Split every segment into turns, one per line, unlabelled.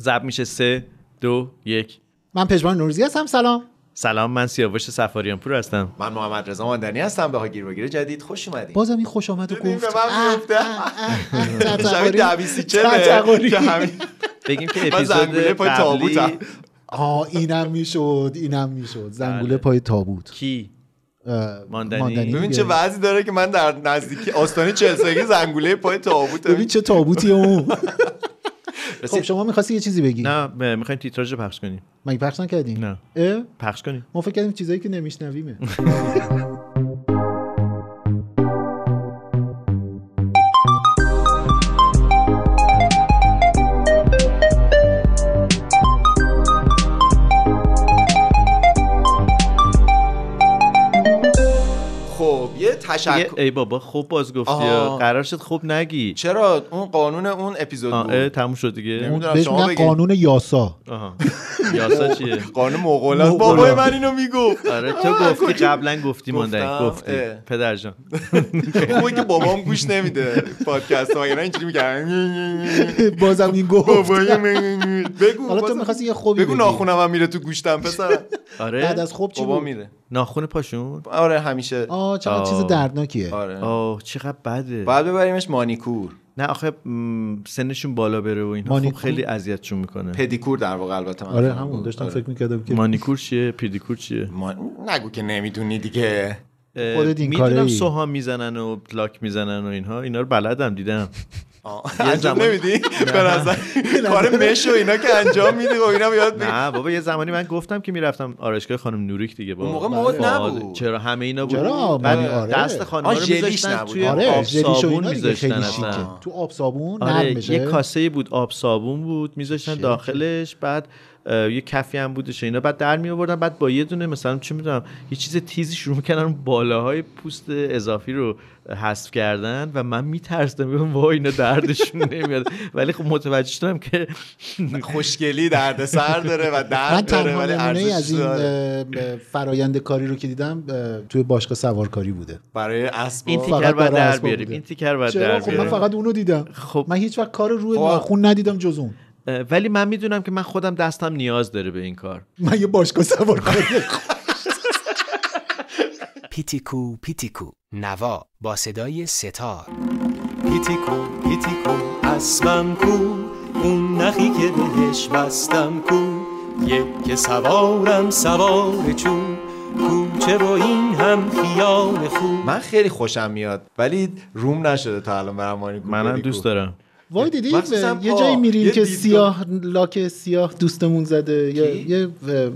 ضبط میشه سه دو یک
من پژمان نوروزی هستم سلام
سلام من سیاوش سفاریان پور هستم
من محمد رضا ماندنی هستم به هاگیر بگیر جدید خوش اومدید
بازم این خوش آمد و
ببین
گفت
به من گفته شبیه دویسی چله
تقاری.
که همین
بگیم که
من زنگوله
اپیزود
پای
قبلی
تابوتم.
آه اینم میشد اینم میشد زنگوله
بله.
پای تابوت
کی
اه،
ماندنی.
ببین
گرفت.
چه وضعی داره که من در نزدیکی آستانه چلسگی زنگوله پای تابوت
ببین چه تابوتی اون خب
رسید
شما میخواستی یه چیزی بگی
نه م- میخوایم تیتراژ رو پخش کنیم
مگه پخش نکردیم
نه.
اه؟
پخش کنیم
ما فکر کردیم چیزایی که نمیشنویمه
خب یه
دیگه
تشکر
ای بابا خوب باز گفتی
آها.
قرار شد خوب نگی
چرا اون قانون اون اپیزود
آه، اه،
بود
تموم شد دیگه
نمی‌دونم،
بهش
شما
میگن
بگین.
قانون یاسا
آها یاسا چیه
قانون مغولان
مغولان.
بابای من اینو میگفت
آره تو گفتی قبلا گفتی ماندنی
گفتم،
گفتی
اه.
پدرجان
خوبه که بابام گوش نمیده پادکست ها اینا اینجوری میگن
بازم این گفت
بابای من بگو
حالا تو
بازم.
میخواستی یه خوبی
بگو
بگی.
ناخونم هم میره تو گوشتم پسر
بعد
آره
از خوب چی
بابا
بود
میره
ناخون پاشون
آره همیشه
آه چقدر چیز
آه.
دردناکیه
آره
آه چقدر بده
باید ببریمش مانیکور
نه آخه م، سنشون بالا بره و اینا خب
مانیکور؟
خیلی اذیتشون میکنه
پدیکور در واقع البته من
آره
فهمیدم.
همون داشتم
آره.
فکر میکردم که
مانیکور چیه پیدیکور چیه
ما... نگو که نمیدونی دیگه
اه،
خودت این
میدونم
کاره‌ای.
سوها میزنن و لاک میزنن و اینها اینا رو بلدم دیدم
آه.
یه
انجام
زمانی-
نمیدی به نظر کار مش و اینا که انجام میدی و اینا یاد بگیر.
نه بابا یه زمانی من گفتم که میرفتم آرایشگاه خانم نوریک دیگه بابا
اون موقع مد
فعال.
نبود.
چرا همه اینا بود
بله. چرا؟
بعد
مانی- آره.
دست خانم
آه،
رو
ژلیش
می‌ذاشتن
نبود.
توی
آره
آب
ژلیش و
صابون
اینا دیگه
میذاشتن
خیلی شیکه
اصلا
تو آب صابون نرم
آره
میشه
یه کاسه بود آب صابون بود میذاشتن
شیک.
داخلش بعد اه، یه کفی هم بودش و اینا بعد در می آوردن بعد با یه دونه مثلا چی میدونم یه چیز تیزی شروع کردن بالاهای پوست اضافی رو حذف کردن و من میترسیدم میگم وای اینا دردشون نمیاد ولی خب متوجه شدم که
خوشگلی درد سر داره و
من
درد داره
تنها
آره، ولی
نمونه
ارزش
از این
داره
اه، اه، فرایند کاری رو که دیدم اه، توی باشگاه سوارکاری بوده
برای اسب
این
و-
فقط
تیکر بعد
برای
در
اسباب
بیاریم
بوده.
این تیکر بعد در
چرا خب من
بیاریم
فقط اونو دیدم
خب.
من هیچ وقت کار روی
خب.
ناخون ندیدم جز اون
اه، ولی من میدونم که من خودم دستم نیاز داره به این کار
من یه باشگاه سوارکاری
پیتیکو پیتیکو نوا با صدای ستار پیتیکو پیتیکو اسبم کو اون نخی که بهش بستم کو یک سوارم سوار چون کوچه و این هم خیال خوب
من خیلی خوشم میاد ولی روم نشده تا الان برام مانیکور
منم
پدیکور.
دوست دارم
وای دیدی
مخصوصاً
یه
پا.
جایی میریم
یه
که
دیدگاه.
سیاه لاک سیاه دوستمون زده یه, یه اه،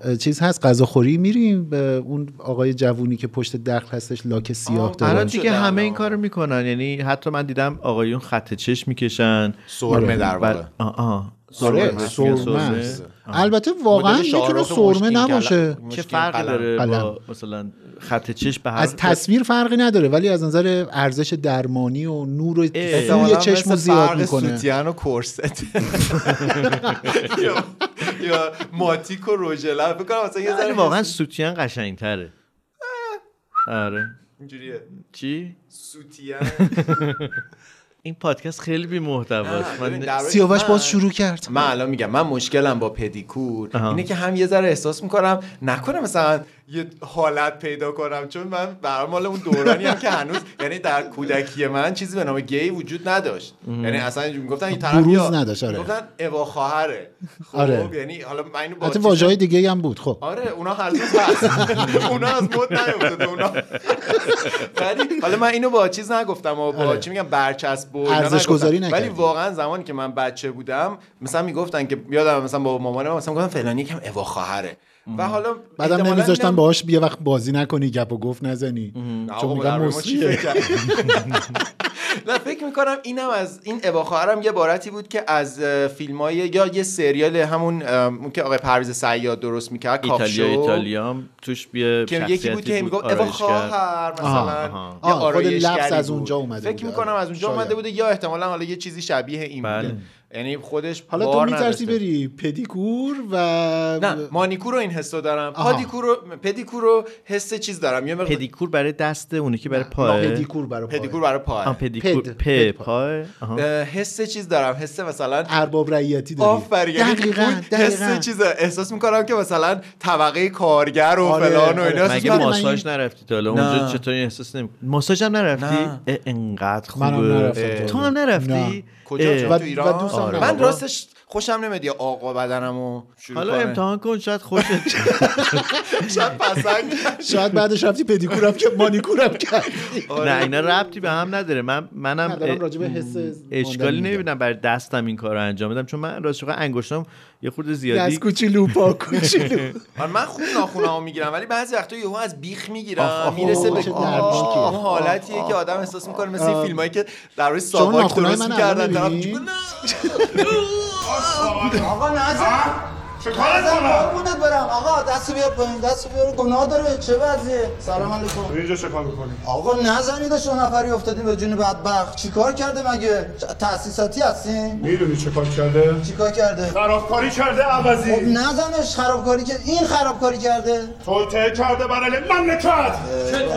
اه، چیز هست غذاخوری میریم به اون آقای جوونی که پشت دخل هستش لاک سیاه
آه،
الان
داره
الان
دیگه
شده
همه
الان.
این کارو میکنن یعنی حتی من دیدم آقایون خط چش میکشن
سرمه در
بله.
واقع
بعد آه آه.
آره
سرمه.
سرمه
سرمه.
است. البته واقعا
مدل
میتونه
شاهرخ
سرمه
مشکین
نباشه
کلم.
چه
مشکل
فرقی
قلم.
داره
قلم.
با مثلا خط چش به هر
آره.
از تصویر فرقی نداره ولی از نظر ارزش درمانی و نور و سوی
احتمالاً
چشم رو
مثل
زیاد
فرق
میکنه
سوتیان و کرست یا- یا ماتیک و رژله بکنم مثلا
بله،
یه
ولی
ذره
واقعا سوتین قشنگ تره آره
اینجوریه
چی
سوتیان
این پادکست خیلی بی محتواست
ببین،
من
در واقع
سیاوش
من-
باز شروع کرد
من الان میگم من مشکلم با پدیکور
آها.
اینه که هم یه ذره احساس میکنم نکنه مثلا یه حالت پیدا کنم چون من برام مال اون دورانی هم که هنوز یعنی در کودکی من چیزی به نام گی وجود نداشت یعنی اصلا میگفتن این طرف
خب، بروز
یا-
نداشت، آره.
میگفتن اوا خواهره خب
آره.
یعنی حالا من اینو با
البته
چیزم-
واژه‌های دیگه هم بود خب
آره اونا هنوز هست اونا از مد نیفتاده اونا ولی حالا من اینو با چیز نگفتم و با
آره.
چی میگم برچسب و اینا
ارزش
نگفتم.
گذاری
ولی
نکردی.
واقعا زمانی که من بچه بودم مثلا میگفتن که یادم مثلا با مامانم مثلا گفتم فلانی یکم اوا خواهره و حالا
بعدم
احتمالاً
نمیذاشتن
اینم-
باهاش یه وقت بازی نکنی گپ و گفت نزنی
آقا،
چون
در
میگم
مورد ما چی
مسریه
فکر کرد؟ نه فکر میکنم اینم از این ابا خواهرم یه بارتی بود که از فیلم های یا یه سریال همون ام، اون که آقای پرویز سیاد درست میکرد
ایتالیا
کافشو.
ایتالیا هم توش بیا
که یکی بود که میگفت اوا خواهر مثلا
آها.
یا
آه، خود
آرایشگری
لفظ از
بود.
اونجا اومده
فکر
بوده.
میکنم از اونجا
شاید.
اومده بوده یا احتمالا حالا یه چیزی شبیه این
بله.
بوده یعنی خودش
حالا تو
بار
میترسی
نداشته.
بری پدیکور و
نه مانیکور رو این حس رو دارم
آها.
پادیکور رو پدیکور رو حس چیز دارم یه مقدار
پدیکور برای دست اونه که برای پا
پدیکور برای پای.
پدیکور برای پاه
پدیکور
پد.
پ
پد
پا
اه، حس چیز دارم حس مثلا
ارباب رعیتی داری
آفرین یعنی
دقیقاً
اون
دقیقاً
حس چیز احساس میکنم که مثلا طبقه کارگر و
آره،
فلان و
آره.
اینا احساس
مگه
من-
می‌کنم-
ماساژ نرفتی تا حالا
نه.
اونجا چطور این احساس نمی ماساژ هم
نه.
نرفتی اه، انقدر
منم نرفتم
خوبه
تا
تو هم
حالا.
نرفتی
نه.
کجا
اه،
چون
و-
تو
و
ایران
دوستم
آره.
من
بابا.
راستش خوشم نمیاد یه آقا بدنمو شروع
حالا
کنه.
امتحان کن شاید خوشت
شاید پسنگ
شاید بعدش رفتی پدیکورم که مانیکورم کردی
آره.
نه اینا ربطی به هم نداره من منم
نه، دارم راجع به
اه،
حس
اشکالی نمیبینم برای دستم این کار رو انجام بدم چون من راستش انگشتم یه خورده زیادی
دست کوچولو پا کوچولو
آره، من من خوب ناخونه ها میگیرم ولی بعضی وقتا یهو از بیخ
آخ،
میگیرم
آخ،
میرسه
آخ،
به
چه
دردناکیه.
آه، اون حالتیه که آدم احساس میکنه مثل این فیلمایی که در روی ساواک
ناخونه‌های
درست
من
میکردن
الان
طرف
می‌بینی؟
می‌گفت، نه
آقا نزن
چیکار کنم؟
قربونت برم آقا دستو بیار پایین دستو بیار گناه داره چه وضعیه سلام علیکم
اینجا چه کار میکنی؟
آقا نزنید شما نفری افتادیم به جون بدبخت چیکار کرده مگه چ- تأسیساتی هستین
میدونی چه کار کرده؟
چیکار کرده
خرابکاری کرده
خب
عوضی
نزنش خرابکاری که این خرابکاری کرده
توته کرده برای مملکت
خیلی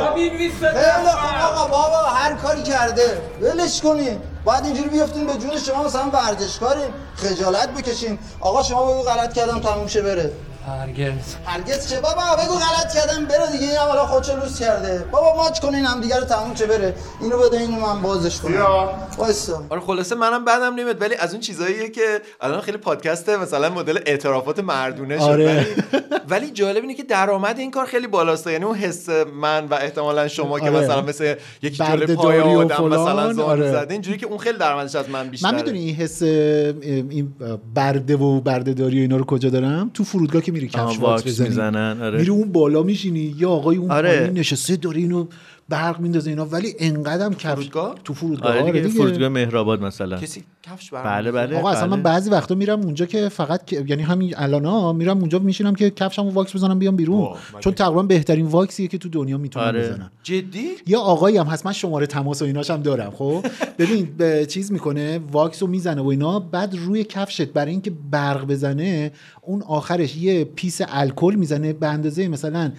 خب آقا بابا هر کاری کرده ولش کنین باید اینجوری بیافتین به جون شما مثلا ورزشکارین خجالت بکشین آقا شما بگو غلط کردم تموم شه بره
هرگز
هرگز چه بابا بگو غلط کردم بره دیگه این حالا خودشو لوس کرده بابا ماچ کنین هم دیگه رو تموم چه بره اینو بده اینو من بازش کنم
بیا.
وایسا
آره خلاصه منم بدم نمیاد ولی از اون چیزاییه که الان خیلی پادکست مثلا مدل اعترافات مردونه شد
آره.
ولی, ولی جالب اینه که درآمد این کار خیلی بالاست یعنی اون حس من و احتمالا شما که
آره.
مثلا مثل یکی
برده
جلوی پای
داری و
آدم مثلا
فلان،
زانو
آره.
زده اینجوری که اون خیلی درآمدش از من بیشتره
من میدونی این حس اه، این برده و بردهداری و اینا رو کجا دارم تو فرودگاه که میری
آها،
کفش
واکس
واکس بزنی
میزنن، آره.
میری اون بالا میشینی یا آقای اون
آره.
پایین نشسته داره اینو برق میندازه اینا ولی انقدرم کفش
فرودگاه؟
تو فرودگاه
آره
آره
دیگه
دیگه.
فرودگاه مهرآباد مثلا
کسی کفش برام
بله بله
آقا اصلا
بله.
من بعضی وقتا میرم اونجا که فقط که- یعنی همین الان ها میرم اونجا میشینم که کفشمو واکس بزنم بیام بیرون چون تقریبا بهترین واکسیه که تو دنیا میتونن
آره
بزنن
جدی
یا آقایی هم هست من شماره تماس و ایناش هم دارم خب ببین به چیز میکنه واکس رو میزنه و اینا بعد روی کفشت برای اینکه برق بزنه اون آخرش یه پیس الکل میزنه به اندازه مثلا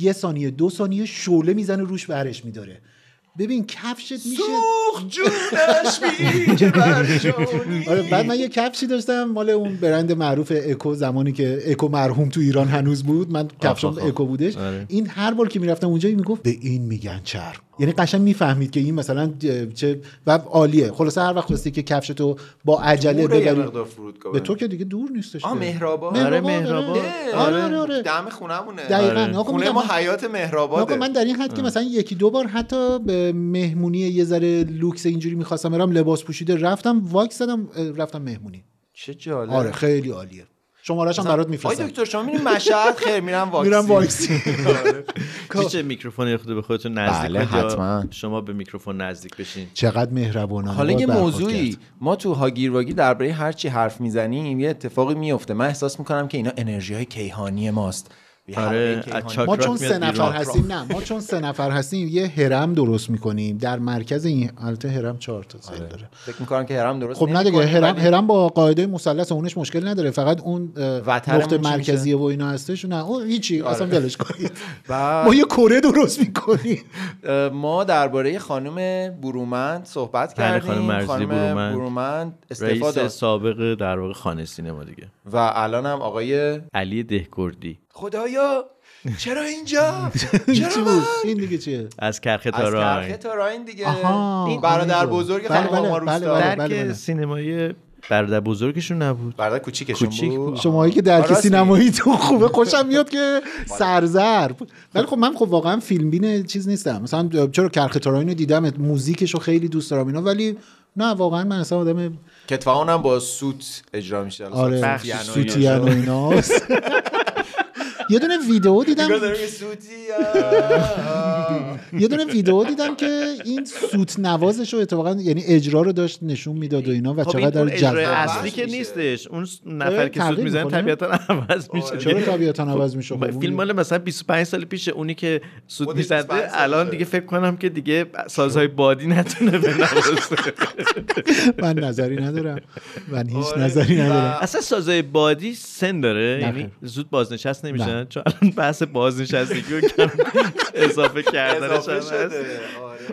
یه ثانیه دو ثانیه شعله میزنه روش برش میداره ببین کفشت میشه
سوخ جونش بی چه برشونی.
آره بعد من یه کفشی داشتم مال اون برند معروف اکو زمانی که اکو مرحوم تو ایران هنوز بود من کفشم
آخ، آخ.
اکو بودش
آره.
این هر بار که میرفتم اونجا این میگفت به این میگن چرم یعنی قشنگ میفهمید که این مثلا چه و عالیه خلاصه هر وقت خواستی که کفشتو با عجله
دوره یه
ببری
مقدار فرودگاه
به تو که دیگه دور نیستش
آه،
که.
مهرآباد.
آره
آره.
مهرآباد
آره آره آره
دم خونمونه
دقیقاً.
آره.
آقا
خونه
میگم
ما
من-
حیات مهرآباده
آقا من در این حد که مثلا یکی دو بار حتی به مهمونی یه ذره لوکس اینجوری میخواستم برم لباس پوشیده رفتم واکس زدم اه، رفتم مهمونی
چه جالب
آره خیلی عالیه شمارهش هم برات
آی
میفرستم
بله. دکتر شما میرین مشهد خیر میرم واکسین
میرم واکسین
میشه میکروفون یه خورده به خودتون نزدیک
بله،
کنید یا
حتما.
شما به میکروفون نزدیک بشین
چقدر مهربانانه
حالا
باهات
یه
برخورد
موضوعی
کرد.
ما تو هاگیر واگیر درباره هر چی حرف میزنیم یه اتفاقی میفته من احساس میکنم که اینا انرژی های کیهانی ماست یه
آره،
حلقه
از
کیهانی.
چاک-
ما چون
راک میاد
سه نفر
بیرون.
هستیم نه ما چون سه نفر هستیم یه هرم درست میکنیم در مرکز این البته هرم چهار تا سل داره
فکر میکنم که هرم درست
خب نه دیگه
آره. نمی‌کنیم،
هرم
ولی-
هرم با قاعده مثلث و اونش مشکل نداره فقط اون اه،
وترمون
نقطه
چی آره.
مرکزی و اینا هستش نه اون هیچی اصلا ولش کنید
بعد-
ما یه کره درست میکنیم
اه، ما درباره خانم برومند صحبت
بله،
کردیم
خانم مرزی برومند.
برومند استعفا
رئیس
داد
سابق در واقع خانه سینما دیگه
و الان هم آقای
علی دهکردی
خدایا چرا اینجا
چی
چرا من
بود این دیگه چیه
از کرخه تا
از
راه
کرخه تا راین دیگه
آها،
این برادر
آمیگو.
بزرگ
بله،
خانم
بله،
آما
بله،
روستا
بله.
درک سینمایی برادر بزرگشون نبود
برادر کوچیکشون
کوچیک
بود
بود.
شماهایی که
آه،
درک
راست میگی.
سینماییتون خوبه خوشم میاد که سرزرب ولی خب من خب واقعا فیلمبین چیز نیستم مثلا چرا کرخ تاراین رو دیدم موزیکش رو خیلی دوست دارم اینا ولی نه واقعا من اصلا آدم
کتفهان هم با سوت اجرا میشه
آره
بخش
سوتیان و ایناست یه دونه ویدیو دیدم
نگاه داره سوتی
یه دونه ویدیو دیدم که این سوت نوازش رو اتفاقا یعنی اجرا رو داشت نشون میداد و اینا و
خب این
چقدر
اون
جذاب
اجرای
بود.
اصلی که
میشه.
نیستش اون س-
آره،
نفر که سود
تغییر
میزنه
می‌کنه.
طبیعتا عوض میشه
چرا
دیگه.
طبیعتا عوض میشه خب
فیلم مال مثلا 25 سال پیشه اونی که سود
خودش 25
میزده
سال
الان
شده.
دیگه فکر کنم که دیگه سازهای بادی نتونه بنوازه
من نظری ندارم من هیچ
آره.
نظری ندارم
اصلا سازهای بادی سن داره
نه خیر.
یعنی زود بازنشست نمیشن
نه.
چون الان بحث بازنشستگی رو کم اضافه کردنش
اضافه
هم هست
شده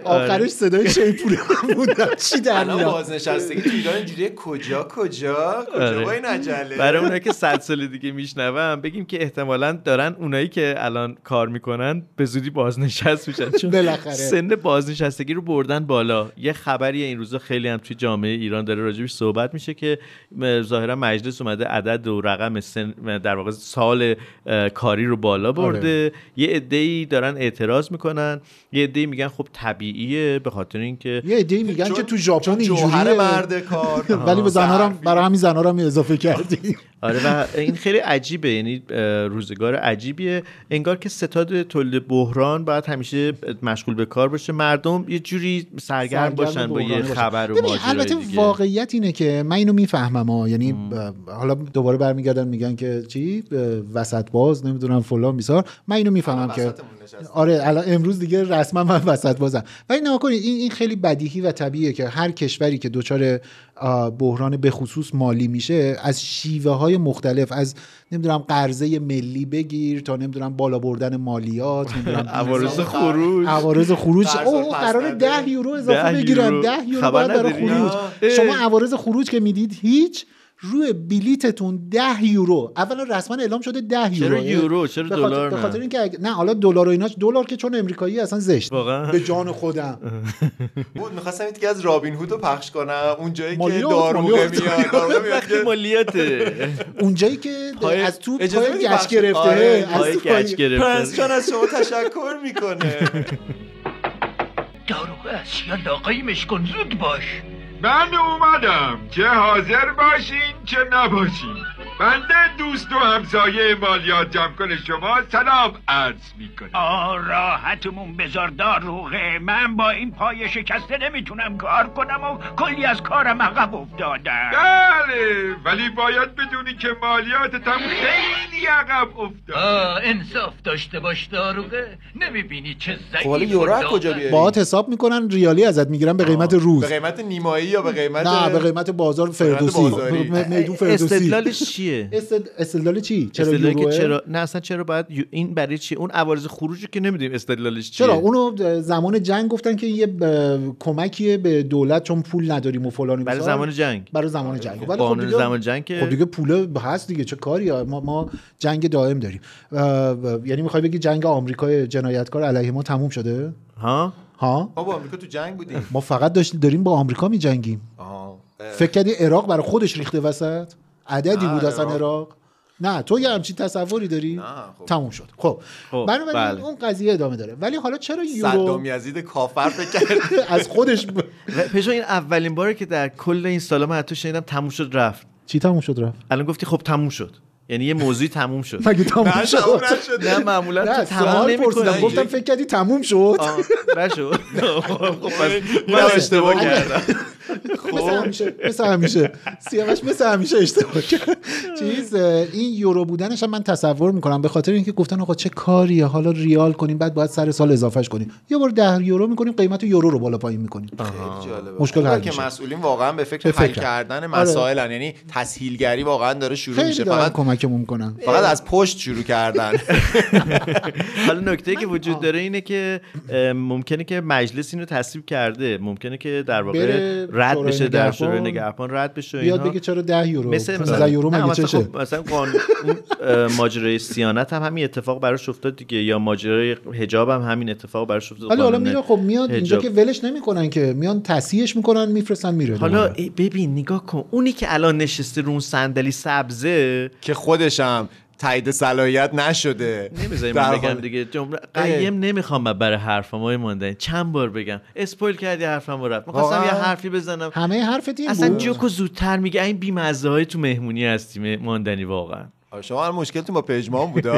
آره.
آخرش صدای شیپوره موندم چی در
الان
میاد
بازنشستگی تو ایران اینجوریه کجا کجا کجا
آره.
با این عجله
برای اونایی که صد سال دیگه میشنوم بگیم که احتمالا دارن اونایی که الان کار میکنن به زودی بازنشست میشن چون
بالاخره.
سن بازنشستگی رو بردن بالا یه خبری این روزا خیلی هم توی جامعه ایران داره راجبش صحبت میشه که م- ظاهرا مجلس اومده عدد و رقم سن در واقع سال اه، کاری رو
آره.
بالا برده یه عده‌ای دارن اعتراض میکنن یه عده‌ای میگن خب طبیعیه به خاطر اینکه
یه ایده میگن
چون-
که تو ژاپن
چون جوهر
اینجوریه
مرد کار
ولی به زنها رو هم-
ظرفی.
برای همین زنها رو هم اضافه کردی
آره و این خیلی عجیبه یعنی اه، روزگار عجیبیه انگار که ستاد تولید بحران باید همیشه مشغول به کار باشه مردم یه جوری سرگرم
سرگرم
باشن با
بحرانه
یه
باشن.
خبر و
ببین،
ماجرای
البته
دیگه
واقعیت اینه که من اینو میفهمم ها یعنی ب- حالا دوباره برمیگردن میگن که چی ب- وسط باز نمیدونم فلان بیسار من اینو میفهمم که
وسطمون نشستیم.
آره الان امروز دیگه رسما من وسط بازم ولی نگاه کنید این این خیلی بدیهی و طبیعیه که هر کشوری که دچار آ، بحران به خصوص مالی میشه از شیوه های مختلف از نمیدونم قرضه ملی بگیر تا نمیدونم بالا بردن مالیات نمیدونم
عوارض خروج
عوارض خروج
قرض
اوه
پس
قرار
نده.
10 یورو اضافه
ده
بگیرن
یورو.
10 یورو
خبر
باید برای
نداری؟
خروج
نه.
شما
اه.
عوارض خروج که میدید هیچ روی بلیتتون 10 یورو اولا رسما اعلام شده 10 یورو
چرا یورو؟ چرا
به خاطر-
دلار
به
نه؟
خاطر اینکه اگه- نه حالا دلار و ایناش دلار که چون امریکایی اصلا زشت
واقعا؟
به جان خودم
بود میخواستم این دیگه از رابین هود رو پخش کنم اون جایی که
مالیات،
داروغه
مالیات.
میاد داروغه میاد
وقتی
که
مالیاته
اونجایی که
پای-
از تو
اجازه
پای
بدید
گچ
بخش-
گرفته
آره،
از
پای
تو پای-
پرنس
کج گرفته
جان از شما تشکر میکنه
داروغه است یا لاغیمش کن زود باش
من اومدم چه حاضر باشین چه نباشین بنده دوست و همسایه مالیات جمع کن شما سلام عرض میکنم
آ راحتمون بذار داروغه من با این پای شکسته نمیتونم کار کنم و کلی از کارم عقب افتادم
بله ولی باید بدونی که مالیاتتم خیلی عقب افتاد
آه انصاف داشته باش داروغه نمیبینی چه زنی
خب حالا یورو از کجا بیاری
باهات حساب میکنن ریالی ازت میگیرن به قیمت روز
به قیمت نیمایی یا به قیمت
نه به قیمت بازار فردوسی
بازاری.
م- میدون فردوسی
استدلالش چیه
استد- استدلال چی چرا
استدلالی که
یوروه
چرا نه اصلا چرا باید یو- این برای چی اون عوارض خروج رو که نمیدونیم استدلالش چیه
چرا اونو زمان جنگ گفتن که یه ب- کمکیه به دولت چون پول نداریم و فلان و
برای
بیسار.
زمان جنگ آره،
برای زمان جنگ ولی خب
قانون
دیگه-
زمان جنگ که-
خب دیگه پول هست دیگه چه کاری ما, ما جنگ دائم داریم اه، ب- یعنی میخوای بگی جنگ آمریکای جنایتکار علیه ما تموم شده
ها
ها
ما با آمریکا تو جنگ بودیم
ما فقط داشت داریم با آمریکا می جنگیم
آها.
فکر کردی عراق برای خودش ریخته وسط عددی
نه،
بود اصلا
عراق.
عراق نه تو یه همچین تصوری داری
خب.
تموم شد خب,
خب،
بنابراین
بله.
اون قضیه ادامه داره ولی حالا چرا یورو
صدام یزید کافر فکر کرد
از خودش ب-
و پژو این اولین باره که در کل این سالا من حتی شنیدم تموم شد رفت
چی تموم شد رفت
الان گفتی خب تموم شد یعنی یه موضوعی تموم شد
مگه تموم
نه
شد
تموم نشد
نه معمولا
نه
تو تموم
سوال پرسیدم
نمی‌کنی.
گفتم فکر کردی تموم شد
آه، نشد خب پس
من
من
اشتباه
اشتباه کردم خب.
مثل همیشه مثل همیشه سیاوش مثل همیشه اشتباه کرد چیز اه، این یورو بودنش هم من تصور میکنم به خاطر اینکه گفتن آقا چه کاریه حالا ریال کنیم بعد باید سر سال اضافهش کنیم یه بار ده یورو میکنیم قیمت یورو رو بالا پایین میکنیم
خیلی جالبه.
مشکل
خوبه
حل
که
میشه.
مسئولین واقعا به فکر
به
حل
فکرن.
کردن مسائلن یعنی تسهیلگری واقعا داره شروع
خیلی
میشه
دارن
فقط
کمکمون میکنن
فقط از پشت شروع کردن
حالا نکته که وجود داره اینه که اه، ممکنه که مجلس اینو تصویب کرده ممکنه که در واقع
بره
رد
شورای
بشه در شورای
نگهبان.
نگهبان رد بشه و
بیاد
اینها.
بگه خب، چرا ده یورو
مثل
15 یورو
نه،
مگه
مثلا
چشه
خب، مثلا قانون اون، اه، ماجرای سیانت هم همین اتفاق براش افتاد دیگه یا ماجرای حجاب هم همین اتفاق براش افتاد
ولی حالا
قانون
میره خب میاد اینجا
حجاب.
که ولش نمیکنن که میان تصحیحش میکنن میفرستن میره
حالا
دوباره.
ای، ببین نگاه کن اونی که الان نشسته رو اون صندلی سبزه
که خودشم تایید صلاحیت نشده
نمیذاری
در
من
حال-
بگم دیگه جمله قیم نمیخوام من برای حرفم های مانده چند بار بگم اسپویل کردی حرفم رفت میخواستم
واقعا؟
یه حرفی بزنم
همه حرفت این
اصلا
بود
جوکو زودتر میگه این بیمزه های تو مهمونی هستیم ماندنی واقعا
آره، شما هم مشکلتون با پژمان بوده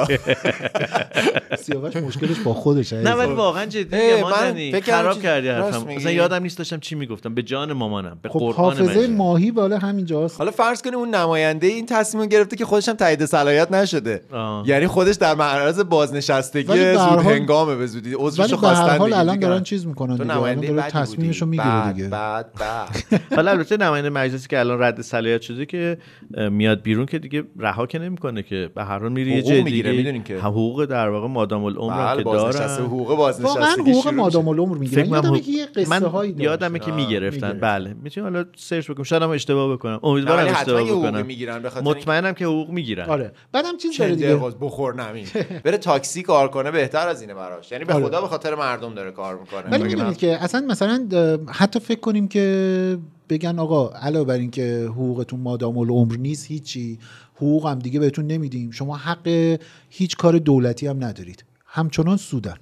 سیاوش مشکلش با خودشه
نه ولی واقعا جدی
اه،
میگم
من
زنی
فکر کردم
خراب
چیز-
کردی
راست
حرفم
میگی.
اصلا یادم نیست داشتم چی میگفتم به جان مامانم به
خب
قرآن
حافظه
مجید
ماهی بالا همینجاست
حالا فرض کنیم اون نماینده این تصمیم رو گرفته که خودش هم تایید صلاحیت نشده
آه.
یعنی خودش در معرض بازنشستگی
ولی به
زود
هر حال-
هنگامه به زودی
ولی
عذرشو
به
خواستن
هر حال
دیگه.
الان
دیگه.
دارن چیز میکنن
تو
دیگه الان
نماینده
داره
بدی
تصمیمشو
بودی.
میگیره
بد،
دیگه
بد بد
حالا البته نماینده مجلسی که الان رد صلاحیت شده که اه، میاد بیرون که دیگه رها که نمیکنه که به هر حال میره یه
حقوق
جای
میگیره،
دیگه.
میدونین که.
هم حقوق در واقع مادام العمر هم
بله
که
بازنشسته
دارن
حقوق
واقعا
بازنشستگی
حقوق
شروع
مادام
میشه.
العمر میگیرن
کنم
یادمه
حقوق-
که یه قصه
من
هایی
یادمه که میگرفتن
می‌گرفتن.
بله میتونیم حالا سرچ بکنم شاید هم اشتباه بکنم
نه، ولی
امیدوارم
حتما یه
اشتباه
حقوقی
بکنم
میگیرن به خاطر اینکه
مطمئنم که حقوق میگیرن
آره بعدم چیز داره
چنده
دیگه
قاز بخور نمین بره تاکسی کار کنه بهتر از اینه براش یعنی به
آره.
خدا به خاطر مردم داره کار میکنه
آره.
ولی میدونید که اصلا مثلا اه، حتی فکر کنیم که بگن آقا علاوه بر اینکه حقوقتون مادام العمر نیست هیچی حقوق هم دیگه بهتون نمیدیم شما حق هیچ کار دولتی هم ندارید همچنان سودن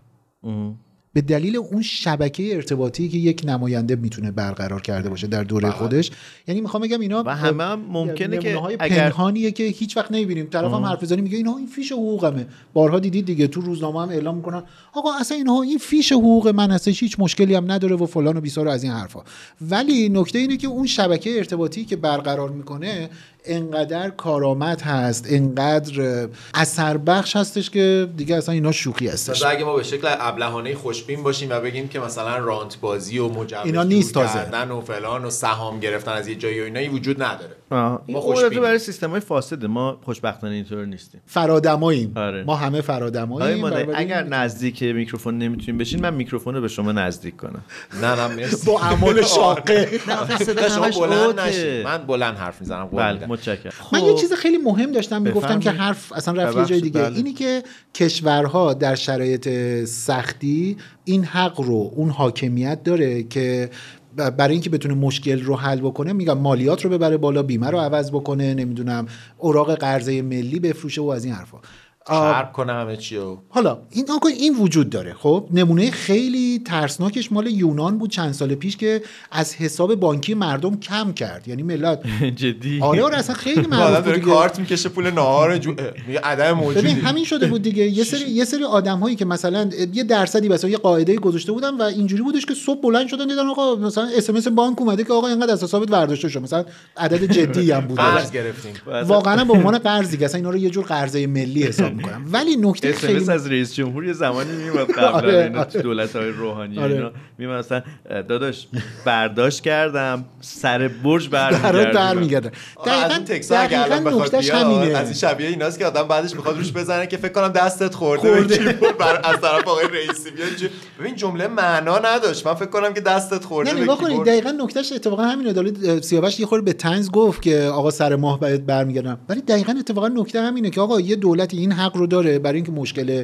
به دلیل اون شبکه ارتباطی که یک نماینده میتونه برقرار کرده باشه در دوره خودش یعنی میخوام بگم اینا
بله. و همه هم ممکنه که
نمونه‌های
اگر-
پنهانیه که هیچ وقت نمیبینیم طرف هم حرف زنی میگه اینا این فیش حقوقمه بارها دیدید دیگه تو روزنامه هم اعلام میکنن آقا اصلا اینها این فیش حقوق من هستش هیچ مشکلی هم نداره و فلان و بیسار و از این حرفا ولی نکته اینه که اون شبکه ارتباطی که برقرار میکنه انقدر کارآمد هست انقدر اه، اثر بخش هستش که دیگه اصلا اینا شوخی هستش
بله.
مثلا اگه ما به شکل ابلهانه خوشبین باشیم و بگیم که مثلا رانت بازی و مجوز
اینا
جور
نیست تازه.
کردن و فلان و سهام گرفتن از یه جایی و اینایی وجود نداره
آه، این
ما
قدرت
خوشبینیم.
برای سیستم های فاسده ما خوشبختانه اینطور نیستیم
فرادماییم
آره.
ما همه
آقای
فرادماییم
مادر
بنابراین
اگر نزدیک میکروفون نمیتونیم بشین من میکروفون رو به شما نزدیک کنم
نه نه مرسی. آره.
با اعمال شاقه
نه، شما
همش
بلند
اوته.
نشین من بلند حرف میزنم
بله متشکرم
من
خب،
یه چیز خیلی مهم داشتم میگفتم
بفرمایید.
که حرف اصلا رفت یه جای
ببخشید،
دیگه
بله.
اینی که کشورها در شرایط سختی این حق رو اون حاکمیت داره که ب- برای اینکه بتونه مشکل رو حل بکنه میگم مالیات رو ببره بالا بیمه رو عوض بکنه نمیدونم اوراق قرضه ملی بفروشه و از این حرفا
خب.
آه،
چرب کنه همه چی و
حالا این آقا این وجود داره خب نمونه خیلی ترسناکش مال یونان بود چند سال پیش که از حساب بانکی مردم کم کرد یعنی ملت
خب، جدی
آره آره اصلا خیلی معروف
آدم
بود
داره
دیگه.
کارت میکشه پول نهار جو... اه، میگه عدم موجودی
ببین همین شده بود دیگه یه سری یه سری آدم هایی که مثلا یه درصدی بس یه قاعده گذاشته بودن و اینجوری بودش که صبح بلند شدن دیدن آقا مثلا اس ام اس بانک اومده که آقا اینقدر از حسابت برداشته شد مثلا عدد جدی هم بود
قرض گرفتیم
واقعا به عنوان قرض دیگه اصلا اینا رو یه جور قرضه ملی حساب میکنم ولی نکته
اسمس
خیلی
از رئیس جمهور یه زمانی میومد قبلا
آره،
اینا تو
آره.
دولت های روحانی
آره.
اینا میومد مثلا اه، داداش برداشت کردم سر برج
برات در
برمیگردم
میگردن
آخه از
دقیقاً
اون تکس اگه الان
دقیقاً
بخواد
نکتهش
بیاد از
همینه
این شبیه ایناست که آدم بعدش میخواد روش بزنه که فکر کنم دستت خورده به کیبورد بر از طرف آقای رئیسی بیاد چی- ببین جمله معنا نداشت من فکر کنم که دستت خورده
نه
به
نگاه کنید
کیبورد.
دقیقا نکتهش اتفاقا همین اداله سیاوش یه خورده به تنز گفت که آقا سر ماه باید برمیگردم ولی دقیقا اتفاقا نکته همینه که آقا یه دولتی این حق رو داره برای اینکه مشکل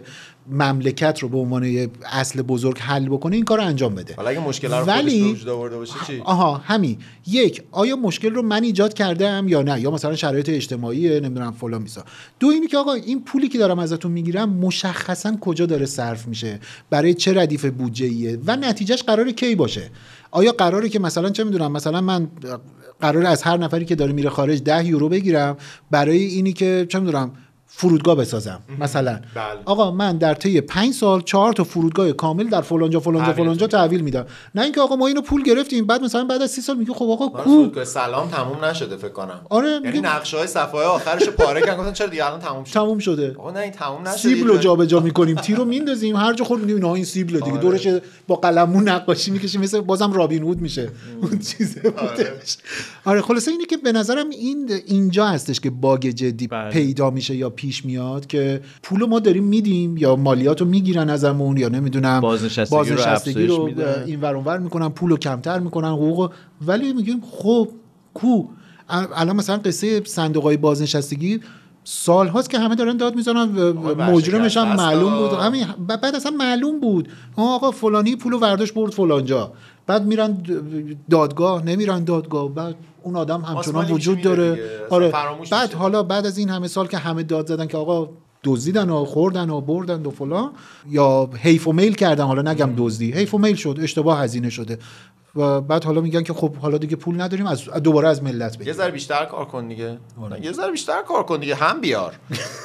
مملکت رو به عنوان یه اصل بزرگ حل بکنه این کار رو انجام بده
حالا اگه مشکل رو خودش
ولی-
به وجود آورده باشه چی
آها همین یک آیا مشکل رو من ایجاد کردم یا نه یا مثلا شرایط اجتماعی نمیدونم فلان بیسا دو اینی که آقا این پولی که دارم ازتون میگیرم مشخصا کجا داره صرف میشه برای چه ردیف بودجه ایه و نتیجهش قراره کی باشه آیا قراره که مثلا چه میدونم مثلا من قراره از هر نفری که داره میره خارج 10 یورو بگیرم برای اینی که چه میدونم فرودگاه بسازم مثلا
بله.
آقا من در طی 5 سال چهار تا فرودگاه کامل در فلانجا فلانجا
تغییرات
فلانجا تحویل میدم نه اینکه آقا ما اینو پول گرفتیم بعد مثلا بعد از سی سال میگه خب آقا
من
کو
فرودگاه سلام تموم نشده فکر کنم
آره،
یعنی
میگم-
نقشه های صفحه آخرش رو پاره کردن گفتن چرا دیگه الان تموم شد
تموم شده
آقا نه این تموم نشده یه
سیبل رو
جایی-
جابجا میکنیم تیر رو میندازیم هر جا خود میگیم نه این سیبل
آره.
دیگه دورش با قلمون نقاشی میکشیم مثل بازم رابین هود میشه اون چیزه بودش. آره خلاصه اینه که به نظرم این اینجا هستش که باگ جدی
بله.
پیدا میشه یا پیش میاد که پول ما داریم میدیم یا مالیات رو میگیرن ازمون یا نمیدونم
بازنشستگی رو افزایش
رو,
میدن.
این ور اون ور میکنن پول رو کمتر میکنن حقوق رو- ولی میگیم خب کو ال- الان مثلا قصه صندوق های بازنشستگی سال هاست که همه دارن داد میزنن و- و
ورشکست
مجرمش هم
هست.
معلوم بود همین ب- بعد اصلا معلوم بود آه، آقا فلانی پول و ورداش برد فلانجا بعد میرن د- دادگاه نمیرن دادگاه بعد اون آدم همچنان
آسمانی
وجود
میشه میره
داره
دیگه. اصلا
آره
فراموش
بعد
میشه.
حالا بعد از این همه سال که همه داد زدن که آقا دزدیدن و خوردن و بردن و فلان یا حیف و میل کردن حالا نگم دزدی حیف و میل شد اشتباه هزینه شده و بعد حالا میگن که خب حالا دیگه پول نداریم از دوباره از ملت
یه
بگیر
ذره بیشتر کار کن دیگه
آره.
یه ذره بیشتر کار کن دیگه هم بیار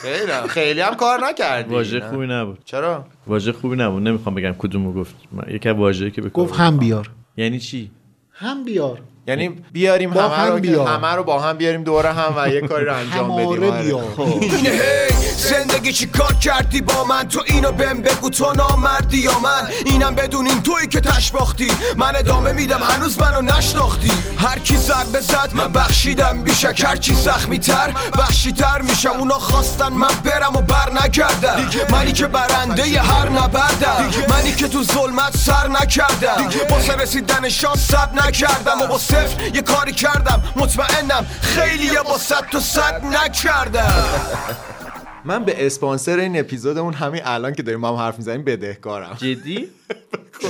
خیلی هم- خیلی هم کار نکردی
واژه
نه.
خوبی نبود
چرا
واژه خوبی نبود نمیخوام بگم کدومو گفت من- یکی از واژه‌ای که به کار
گفت هم بیار
یعنی چی
هم بیار
یعنی بیاریم
خب. با
همه رو
هم
که-
بیار.
همه رو با هم بیاریم دوره هم و یه کاری رو انجام بدیم
هماره
آره.
بیار
اینه هی زندگی چی کار کردی با من تو اینو بهم بگو تو نامردی یا من اینم بدون این تویی که تشباختی من ادامه میدم هنوز منو نشناختی هر کی زد بزد من بخشیدم بیشک هر کی زخمی تر وحشی تر میشم اونا خواستن من برم و بر نکردم منی که برنده ی هر نبردم منی که تو ظلمت سر نکردم واسه رسیدن شانس سب نکردم و با صفر یه کاری کردم مطمئنم خیلی با صد تو صد نکردم
من به اسپانسر این اپیزودمون همین الان که داریم با هم حرف میزنیم بدهکارم
جدی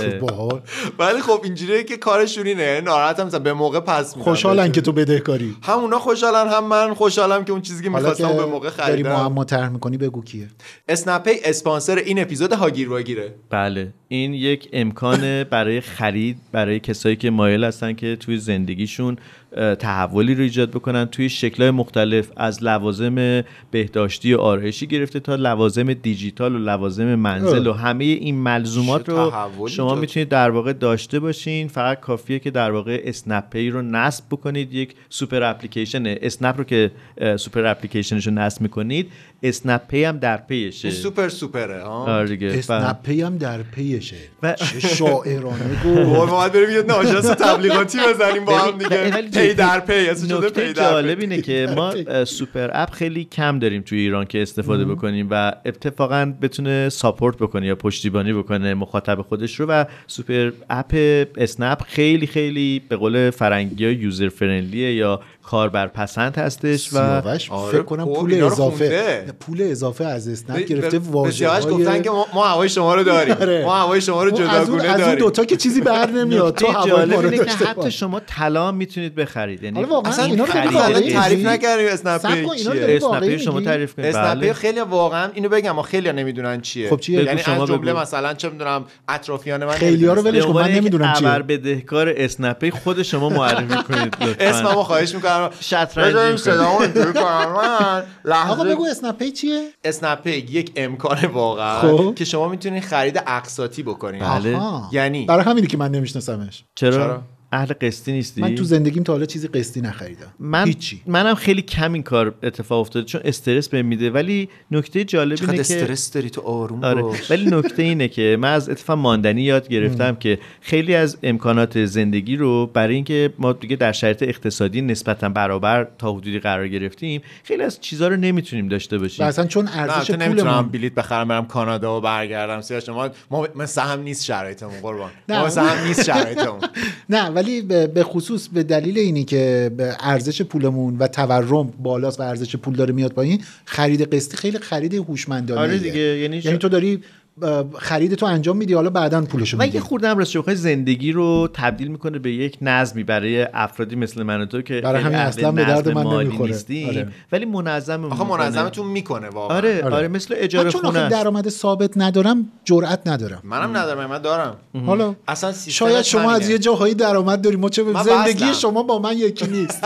اه.
باحال
ولی خب اینجوریه که کارشون اینه ناراحتم مثلا به موقع پس میدم
خوشحالن که تو بدهکاری
هم اونا خوشحالن هم من خوشحالم که اون چیزی که
حالا
میخواستم
که
به موقع
داری
خریدم
معما طرح میکنی بگو کیه
اسنپی اسپانسر این اپیزود هاگیر واگیره
بله این یک امکان برای خرید برای کسایی که مایل هستن که توی زندگیشون اه، تحولی رو ایجاد بکنن توی شکلهای مختلف از لوازم بهداشتی و آرایشی گرفته تا لوازم دیجیتال و لوازم منزل و همه این ملزومات
چه
رو
تحولی
شما
ایجاد
میتونید در واقع داشته باشین فقط کافیه که در واقع اسنپ پی رو نصب بکنید یک سوپر اپلیکیشن اسنپ رو که اه، سوپر اپلیکیشنش رو نصب میکنید اسنپ پی هم در پیشه
این سوپر سوپره ها
آره دیگه.
بله.
و-
اسنپ پی هم در پیشه
و-
چه شاعرانه گفت
وای، خب، ما باید بریم یه ناشناس تبلیغاتی بزنیم با هم
ببین،
دیگه
ولی
پی در پی اصلا شده
نکته
پی در پی
جالب اینه که ما اه، سوپر اپ خیلی کم داریم توی ایران که استفاده بکنیم و اتفاقا بتونه ساپورت بکنه یا پشتیبانی بکنه مخاطب خودش رو و سوپر اپ اسنپ خیلی خیلی به قول فرنگی ها یوزر فرندلیه یا کاربرپسند هستش و
سیاوش
آره،
فکر کنم
خب،
پول
اینا رو
اضافه
خونده.
نه، پول اضافه از اسنپ
به- به-
گرفته
به
واژه
سیاوش گفتن که ما ما هوای شما رو داریم ما هوای شما رو
از آره. اون,
جداگونه
از اون
داریم
دوتا که چیزی بر نمیاد تو
نکته
هوای
جالب
ما رو
اینه که
داشته
حتی
باش.
شما طلا میتونید بخرید یعنی
حالا واقعا
اصلا
اینا رو داری
خرید
واقعا
واقعی
تعریف
میگی؟
نکردیم اسنپ
صبر
پی
کن، اینا رو
چیه.
داری
اسنپ
واقعی
رو شما
میگی؟
تعریف کنید
اسنپ
بله.
پی خیلی واقعا اینو بگم ما خیلی نمیدونن چیه
خب چیه؟
بگو
یعنی
شما
از جمله
بگو.
مثلا چه میدونم اطرافیان من
خیلی‌ها رو
نمی‌دونستن.
ولش
به
کن،
عنوان
خب من
یک
نمی‌دونم چیه.
ابر بدهکار اسنپی خود شما معرفی کنید لطفاً
اسممو خواهش میکنم
شطرنجی
بذاریم
می‌کنی.
صدامو اینجوری کنم من
آقا
لحظه
بگو اسنپ پی چیه
اسنپ پیگ یک امکان واقعا
خب.
که شما میتونید خرید اقساطی بکنید
بله.
آها.
یعنی
برای همینه که من نمیشناسمش
چرا
چرا؟
اهل قسطی نیستی
من تو زندگیم تا حالا چیزی قسطی نخریدم
من
هیچی
منم خیلی کم این کار اتفاق افتاده چون استرس بهم میده ولی نکته جالب
چقدر
اینه که
استرس داری تو آروم
آره
باش.
ولی نکته اینه که من از اتفاق ماندنی یاد گرفتم که خیلی از امکانات زندگی رو برای اینکه ما دیگه در شرایط اقتصادی نسبتا برابر تا حدودی قرار گرفتیم خیلی از چیزها رو نمیتونیم داشته
و
باشیم
اصلا چون
نه
ارزش
البته نمیتونم
پولمون
بلیت بخرم برم کانادا و برگردم سیاه شما ما من سهم نیست شرایطمون قربان
نه.
ما سهم نیست شرایطمون
نه ولی به به خصوص به دلیل اینی که به ارزش پولمون و تورم بالاست و ارزش پول داره میاد پایین خرید قسطی خیلی خرید هوشمندانه
آره دیگه، یعنی
یعنی
ش-
تو داری اه، خرید تو انجام میدی حالا بعدا پولشو
و یه
میدی
خورده هم راستش بخوای زندگی رو تبدیل میکنه به یک نظمی برای افرادی مثل من و تو که
برای
خیلی
همین
اهل
اصلا به درد
نظم
من
مالی
نمیخوره.
نیستیم،
آره.
ولی منظم
آخه منظمتون میکنه واقعا
آره آره,
بله. آره.
مثل
من
اجاره
چون آخه
خونه است.
درآمد ثابت ندارم جرئت ندارم
منم ندارم من دارم
حالا
اصلا سیستم
شاید شما
همینه.
از یه جاهایی درآمد داری ما چه
من
زندگی
وصلم.
شما با من یکی نیست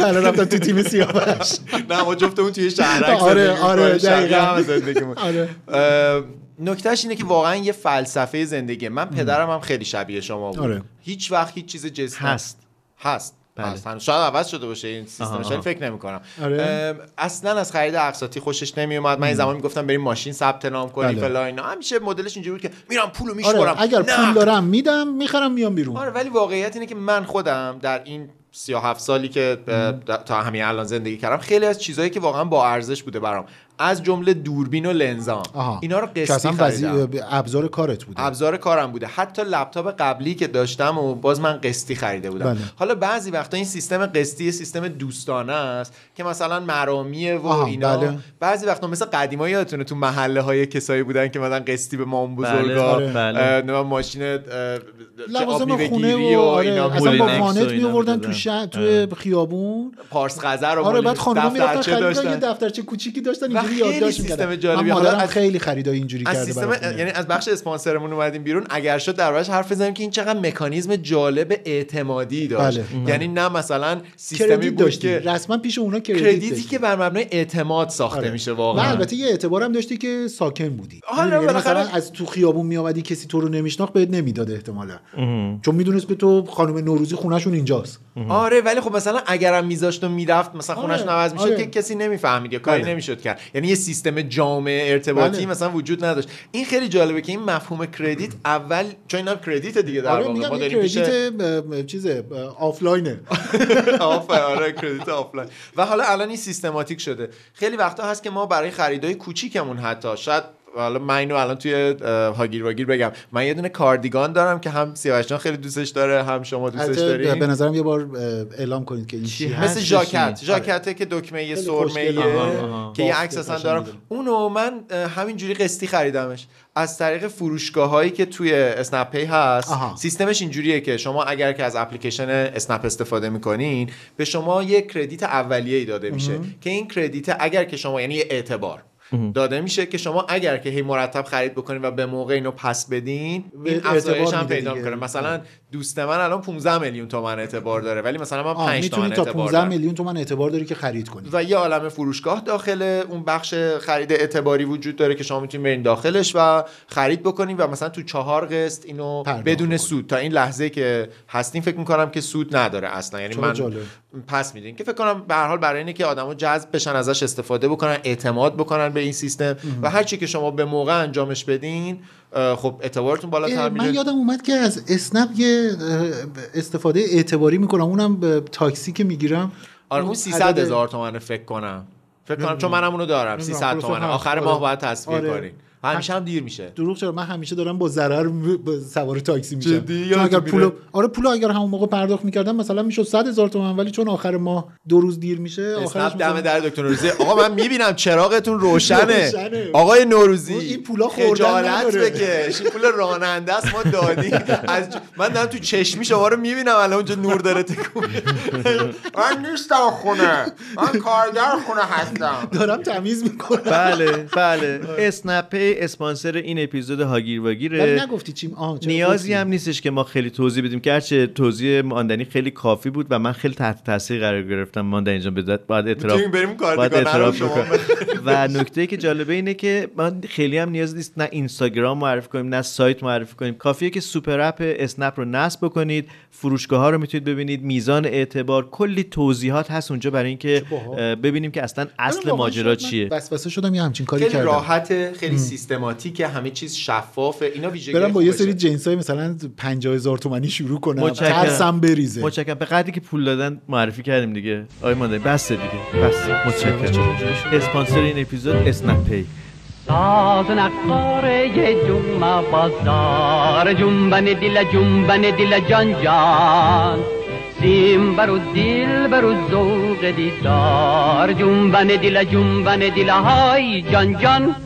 حالا رفتم تو تیم سیاوش
نه ما جفتمون توی شهرک
آره،
زندگی
آره،
می‌کنیم. شبیه
دقیقاً.
هم زندگیمون
آره.
اه، نکتهش اینه که واقعا یه فلسفه زندگیه من پدرم هم خیلی شبیه شما بود
آره.
هیچ وقت هیچ چیز جنسی
هست.
هست
بله.
هست. هنوز شاید عوض شده باشه این سیستمش ولی فکر نمی‌کنم
آره.
ام، اصلا از خرید اقساطی خوشش نمیومد من این زمان میگفتم بریم ماشین ثبت نام کنی
بله.
فلان اینا همیشه مدلش اینجوری بود که میرم پولو میشورم
آره اگر پول دارم میدم میخرم میام
آره
بیرون
ولی واقعیت اینه که من خودم در این 37 سالی که اه، در- تا همین الان زندگی کردم خیلی از چیزهایی که واقعا با ارزش بوده برام از جمله دوربین و لنزام
آها.
اینا رو
که
قسطی
اصلا وزی-
خریدم
ابزار کارت بوده
ابزار کارم بوده حتی لپتاپ قبلی که داشتم و باز من قسطی خریده بودم
بله.
حالا بعضی وقتا این سیستم قسطی یه سیستم دوستانه است که مثلا مرامیه و
آها،
اینا
بله.
بعضی وقتا مثل قدیما یادتونه تو محله های کسایی بودن که مثلا قسطی به مام بزرگا
بله، بله.
اه، نه، ماشین اه، چه آب
لوازم
میوه
خونه
گیری
و آره
اینا
اصلا با
مولینکس و
وانت
اینا
میووردن تو
می‌دادن.
شهر تو خیابون
پارس خزر رو
آره
مال
بعد خانوما میرفتن
دفترچه
خریدن
داشتن.
یه دفترچه کوچیکی داشتن
و
معمولی
خیلی
یادداشت
سیستم
می‌کردم من
جالبیه.
مادرم
حالا از-
خیلی خریدای اینجوری کرده
از سیستم
برای خونه.
یعنی از بخش اسپانسرمون اومدیم بیرون اگر شد دربارش حرف بزنیم که این چقدر مکانیزم جالب اعتمادی داشت
بله.
یعنی نه مثلا سیستمی
کردیت
بود
داشتی
که
رسما پیش اونا کردیت
کردیتی
داشتی.
که بر مبنای اعتماد ساخته
آره.
میشه
و
واقعا
البته یه اعتبارم داشتی که ساکن بودی
آره،
می‌دونی؟ یعنی
بالاخره-
مثلا از تو خیابون میآمدی کسی تو رو نمیشناخت بهت نمیداده احتمالا چون میدونست که تو خانم نوروزی خونشون اینجاست
آره ولی خب مثلا اگرم میذاشت و میرفت مثلا خونش
آره،
عوض میشد
آره.
که کسی نمیفهمید یا کاری
بله.
نمیشد کرد یعنی یه سیستم جامع ارتباطی
بله.
مثلا وجود نداشت این خیلی جالبه که این مفهوم کردیت اول چون اینا کردیت دیگه در
آره
واقع
میگم
ما
یه
داریم پیش
کردیت اه، چیزه اه، آفلاینه
آفر آره کردیت آفلاین و حالا الان این سیستماتیک شده خیلی وقتا هست که ما برای خریدای کوچیکمون حتی شاید حالا من اینو الان توی اه، هاگیر واگیر بگم من یه دونه کاردیگان دارم که هم سیاوش جان خیلی دوستش داره هم شما دوستش
حتی
دارین
به نظرم یه بار اه، اعلام کنید که این چیه
مثل
هستش
ژاکت
نیست.
ژاکته که دکمه
خیلی
سرمه
خوشگله. آره. آها، آها.
که یه
بافت
عکس اصلا
قشنگی
دارم
داره.
اونو من اه، همینجوری قسطی خریدمش از طریق فروشگاه هایی که توی اسنپ پی هست
آها.
سیستمش اینجوریه که شما اگر که از اپلیکیشن اسنپ استفاده میکنین به شما یه کردیت اولیه ای داده میشه که این کردیت اگر که شما یعنی یه اعتبار داده میشه که شما اگر که هی مرتب خرید بکنین و به موقع اینو پس بدین این
به
افزایش
اعتبار
هم
میده
پیدا
دیگه.
میکنه مثلا دوست من الان 15 میلیون تومن اعتبار داره ولی مثلا من
آه،
5
میتونی
تومن
تا
اعتبار
15
دارم.
میلیون تومن اعتبار داری که خرید کنی
و یه عالم فروشگاه داخل اون بخش خرید اعتباری وجود داره که شما میتونید برین داخلش و خرید بکنین و مثلا تو چهار قسط اینو
پرداخت
بدون
بکنین.
سود تا این لحظه که هستیم فکر میکنم که سود نداره اصلا یعنی
چقدر
من
جالب.
پس میدین که فکر کنم به هر حال برای اینه که آدما جذب بشن ازش استفاده بکنن اعتماد بکنن به این سیستم و هر چی که شما به موقع انجامش بدین اه، خب اعتبارتون
اه،
بالاتر
من
میره
یادم اومد که از اسنپ یه اه، استفاده اعتباری میکنم اونم به تاکسی که میگیرم
آره اون 300 هزار تومن فکر کنم فکر کنم چون منم اونو دارم 300
خلاصه
تومن
هست.
آخر
آره.
ماه باید تصویر
آره.
کنین همیشه هم دیر میشه
دروغ چرا من همیشه دارم با ضرر م- با سوار تاکسی میشم
جدی؟
چون
یادت
اگر
میره؟
پول آره پول اگر همون موقع پرداخت میکردم مثلا میشد 100 هزار تومن ولی چون آخر ماه دو روز دیر میشه آخرش
اسنپ دم
مثلا-
در دکتر نوروزی آقا من میبینم چراغتون روشنه
روشنه.
آقای نوروزی
این پولا خوردن
خجالت
نداره.
بکش این پول راننده است ما دادیم از ج- من دارم تو چشمی شما رو میبینم الان اونجا نور داره تکون می‌ده.
من نیستم خونه من کارگر خونه هستم
دارم تمیز میکنم
بله بله اسنپی اسپانسر این اپیزود هاگیر
آره. ولی
واگیره
نگفتی چیم آه چرا
نیازی
گفتی؟
هم نیستش که ما خیلی توضیح بدیم که هرچه توضیح ماندنی خیلی کافی بود و من خیلی تحت تاثیر قرار گرفتم ماندنی جان بدات باید اعتراف
می‌تونیم بریم کار
باید
دیگه،
اعتراف
نرو شما.
بکنم. و نکته که جالبه اینه که من خیلی هم نیاز نیست نه اینستاگرام معرفی کنیم نه سایت معرفی کنیم کافیه که سوپر اپ اسنپ رو نصب بکنید فروشگاه ها رو میتونید ببینید میزان اعتبار کلی توضیحات هست اونجا برای اینکه
باحال.
اه، ببینیم که اصلا اصل
واقعا شاید
ماجرا
آره، من
چیه
وسوسه شدم یه همچین کاری
خیلی
کردم
راحته خیلی سیستماتیکه همه چیز شفافه اینا ویژگی
برم با یه سری جنس های مثلا 50 هزار تومنی شروع کنم
متشکرم.
ترسم بریزه
متشکرم به قدری که پول دادن معرفی کردیم دیگه آقای ماندنی بس دیگه بس متشکرم اسپانسر این اپیزود اسنپ پی
ساز نقاره جمعه بازار جنبن دل جنبن دل جان جان سیم برو دل برو ذوق دیدار جنبن دل جنبن دل های جان جان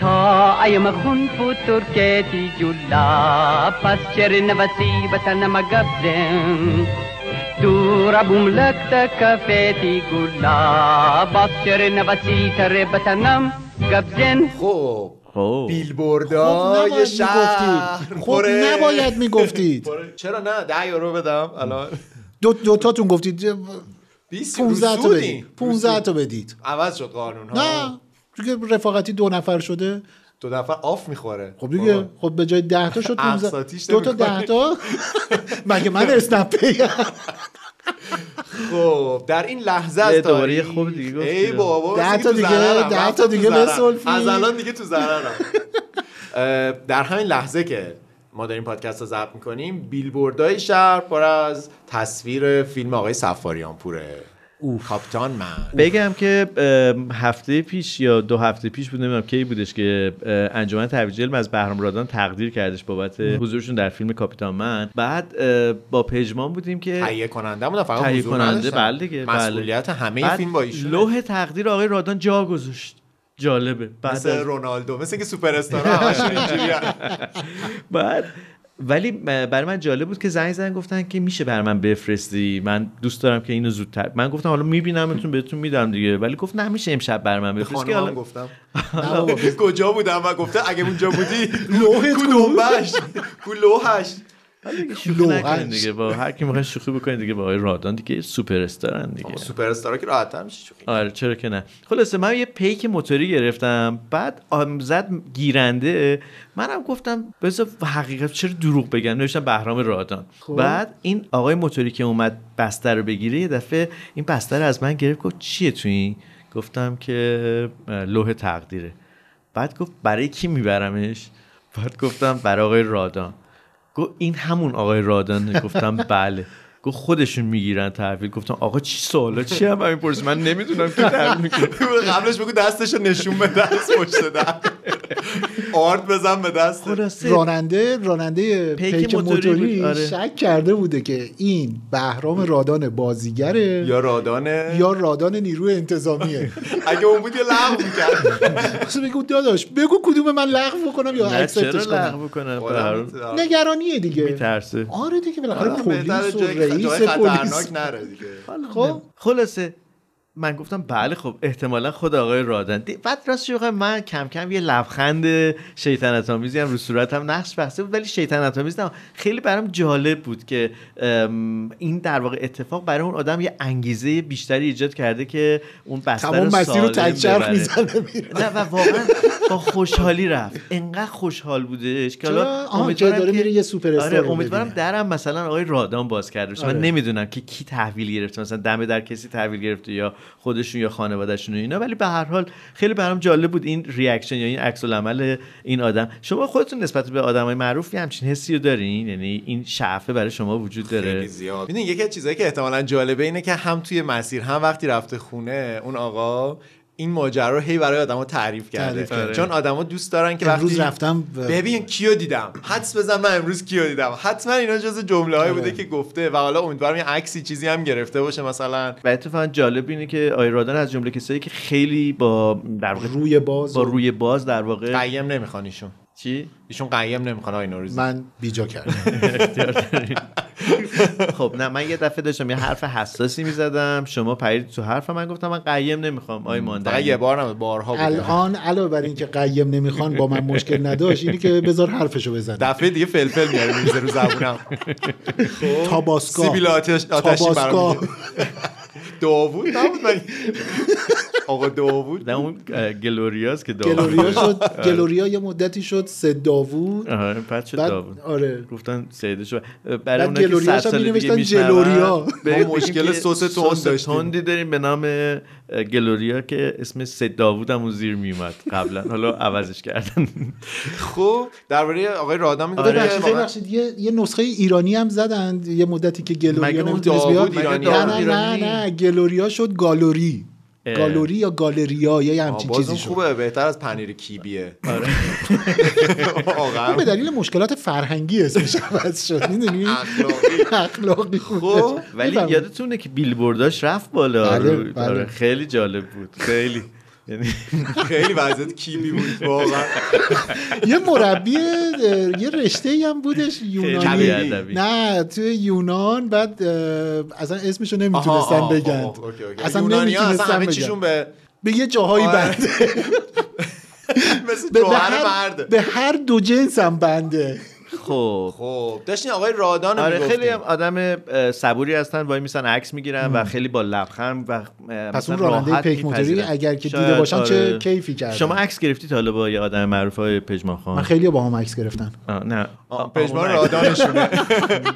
تا ایم خون فتور که تی جولا پس چر نوسی بطنم گبزم دور بوم لک تکفیتی گولا باز چر نوسی تر بطنم گبزن
خب
خب
بیلبوردا یه شهر
خب میگفتید خب
پره.
نباید میگفتید
پره. چرا نه 10 یورو بدم الان
دو, دو تاتون گفتید
20
15 تا
رسودین.
بدید 15 تا بدید
عوض شد قانون ها
نه چون که رفاقتی دو نفر شده
دو دفعه آف میخوره
خب دیگه خب به جای 10 تا شد 15
افساتیش
دو تا
نمی‌کنی.
10 تا مگه من اسنپ
خب در این لحظه
یه
از
دوباره یه
تاریخ
خوب دیگه گفتی.
ای بابا
ده
بس
تا
تو
دیگه-
ضررم،
ده
من
تا
تو
دیگه
ضررم.
بسلفی.
از الان دیگه تو ضررم اه، در همین لحظه که ما داریم پادکست رو ضبط میکنیم بیلبوردهای شهر پر از تصویر فیلم آقای سفاریان پوره کاپتان من
بگم که ام، هفته پیش یا دو هفته پیش بود نمیدونم کی بودش که اه، انجمن ترویج علم از بهرام رادان تقدیر کردش بابت حضورشون در فیلم کاپیتان من بعد اه، با پژمان بودیم که
تهیه کننده بودم فقط
تهیه
حضور
کننده
نداشتم.
بله دیگه بله.
مسئولیت همه
بعد
فیلم با ایشونه
لوح تقدیر آقای رادان جا گذاشت جالبه بعد
مثل
از-
رونالدو مثل که سوپر استار همشون اینجوری‌ان.
بعد ولی برای من جالب بود که زنگ زدن گفتن که میشه بر من بفرستی من دوست دارم که اینو زودتر من گفتم حالا میبینمتون بهتون میدم دیگه ولی گفت نه میشه امشب بر من بفرست که
خانم هم
حالا
گفتم کجا بودم و گفته اگه اونجا بودی
لوحت
کو
کو؟
دنبش کو لوحش
دیگه شوخی نکنین
لوغش.
دیگه با هر کی میخواین شوخی بکنین دیگه با آقای رادان دیگه سوپر استارن دیگه
سوپر استارا که راحت میشه چون
آره چرا که نه خلاصه من یه پیک موتوری گرفتم بعد آم زد گیرنده منم گفتم بذار حقیقت چرا دروغ بگم نوشتم بهرام رادان بعد این آقای موتوری که اومد بستر رو بگیره یه دفعه این بستر رو از من گرفت گفت چیه تو این گفتم که اه، لوح تقدیره بعد گفت برای کی میبرمش بعد گفتم برای آقای رادان گفت این همون آقای رادانه گفتم بله گفت خودشون میگیرن تحویل گفتم آقا چی سوالا چی هم همین پرسی من نمیدونم که تحویل می‌گیرن.
قبلش بگو دستشو نشون به دست پشت در آرد بزن به دست
خلاصه
راننده راننده
پیک
پیک,
موتوری
موتوری,
بود، آره.
شک کرده بوده که این بهرام رادان بازیگره
یا رادانه
یا رادان نیروی انتظامیه
اگه اون بود یه لغو میکرد
پس بگو داداش بگو کدوم من لغو بکنم یا
نه چرا
اکسپتش کنم
لغو کنم
نگرانیه دیگه
میترسه
آره دیگه بالاخره
بهتر
پلیس و
جای
رئیس
جای
پلیس
خطرناک نره دیگه
خب
خلاصه من گفتم بله خب احتمالا خود آقای رادن دی- بعد راستش رو بخوای من کم کم یه لبخند شیطنت آمیزی هم رو صورتم نقش بسته بود ولی شیطنت آمیز نه خیلی برام جالب بود که ام، این در واقع اتفاق برای اون آدم یه انگیزه بیشتری ایجاد کرده که اون بستر
تمام مسیر رو
سالم
تکچرخ
ببره.
میزنه
نه و واقعا با خوشحالی رفت انقدر خوشحال بودش که حالا
چرا؟ آها، که داره
که-
میره یه سوپراستار
آره
رو
امیدوارم
ببینه.
درم مثلا آقای رادان باز کرده باشه من
آره.
نمیدونم که کی تحویل گرفته مثلا دم در کسی تحویل گرفته یا خودشون یا خانوادهشون و اینا ولی به هر حال خیلی برام جالب بود این ریاکشن یا این عکس العمل این آدم شما خودتون نسبت به آدمای معروف یه همچین حسی رو دارین یعنی این شعفه برای شما وجود داره
خیلی زیاد میدونی یکی از چیزایی که احتمالا جالبه اینه که هم توی مسیر هم وقتی رفته خونه اون آقا این ماجرا رو هی برای آدما تعریف کرده
تعریف کرده.
چون آدما دوست دارن که
امروز
وقتی
رفتم و-
ببین کیو دیدم حدس بزن من امروز کیو دیدم حتما اینا جز جمله
آره.
هایی بوده که گفته و حالا امیدوارم یه عکسی چیزی هم گرفته باشه مثلا
و اتفاقا جالب اینه که آقای رادان از جمله کسایی که خیلی با در واقع
روی باز
با
و
روی باز در واقع
قیم نمیخوان ایشون
چی
ایشون قیم نمیخوان آقای نوروزی
من بیجا کردم
خب نه من یه دفعه داشتم یه حرف حساسی میزدم شما پرید تو حرف من گفتم من قیم نمیخوام آی
فقط
ماندنی
یه بار نه بارها بوده
الان علاوه بر اینکه قیم نمیخوان با من مشکل نداشت اینی که بذار حرفشو بزنه
دفعه دیگه فلفل میاره میریزه رو زبونم
تاباسکا
سیبیل آتش آتشی
تاباسکا.
برام میده. داوود نبود من آقا داوود
نه اون اه، گلوریاس که داوود
گلوریا شد گلوریا یه مدتی شد سه داوود
آره بعد شد
بعد
داوود
آره
گفتن سیده شو
بعد
برای اون که صد
گلوریاش هم
سال دیگه
می‌نوشتن
میشنون،
جلوریا.
بگیم
ما مشکل
که
سس تند
سس
داشتیم.
تندی داریم به نام اه، گلوریا که اسم سید داوود هم اون زیر میومد قبلا حالا عوضش کردن
خب درباره آقای رادان میدونم
آره.
ببخشید ببخشید یه یه نسخه ایرانی هم زدن یه مدتی که گلوریا
مگه اون
نمیتونست
داوود
بیاد.
ایرانی
نه
هم؟
نه نه
ایرانی؟
نه گلوریا شد گالوری
اه.
گالوری یا گالریا یا یه همچین
باز
چیزی
اون
شد آره.
خوبه بهتر از پنیر کیبیه آقا
اون به دلیل مشکلات فرهنگی اسمش عوض شد میدونی
اخلاقی.
اخلاقی
خب،
ولی
می‌فهمی.
یادتونه که بیلبورداش رفت بالا
بله،
رو-
بله.
آره، خیلی جالب بود خیلی یعنی
خیلی وضعیت کیبی بود واقعا
یه مربی اه، یه رشته هم بودش
کمی
یونانی
ادبی.
نه توی یونان بعد اه، اصلا اسمشو
آها،
نمیتونستن
آها،
بگن
آها، اوکی، اوکی.
اصلا
یونانی‌ها اصلا
نمیتونستن
همه چیشون
بگن
به
به یه جاهایی
آره.
بنده
مثل
به, به
جوهر
هر
مرد
به هر دو جنس هم بنده
خب
خب داشتین آقای رادان
آره
آره
خیلی هم آدم اه، صبوری هستن وای میسن عکس میگیرن و خیلی با لبخند و اه،
پس
مثلا
اون راننده
راحت
پیک موتوری
می‌پذیرن.
اگر که دیده
شاید، آره.
باشن چه کیفی کردن.
شما عکس گرفتی تا حالا با یه آدم معروف های پژمان
من
خان
خیلی با هم عکس گرفتم
آه، نه آه،
پژمان
اون عکس.
رادانشونه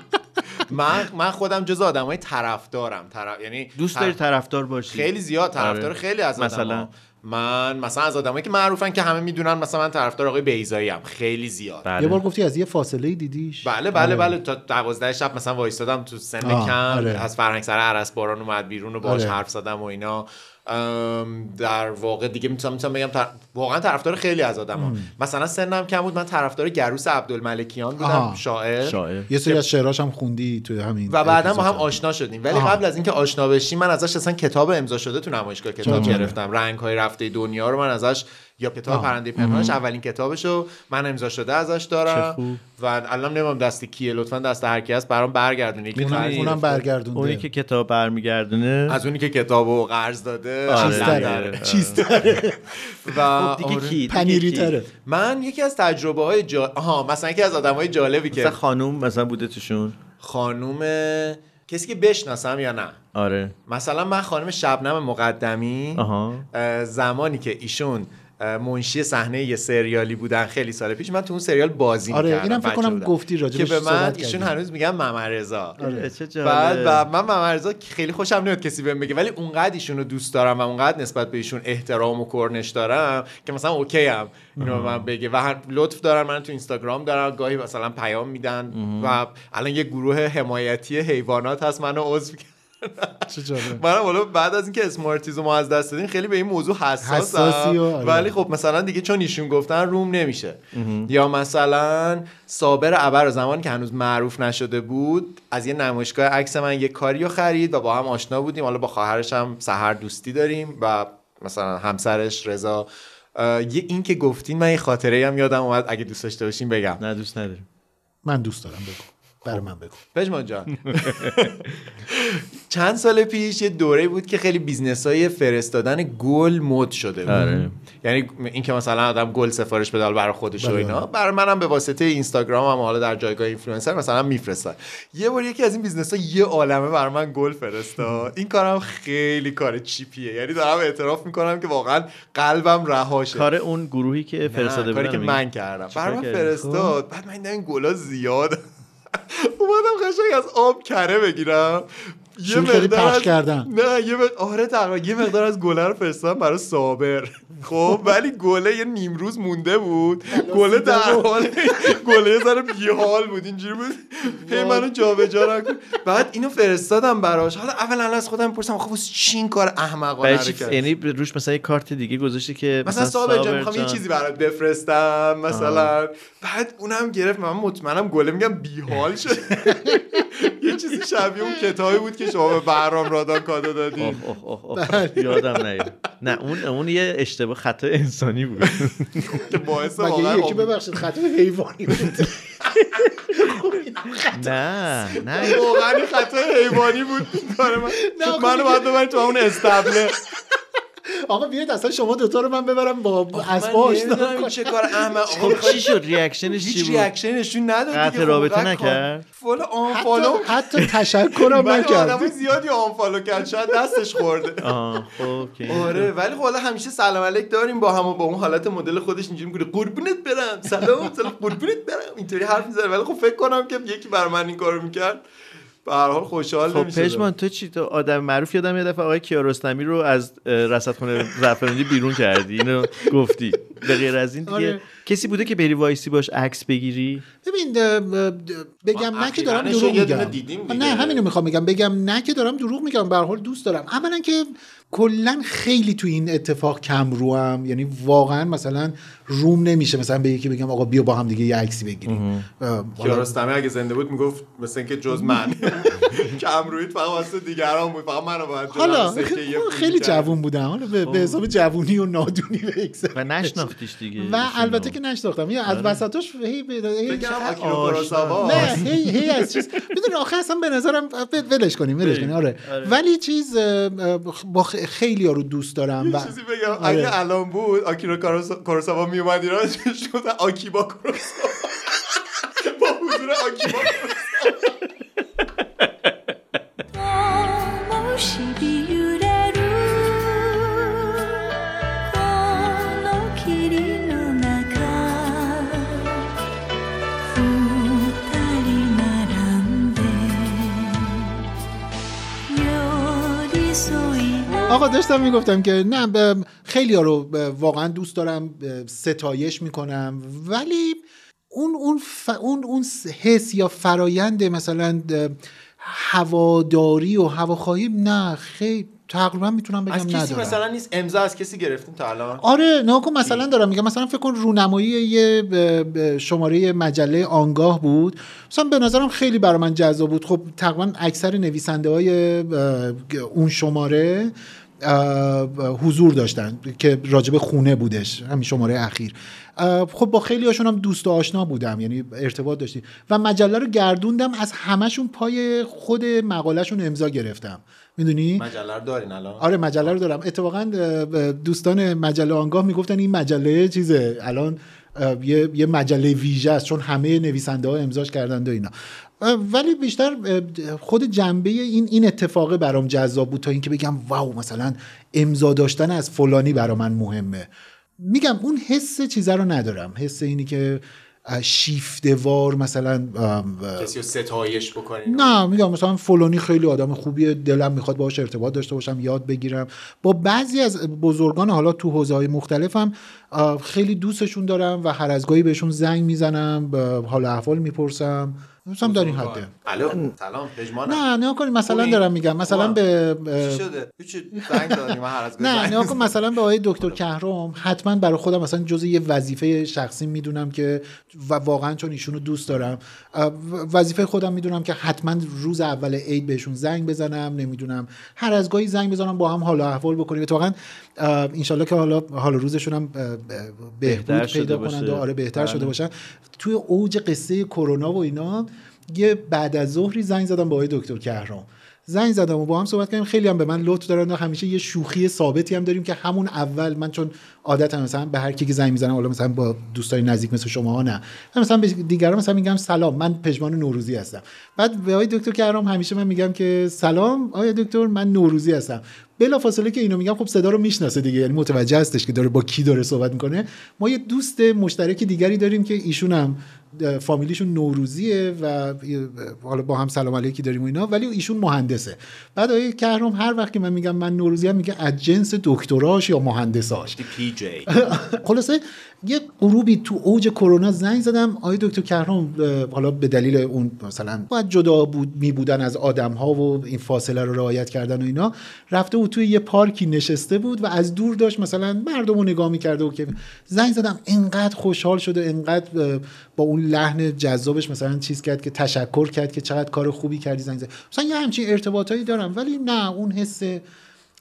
من من خودم جز آدمای طرفدارم طرف یعنی
دوست داری طرفدار باشی
خیلی زیاد طرفدار
آره.
خیلی از آدم
مثلا؟
من مثلا از آدمایی که معروفن که همه میدونن مثلا من طرفدار آقای بیزایی هم خیلی زیاد
بله.
یه بار گفتی از یه فاصله دیدیش
بله بله بله تا دوازده شب مثلا وایستادم تو سن
آره. آه،
کم
آره.
از فرهنگ سر عرس باران اومد بیرون و باش
آره.
حرف زدم و اینا ام، در واقع دیگه میتونم میتونم بگم طر- واقعا طرفدار خیلی از آدم ها. مثلا سنم کم بود من طرفدار گروس عبدالملکیان بودم
آها.
شاعر
شاعر.
یه سری از شعراش هم خوندی توی همین
و بعدا با
اپیزود.
هم آشنا شدیم ولی
آها.
قبل از اینکه آشنا بشیم من ازش اصلا کتاب امضا شده تو نمایشگاه کتاب
جالبه.
گرفتم رنگ های رفته دنیا رو من ازش یا کتاب
آها.
پرنده پنهانش اولین کتابش رو من امضا شده ازش دارم و الان نمیدونم دست کیه لطفا دست هر کی هست برام برگردونید یکی
اونم,
تایید
اونم برگردونده
اونی که کتاب برمیگردونه
از اونی که کتابو قرض داده
آره.
الان
آره.
داره.
چیزتره
و
خب، دیگه
آره.
کی دیگه
پنیری
کی؟
تره
من یکی از تجربه های جا... آها مثلا یکی از آدم های جالبی که
مثلا خانوم مثلا بوده توشون
خانوم کسی که بشناسم یا نه
آره
مثلا من خانم شبنم مقدمی
آها.
اه، زمانی که ایشون اه، منشی صحنه یه سریالی بودن خیلی سال پیش من تو اون سریال بازی
آره،
می‌کردم،
اینم فکر
بچه
کنم
بودم.
گفتی راجبش
که به من
صحبت
ایشون
کردیم.
هنوز میگن ممرزا
آره. چه جالب.
بعد و من ممرزا خیلی خوشم نمیاد کسی بهم بگه ولی اونقدر ایشون رو دوست دارم و اونقدر نسبت به ایشون احترام و کرنش دارم که مثلا اوکی ام اینو به من بگه و هر لطف دارن من تو اینستاگرام دارن گاهی مثلا پیام میدن و الان یه گروه حمایتی حیوانات هست منو عضو کرد.
چه جالب
منم حالا بعد از اینکه اسمارتیزم رو از دست دادین خیلی به این موضوع حساسم
حساسی و آره.
ولی خب مثلا دیگه چون ایشون گفتن روم نمیشه یا مثلا صابر ابر زمان که هنوز معروف نشده بود از یه نمایشگاه عکس من یه کاری رو خرید و با هم آشنا بودیم حالا با خواهرش هم سهر دوستی داریم و مثلا همسرش رضا اه، یه این که گفتین من یه خاطره هم یادم اومد اگه دوست داشته باشین بگم
نه دوست نداریم
من دوست دارم بگو برای من بگو
پژمان جان چند سال پیش یه دوره بود که خیلی بیزنس های فرستادن گل مد شده بود
آره.
یعنی اینکه مثلا آدم گل سفارش بده حالا برای خودش و
بله.
اینا برای منم به واسطه اینستاگرام هم حالا در جایگاه اینفلوئنسر مثلا میفرستن یه بار یکی از این بیزنس ها یه عالمه برای من گل فرستاد این کارم خیلی کار چیپیه یعنی دارم اعتراف میکنم که واقعا قلبم رهاشه
کار اون گروهی که فرستاده
نه،
بودن
کاری که
میگی؟
من کردم
چیکار
برای من
کردی؟ خب.
فرستاد بعد من دیدم این گلا زیاد اومدم قشنگ از آب کره بگیرم یه
شروع کردی پخش
از-
کردن.
نه یه مقدار آره تقریبا یه مقدار از گله رو فرستادم برای صابر خب ولی گله یه نیم روز مونده بود گله در حال گله یه ذره بیحال بود اینجوری بود هی منو جابجا نکن بعد اینو فرستادم براش حالا اول الان از خودم پرسم خب چی این کار احمقانه
برای
رو
چی-
کرد
یعنی روش مثلا یه کارت دیگه گذاشته که
مثلا صابر جان میخوام
میخوام
یه چیزی برات بفرستم مثلا بعد اونم گرفت من مطمئنم گله میگم بیحال شد یه چیزی شبیه اون کتابی بود که شما به بهرام رادان کادو دادی
اوه، اوه، اوه،
بله.
یادم نیاد نه اون اون یه اشتباه خطا انسانی بود
که باعث واقعا
مگه یکی
آب-
ببخشید خط حیوانی بود
نه نه
واقعا این خطای حیوانی بود این کار من
نه،
منو باید ببرید تو اون استبله
آقا بیاید اصلا شما دوتا رو من ببرم با اسب آشنا
نمی‌دونم این چه کار احمق
خب چی شد ریاکشنش چی
هیچ
بود
ریاکشن نشون نداد
قطع
دیگه. خب،
رابطه
قطع کن.
نکرد؟
فلان
حتی,
آنفالو
حتی تشکرم
ولی آدمای
خب، نکرد
زیادی آنفالو کرد شاید دستش خورده
آه خب اوکی.
آره ولی خب حالا همیشه سلام علیک داریم با هم و با اون حالت مدل خودش اینجوری میگه قربونت برم سلام سلام قربونت برم اینطوری حرف میزنه ولی خب فکر کنم که یکی بر من این کارو میکرد به هر حال خوشحال
خب
نمی‌شدم.
پشمان تو چی تو آدم معروف یادم یه دفعه آقای کیارستمی رو از اه، رصدخونه زعفرانی بیرون کردی اینو گفتی به غیر از این دیگه
آره.
کسی بوده که بری وایسی باش عکس بگیری
ببین ده- ده- بگم
ما
نه که دارم
اخیرنشو
دروغ
یه دونه
میگم
دیدیم دیگه.
نه همینو میخوام بگم بگم نه که دارم دروغ میگم به هر حال دوست دارم اولا که کلا خیلی تو این اتفاق کم روم یعنی واقعا مثلا روم نمیشه مثلا به یکی بگم آقا بیا با هم دیگه یه عکسی بگیریم اه، حالا
کیارستمی اگه زنده بود میگفت مثل اینکه جز من کمرویت فقط واسه دیگران بود فقط منو باید جلو
حالا
سکه یه
خب،
پول خب.
خیلی
می‌کرد.
جوون بودم حالا به, به حساب جوونی و نادونی بگذار.
و نشناختیش دیگه
و البته که نشناختم یه از وسطاش هی به- هی
بگم
چقدر
آکیرو
آشنا.
کوروساوا.
نه هی هی از چیز میدونی آخه اصلا به نظرم ب- ولش کنیم ولش کنیم آره ولی چیز اه، اه، با خیلی رو دوست دارم و
یه چیزی بگم
آره.
اگه الان بود آکیرا کاروسا- کوروساوا میومد ایران شد آکیبا کوروساوا با حضور آکیبا
آقا داشتم میگفتم که نه ب- خیلی ها رو ب- واقعا دوست دارم ب- ستایش میکنم ولی اون اون ف- اون اون س- حس یا فرایند مثلا د- هواداری و هواخواهی نه خیلی تقریبا میتونم بگم
از کسی
ندارم
مثلا نیست امضا از کسی گرفتیم تا الان
آره ناکن مثلا دارم میگم مثلا فکر کن رونمایی یه ب- ب- شماره مجله آنگاه بود مثلا به نظرم خیلی برای من جذاب بود خب تقریبا اکثر نویسنده های اون شماره اه، حضور داشتن که راجب خونه بودش همین شماره اخیر اه، خب با خیلی هاشون هم دوست و آشنا بودم یعنی ارتباط داشتیم و مجله رو گردوندم از همشون پای خود مقالهشون امضا گرفتم میدونی
مجله رو دارین الان
آره مجله رو دارم اتفاقا اه، دوستان مجله آنگاه میگفتن این مجله چیزه الان اه، یه, یه مجله ویژه است چون همه نویسنده ها امضاش کردن و اینا اه، ولی بیشتر اه، خود جنبه این این اتفاقه برام جذاب بود تا اینکه بگم واو مثلا امضا داشتن از فلانی برا من مهمه میگم اون حس چیزه رو ندارم حس اینی که اه، شیفتهوار مثلا ام، اه،
کسی رو ستایش بکنین
نه میگم مثلا فلانی خیلی آدم خوبیه دلم میخواد باهاش ارتباط داشته باشم یاد بگیرم با بعضی از بزرگان حالا تو حوزه های مختلفم آه، خیلی دوستشون دارم و هر از گاهی بهشون زنگ میزنم حال احوال میپرسم مثلا در این حده
الو سلام پژمانم
نه نه کن مثلا
خوبی؟
دارم میگم مثلا
خوبم؟
به
چی شده هیچی زنگ زدی من هر از گاهی
نه
زنگ
نه کن مثلا به آقای دکتر کهرام حتما برای خودم مثلا جز یه وظیفه شخصی میدونم که و واقعا چون ایشونو دوست دارم اه، و- وظیفه خودم میدونم که حتما روز اول عید بهشون زنگ بزنم نمیدونم هر از گاهی زنگ بزنم با هم حالا احوال بکنیم اتفاقا اه، انشالله که حالا حال روزشون هم اه، اه، بهبود
بهتر شده
پیدا
باشه.
کنند و آره بهتر
بله.
شده باشن توی اوج قصه کرونا و اینا یه بعد از ظهری زنگ زدم با آقای دکتر کهرام زنگ زدم و با هم صحبت کردیم خیلی هم به من لطف دارن و همیشه یه شوخی ثابتی هم داریم که همون اول من چون عادتم مثلا به هر کی که زنگ میزنم حالا مثلا با دوستای نزدیک مثل شما ها نه من مثلا به دیگران مثلا میگم سلام من پژمان نوروزی هستم بعد به آقای دکتر کهرام همیشه من میگم که سلام آقای دکتر من نوروزی هستم بلا فاصله که اینو میگم خب صدا رو میشناسه دیگه یعنی متوجه هستش که داره با کی داره صحبت میکنه ما یه دوست مشترک دیگری داریم که ایشون هم اه، فامیلیشون نوروزیه و اه، حالا با هم سلام علیکی داریم و اینا ولی ایشون مهندسه بعد آقای کهرام هر وقت که من میگم من نوروزی هم میگه از جنس دکتراش یا مهندساش
زدی پی جی
خلاصه یه غروبی تو اوج کرونا زنگ زدم آقای دکتر کهرام اه، حالا به دلیل اون مثلا باید جدا بود می بودن از آدم ها و این فاصله رو رعایت کردن و اینا رفته بود توی یه پارکی نشسته بود و از دور داشت مثلا مردم رو نگاه میکرده و که زنگ زدم انقدر خوشحال شد و انقدر اه، با اون لحن جذابش مثلا چیز کرد که تشکر کرد که چقدر کار خوبی کردی زنگ زد مثلا یه همچین ارتباطایی دارم ولی نه اون حس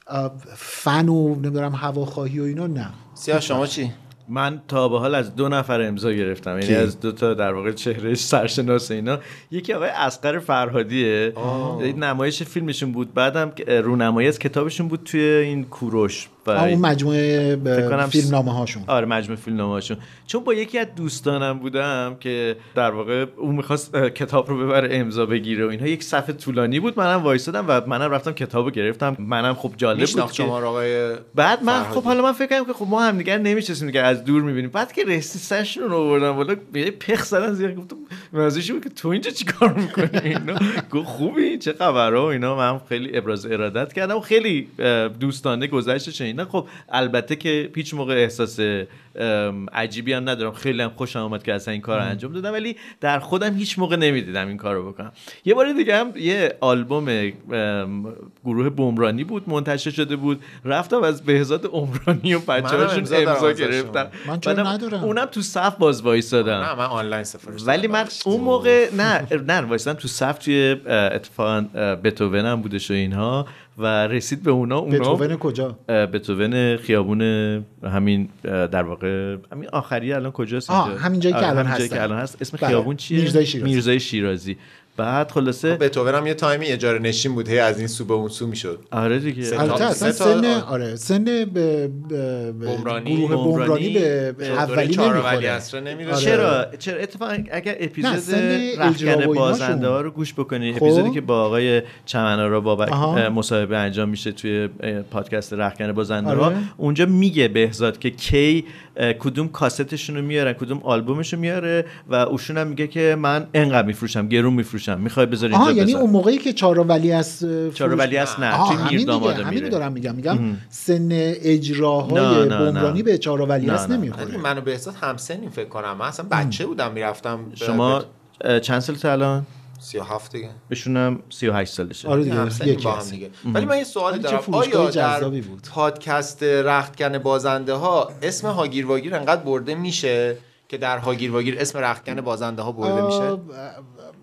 اه، فن و نمیدونم هواخواهی و اینا نه
سیاه شما چی
من تا به حال از دو نفر امضا گرفتم یعنی از دو تا در واقع چهره سرشناس اینا یکی آقای اسقر فرهادیه این نمایش فیلمشون بود بعدم که رونمایی از کتابشون بود توی این کوروش و
آه، اون مجموعه
فکر کنم
فیلم نامه هاشون
آره مجموع فیلمنامه‌هاشون چون با یکی از دوستانم بودم که در واقع اون میخواست کتاب رو ببره امضا بگیره و اینها یک صفحه طولانی بود منم وایسادم و منم رفتم کتاب رو گرفتم منم خب جالب بود
میشناخت
که
شما رو آقای
بعد من
فرهادی.
خب حالا من فکر کردم که خب ما هم دیگه نمیشستیم دیگه از دور میبینیم بعد که رسی سشن رو آوردم بالا یه پخ زدن زیر گفتم مزهش بود که تو اینجا چیکار میکنی اینا گفت خوبی چه خبره و اینا من خیلی ابراز ارادت کردم و خیلی اه، دوستانه گذشتش اینا خب البته که هیچ موقع احساس ام، عجیبی هم ندارم خیلی هم خوشم آمد که اصلا این کار رو انجام دادم ولی در خودم هیچ موقع نمیدیدم این کار رو بکنم یه بار دیگه هم یه آلبوم ام، گروه بمرانی بود منتشر شده بود رفتم از بهزاد عمرانی و بچه
منم
هاشون
امضا دارم
امضا
ازشون.
گرفتم
من چرا
بعدم
ندارم؟
اونم تو صف باز وایسادم
نه من آنلاین سفارش
ولی
دادم
من
براش.
اون موقع نه نه وایسادم تو صف توی اه، اتفاقا اه، بتوون هم بودش و اینها و رسید به اونا اونا
بتوون کجا
اه، بتوون خیابون همین اه، در واقع همین آخری الان کجاست
آه، همین جایی که
آره،
الان
همین جایی
هستن.
که الان هست اسم
بله.
خیابون چیه
میرزای شیرازی. خب،
میرزای شیرازی بعد خلاصه
بتوون هم یه تایمی اجاره نشین بود هی از این سو به اون سو میشد
آره دیگه
سه تا-
البته اصلا
سه تا-
سن آره سن به- به به-
بمرانی.
گروه بمرانی به
به
اولی نمیخوره
اصر نمیره
آره.
چرا چرا اتفاقا اگر
نه،
اپیزود
سن اجرا و
رخکن
ایناشون.
بازنده ها رو گوش بکنی
خب.
اپیزودی که با آقای چمنارا بابک
آها.
اه، مصاحبه انجام میشه توی اه، پادکست رخکن بازنده
آره.
ها اونجا میگه بهزاد که کی اه، کدوم کاستشون رو میارن کدوم آلبومش رو میاره و اوشون هم میگه که من انقدر میفروشم گرون میفروشم میخوای بذاری
آها
اینجا
یعنی اون
بذار
موقعی که چهار ولی از
چرا ولی اصلا نه
آها
توی
همین دیگه
میرداماد
همین
میره
رو دارم میگم میگم سن اجراهای
نه، نه، نه.
بمرانی به چهار ولی
نه،
است
نه.
نمیخوره
منو به احساس همسنیم فکر کنم من اصلا بچه بودم میرفتم
شما اه، چند سالت الان
37 دیگه
بشونم 38 سالشه
آره دیگه
همسنیم
یکی
با هم
هست
دیگه ولی من یه سوالی
ولی چه
دارم
فروشگاه
آیا در
جذابی بود.
پادکست رختکن بازنده ها اسم هاگیر واگیر انقدر برده میشه که در هاگیر واگیر اسم رختکن بازنده ها برده میشه
آه،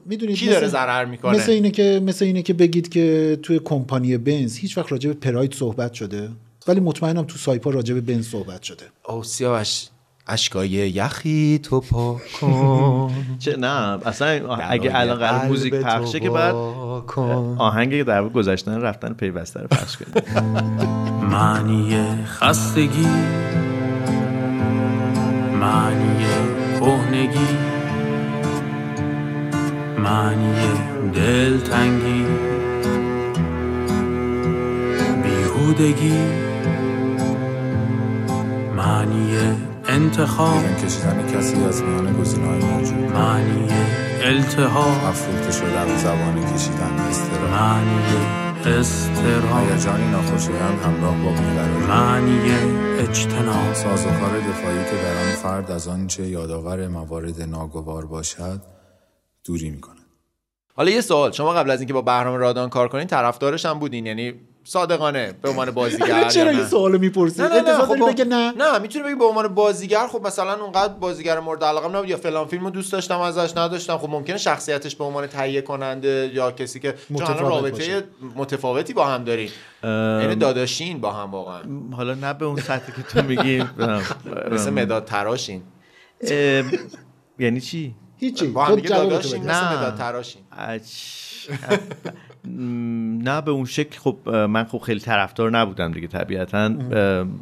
میدونید
کی داره ضرر میکنه
مثل اینه که مثل اینه که بگید که توی کمپانی بنز هیچ وقت راجع به پراید صحبت شده ولی مطمئنم تو سایپا راجع به بنز صحبت شده
او سیاوش اشکای یخی تو پا کن
چه نه اصلا اگه الان قرار موزیک
قلب تو
پخشه که بعد
وا کن.
آهنگ در واقع گذشتن رفتن پیوسته رو پخش کنیم
معنی خستگی معنی کهنگی معنی دلتنگی بیهودگی معنی انتخاب
یعنی کشیدن کسی از میان گزینه‌های موجود
معنی التهاب
افروخته شدن زبان کشیدن استرا
معنی استرام
هیجانی ناخوشایند همراه با بیقراری
معنی اجتناب
سازوکار دفاعی که در آن فرد از آنچه یادآور موارد ناگوار باشد دوری میکند
حالا یه سوال شما قبل از اینکه با بهرام رادان کار کنین طرفدارش هم بودین یعنی صادقانه به عنوان بازیگر
چرا
یا
این
نه؟
سوالو میپرسی
نه نه نه
انتظار
خب
داری
با-
بگه نه
نه میتونی بگی به عنوان بازیگر خب مثلا اونقدر بازیگر مورد علاقه نبود یا فلان فیلمو دوست داشتم ازش نداشتم خب ممکنه شخصیتش به عنوان تهیه کننده یا کسی که چون الان
متفاوت
رابطه
باشه.
متفاوتی با هم دارین یعنی داداشین با هم واقعا
حالا نه به اون سطحی که تو میگی نه.
مثل مداد تراشین
ام، یعنی چی
هیچی
با هم
خود
دیگه
خب جواب تو
داداشین
بده
مثل
نه.
مداد تراشین
اچ- م، نه به اون شکل خب اه، من خب خیلی طرفدار نبودم دیگه طبیعتا ام،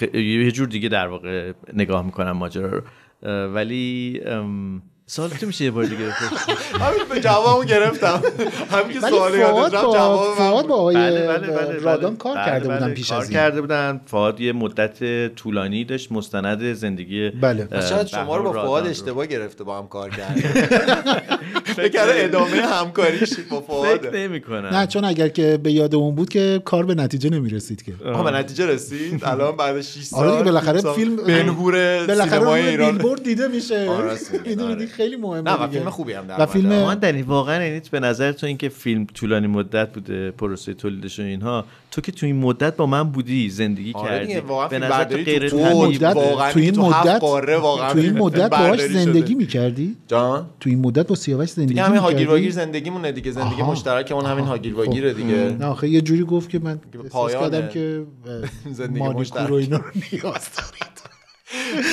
خ- یه جور دیگه در واقع نگاه میکنم ماجرا رو اه، ولی ام، سوال تو میشه یه بار دیگه بپرسی؟
همین به جوابمو گرفتم همین که
ولی
سوال
فواد
یادت رفت
با
جواب
فواد با آقای
بله، بله، بله،
رادان
بله.
کار
بله،
کرده
بله،
بودن پیش
کار
از این
کرده بودن فواد یه مدت طولانی داشت مستند زندگی
بله.
اه،
شاید شما رو با
بهرام رادان
فواد
رو.
اشتباه گرفته با هم کار کرده فکر ادامه همکاریش با
فکر
فواد
نمی‌کنم.
نه چون اگر که به یاد اون بود که کار به نتیجه نمیرسید که
به نتیجه رسید الان بعد 6 سال
آره دیگه بالاخره
سیب سال-
فیلم
بنهور
بالاخره
سینمای
روی
ایران
بیلبورد دیده میشه
آره، راست میگی،
میدونی
آره.
خیلی مهمه
نه و
دیگه.
فیلم خوبی هم در
و
اومده.
فیلم
آقا دنی واقعا یعنی به نظر تو اینکه فیلم طولانی مدت بوده پروسه تولیدش و اینها تو که تو این مدت با من بودی زندگی
آره
کردی
دیگه، واقعا
به
فیلم
نظر تو
برداری تو
غیر
تو
طبیعی
اوج
بوده.
مدت
واقعا
تو این
تو هفت
مدت
قاره واقعا
تو این
فیلم
مدت باهاش
برداری شده.
زندگی میکردی
جان
تو این مدت با سیاوش زندگی
دیگه همین هاگیر واگیر
میکردی
زندگیمونه دیگه زندگی
آها.
مشترکمون همین هاگیر
خب.
واگیره دیگه
نه آخه یه جوری گفت که من
به
احساس
پایانه.
کردم که اه،
زندگی مشترک.
مانیکور و اینا رو نیاز دارید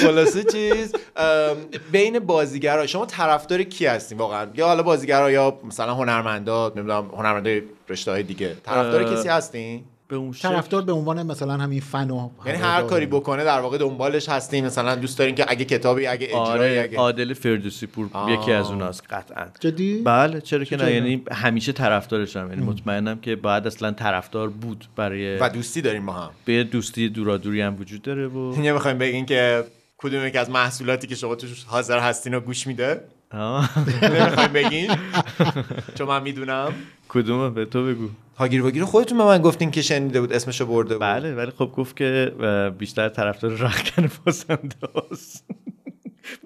خلاصه چیز ام، بین بازیگرا شما طرفدار کی هستین واقعا یا حالا بازیگرا یا مثلا هنرمندا نمیدونم هنرمندای رشته‌های دیگه طرفدار
اه.
کسی هستین
به اون شکل.
طرفدار به عنوان مثلا همین فن و
یعنی هر کاری بکنه در واقع دنبالش هستین مثلا دوست دارین که اگه کتابی اگه اجرایی
آره
اگه
عادل فردوسی پور یکی از اوناست قطعا
جدی
بله چرا که نه یعنی همیشه طرفدارشم یعنی مطمئنم که بعد اصلا طرفدار بود برای
و دوستی داریم ما هم
به دوستی دورادوری هم وجود داره و
یه میخوایم بگین که کدوم یکی از محصولاتی که شما توش حاضر هستین رو گوش میده
آه.
نمیخوایم بگین چون من میدونم
کدومه به تو بگو
هاگیر واگیر خودتون به من گفتین که شنیده بود اسمشو برده بود
بله ولی خب گفت که اه، بیشتر طرفدار رختکن بازنداز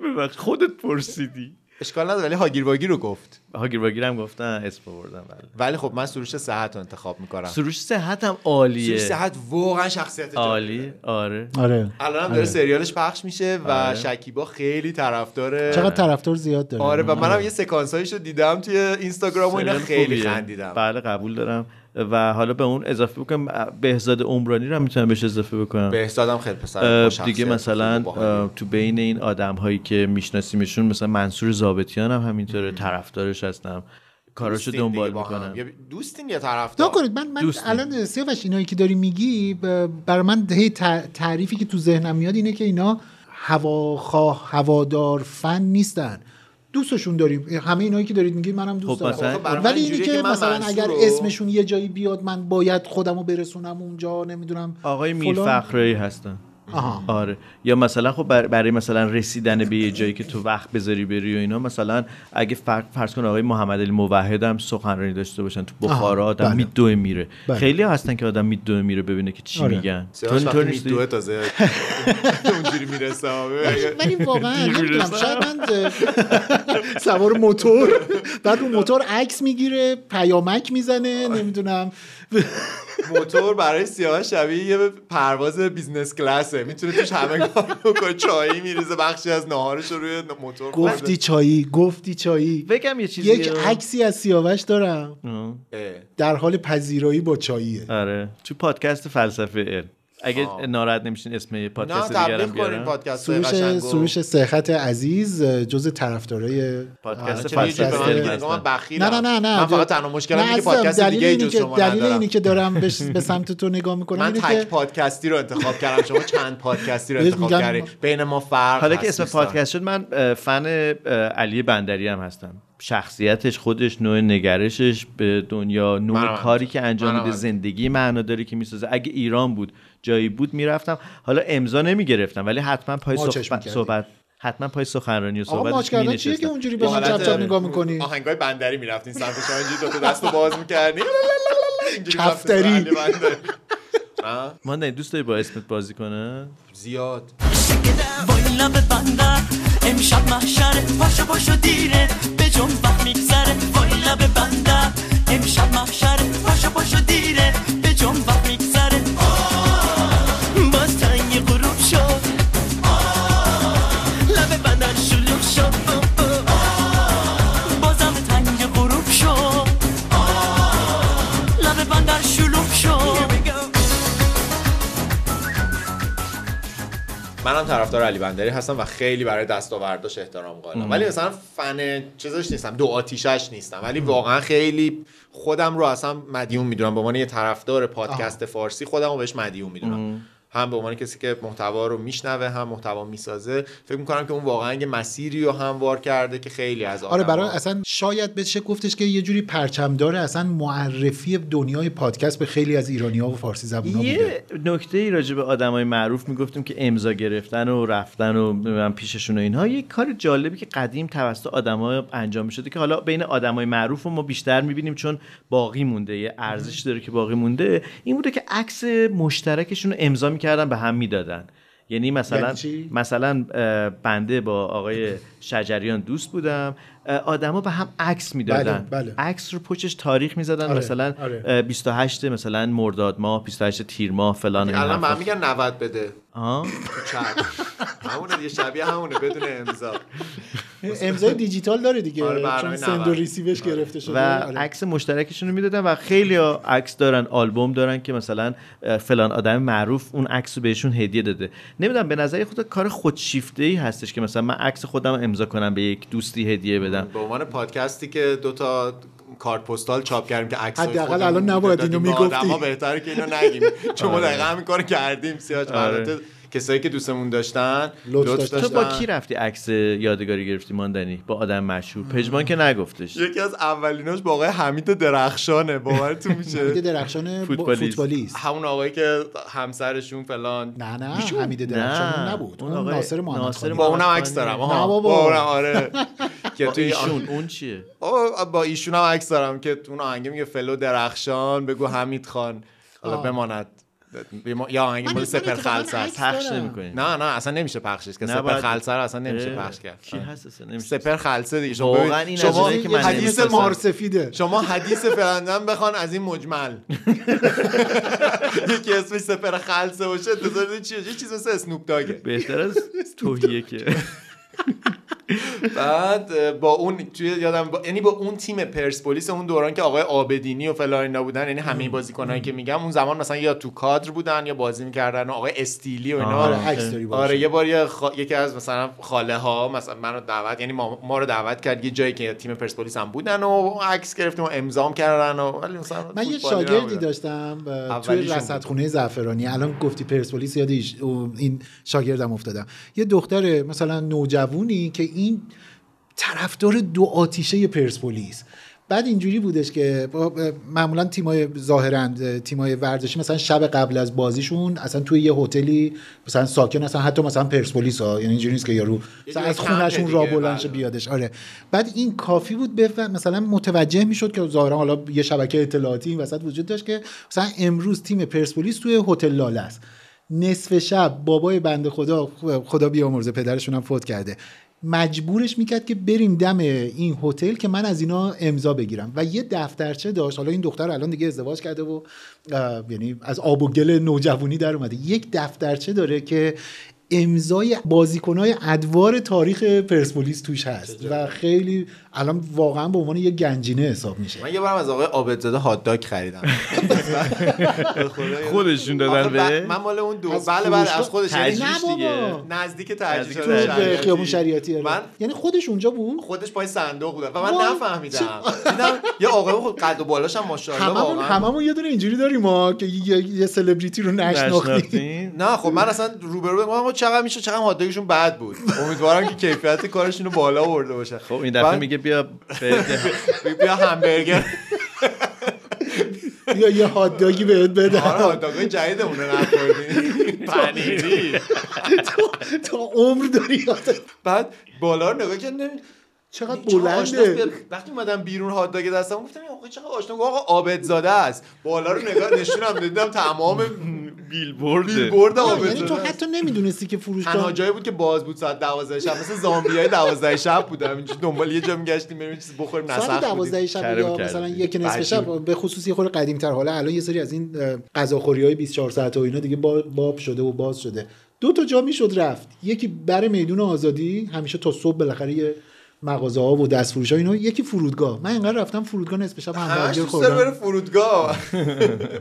ببخش خودت پرسیدی
اشکال نداره ولی هاگیر واگیر رو گفت
هاگیر واگیر هم گفتن اسم آوردن بله
ولی خب من سروش صحت رو انتخاب میکنم
سروش صحت هم
سروش
عالیه
صحت واقعا شخصیت
عالی آره
آره
الان هم داره
آره.
سریالش پخش میشه و شکیبا خیلی طرفداره
چقدر طرفدار زیاد داره
آره و منم یه سکانس رو دیدم توی اینستاگرام و اینا
سریال
خیلی
خوبیه.
خندیدم
بله قبول دارم و حالا به اون اضافه بکنم بهزاد عمرانی رو هم میتونم بهش اضافه بکنم
بهزادم خیلی پسر
اه،
با
دیگه
شخصیت
مثلا
خوب و باحالیه.
اه، تو بین این آدم هایی که میشناسیمشون مثلا منصور زابطیان هم همینطوره طرفدارش هستم
دوستین
کاراشو
دیگه
دنبال
با هم.
میکنم
یا دوستین یا طرفدار
دا کنید من من
دوستیم.
الان سیاوش اینایی که داری میگی ب- بر من هی ت- تعریفی که تو ذهنم میاد اینه که اینا هواخواه هوادار فن نیستن دوستشون داریم همه اینایی که دارید میگید منم دوست
خب
دارم
مثلا-
خب برای من
ولی اینی
اینجوریه
که
که من
مثلا
منصور
اگر
رو-
اسمشون یه جایی بیاد من باید خودمو برسونم اونجا نمیدونم
آقای
فلان.
میر فخرایی هستن
آها
آره یا مثلا خب بر- برای مثلا رسیدن به یه جایی که تو وقت بذاری بری و اینا مثلا اگه فرق فرض کن آقای محمد علی موحد هم سخنرانی داشته باشن تو بخارا
آها،
آدم
بله.
میدوه میره
بله.
خیلی ها هستن که آدم میدوه میره ببینه که چی
آره.
میگن تو
سیاوش
تو
وقتی
نیستی؟
میدوه تازه اونجوری میرسه
ولی واقعا نمیدونم شاید من سوار موتور بعد رو موتور عکس میگیره پیامک میزنه نمیدونم
موتور برای سیاه شبیه یه پرواز بیزنس کلاسه میتونه توش همه کار بکنه چایی میریزه بخشی از ناهارش رو روی موتور
گفتی چایی گفتی چایی
بگم یه چیزی
یک
رو.
عکسی از سیاوش دارم
آه.
در حال پذیرایی با چاییه
آره تو پادکست فلسفه علم اگه
آه.
ناراحت نمیشین اسم
خب. نه
پادکست دیگرم
تبلیغ کنیم
بیارم
پادکست های
سروش
قشنگو.
سروش صحت عزیز جز طرفدارای
پادکست
چرا یه جوری به
فلسفه
من
فلسفه.
علم
میگی که من
هستن
بخیلم
نه نه نه نه
من فقط تنها مشکلم اینه که
عزیزم،
پادکست
دلیل
دیگه ای
اینه
جز
که-
شما
دلیل
ندارم
اینی که دارم بهش- به سمت تو نگاه میکنم
من
اینه
تک
که
پادکستی رو انتخاب کردم شما چند پادکستی رو انتخاب
میگم-
کردی بین ما فرق
حالا
هست
که اسم
دوستان.
پادکست شد من اه، فن اه، علی بندری هم هستم شخصیتش خودش نوع نگرشش به دنیا
منم
نوع کاری که انجام
منم
میده
هم.
زندگی معنا داره که میسازه اگه ایران بود جایی بود میرفتم حالا امضا نمیگرفتم ولی حتما پای
ماچش
صحبت,
می‌کردی.
صحبت حتما پای سخنرانی و
آقا ماچ
صحبتش
کردن چیه که
مینشستم
اونجوری به
با
من
حالت
چپ چپ نگاه میکنی
آهنگای بندری میرفتین سمت شما اینجوری دوتا دست رو باز میکردین
کفتری.
ما نه دوست داری با اسمت بازی کنه
زیاد
وایلا به بندر امشب محشره پاشو پاشو دیره به جنبه میگذره وایلا به بندر امشب محشره پاشو پاشو دیره به جنبه میگذره باز تنگ غروب شد لب بندر شلوغ شد بازم تنگ غروب شد لب بندر شلوغ شد
منم طرفدار علی بندری هستم و خیلی برای دستاورداش احترام قائلم ولی مثلا فن چیزش نیستم دو آتیشش نیستم ولی واقعا خیلی خودم رو اصلا مدیون میدونم به عنوان یه طرفدار پادکست فارسی خودم رو بهش مدیون میدونم هم به عنوان کسی که محتوا رو میشنوه هم محتوا میسازه فکر میکنم که اون واقعا یه مسیری رو هموار کرده که خیلی از
آره
آدم‌ها-
برای اصلا شاید بشه گفتش که یه جوری پرچمدار اصلا معرفی دنیای پادکست به خیلی از ایرانی ها و فارسی زبون ها بوده
یه نکته ای راجع به آدمای معروف میگفتیم که امضا گرفتن و رفتن و نمیدونم پیششون و اینها یه کار جالبی که قدیم توسط آدما انجام میشده که حالا بین آدمای معروف رو ما بیشتر میبینیم چون باقی مونده یه ارزش داره که باقی مونده این بوده که عکس مشترکشون رو امضا میکردن به هم میدادن یعنی مثلا
یعنی چی؟
مثلا اه، بنده با آقای شجریان دوست بودم اه، آدما به هم عکس میدادن
بله، بله.
عکس رو پشتش تاریخ میزدن
آره،
مثلا
آره.
اه، 28 مثلا مرداد ماه 28 تیر ماه فلان این
الان من
حرفا.
میگن 90 بده
آها.
تو چت همونه دیگه شبیه همونه بدون امضا
امضای دیجیتال داره دیگه
آره، برنامه
چون سند و
نود.
ریسیوش گرفته شده
و
آره.
عکس مشترکشون رو میدادن و خیلی عکس دارن آلبوم دارن که مثلا اه، فلان آدم معروف اون عکس رو بهشون هدیه داده نمیدونم به نظر خود کار خودشیفته ای هستش که مثلا من عکس خودم امضا کنم به یک دوستی هدیه بدم
به عنوان پادکستی که دوتا کارت پستال چاپ کردیم که عکس
حداقل الان نباید اینو می‌گفتی. آره.
ما بهتره که اینو نگیم چون ما دقیقا همین کارو کردیم سیاج البته کسایی که دوستمون داشتن
لطف
لطف
داشتن.
تو با
داشتن.
کی رفتی عکس یادگاری گرفتی ماندنی با آدم مشهور پژمان که نگفتش
یکی از اولیناش با آقای حمید درخشانه باورتون
حمید
میشه
درخشان ب-
فوتبالیست.
فوتبالیست
همون آقایی که همسرشون فلان
نه نه حمید درخشان
نه.
اون نبود
اون
اون
آقای-
ناصر محمد
ناصر
خانی.
با اونم
آقای
عکس دارم
خانی.
آها.
نه بابا.
با اونم آره که توی
ایشون اون چیه
آه، با ایشون هم عکس دارم که تو اون آهنگه میگه فلو درخشان بگو
خب.
حمید خان حالا بماند بما- یا آهنگ
من
مال
اتفاقاً
سپر خلصه
عکس
است.
پخش
دارم.
نمی‌کنی
نه نه اصلا نمیشه پخشش که سپر
نباید.
خلصه رو اصلا نمیشه
اه،
پخش کرد
کی هست اصلا نمیشه
سپر خلصه دیگه شما
واقعاً
ببین-
این از
شما
چیزایی که من
حدیث
نمی‌شناسم.
مار
مارسفیده
شما حدیث فرندم بخوان از این مجمل یکی اسمش سپر خلصه باشه انتظار داری چیه یه چیز مثل اسنوپ داگه
بهتر از توهیه که
بعد اه، با اون توی یادم با... یعنی با اون تیم پرسپولیس اون دوران که آقای آبدینی و فلان اینا بودن یعنی همه بازیکنایی که میگم اون زمان مثلا یا تو کادر بودن یا بازی میکردن و آقای استیلی و اینا
آره.
عکس داری باشه
آره یه بار یه خا- یکی از مثلا خاله ها مثلا منو دعوت یعنی ما, ما رو دعوت کرد یه جایی که تیم پرسپولیس هم بودن و عکس گرفتیم و امضام کردن و ولی مثلا
من یه
فوتبالی
شاگردی
نبودن.
داشتم اه، توی
اولیشون بود.
رصدخونه زعفرانی الان گفتی پرسپولیس یاد ایش- اون- این شاگردم افتادم یه دختر مثلا نوجوونی که این طرفدار دو آتیشه پرسپولیس بعد اینجوری بودش که با- معمولا تیمای ظاهرا تیمای ورزشی مثلا شب قبل از بازیشون اصلا توی یه هتلی مثلا ساکن اصلا حتی مثلا پرسپولیس ها یعنی اینجوری نیست که یارو مثلا
جور
از
کمپه
خونشون را
دیگه،
بلند شه
بله.
بیادش آره بعد این کافی بود بفهم مثلا متوجه میشد که ظاهرا حالا یه شبکه اطلاعاتی این وسط وجود داشت که مثلا امروز تیم پرسپولیس توی هتل لاله است نصف شب بابای بنده خدا خدا بیامرزه پدرشون هم فوت کرده مجبورش میکرد که بریم دم این هتل که من از اینا امضا بگیرم و یه دفترچه داشت حالا این دختر الان دیگه ازدواج کرده و اه، یعنی از آب و گل نوجوانی در اومده یک دفترچه داره که امضای بازیکنهای ادوار تاریخ پرسپولیس توش هست و خیلی الان واقعا به عنوان یه گنجینه حساب میشه
من یه بارم از آقای عابدزاده هات داگ خریدم به خدا.
خودشون دادن
آخه ب-
به؟
من مال اون دو
از
بله بله
فروشگاه-
از خودش
تجریش
یعنی-
نه بابا.
نزدیک تجریش
تو
شده
به
شریعتی.
خیابون شریعتی آره.
بله. من
یعنی خودش اونجا بود
خودش پای صندوق بودم و من
وای،
نفهمیدم دیدم یه آقای خود قد و بالاش هم ماشاءالله
هممون
واقعا
هممون یه دونه اینجوری داریم ما که یه, یه- یه سلبریتی رو نشناختیم
نه خب من اصلا روبرو بگم آقا چقدر میشه چقدر هاتاگشون بد بود امیدوارم که کیفیت کارشون رو بالا برده باشن
خب این دفعه
من-
میگه بیا به-
بیا همبرگر
یا یه هادداگی بهت
آره
بدم
هاتاگای جدیدمون رو نخوردین پنیری
تو تا عمر داری
بعد بالا رو نگاه کردم
چقدر
چقدر آشناست.
بلنده
بیا- وقتی اومدم بیرون هات داگ دستم گفتم این آقا چقدر آشنا گفت آقا آبدزاده است بالا رو نگاه نشونم دیدم تمام
بیلبورد
بیلبورد
آه، یعنی تو
آبدزاده است.
حتی نمیدونستی که
تنها
فروشگاه
جایی بود که باز بود ساعت 12 شب مثل زامبیای 12 شب بودم اینجوری دنبال یه جا میگشتیم بریم یه چیزی بخوریم نسخ
ساعت
بودیم
دوازده شب
کره
یا
کردی.
مثلا یک نصف
عجیب.
شب به خصوص یه خورده قدیم تر حالا الان یه سری از این اه، غذاخوری های 24 ساعت و اینا دیگه با- باب شده و باز شده دو تا جا میشد رفت یکی بر میدون آزادی همیشه تا صبح بالاخره یه مغازه ها و دست فروش ها اینا یکی فرودگاه من اینقدر رفتم فرودگاه نصف شب
همش
همبرگر
دوست داره بره
خوردم
فرودگاه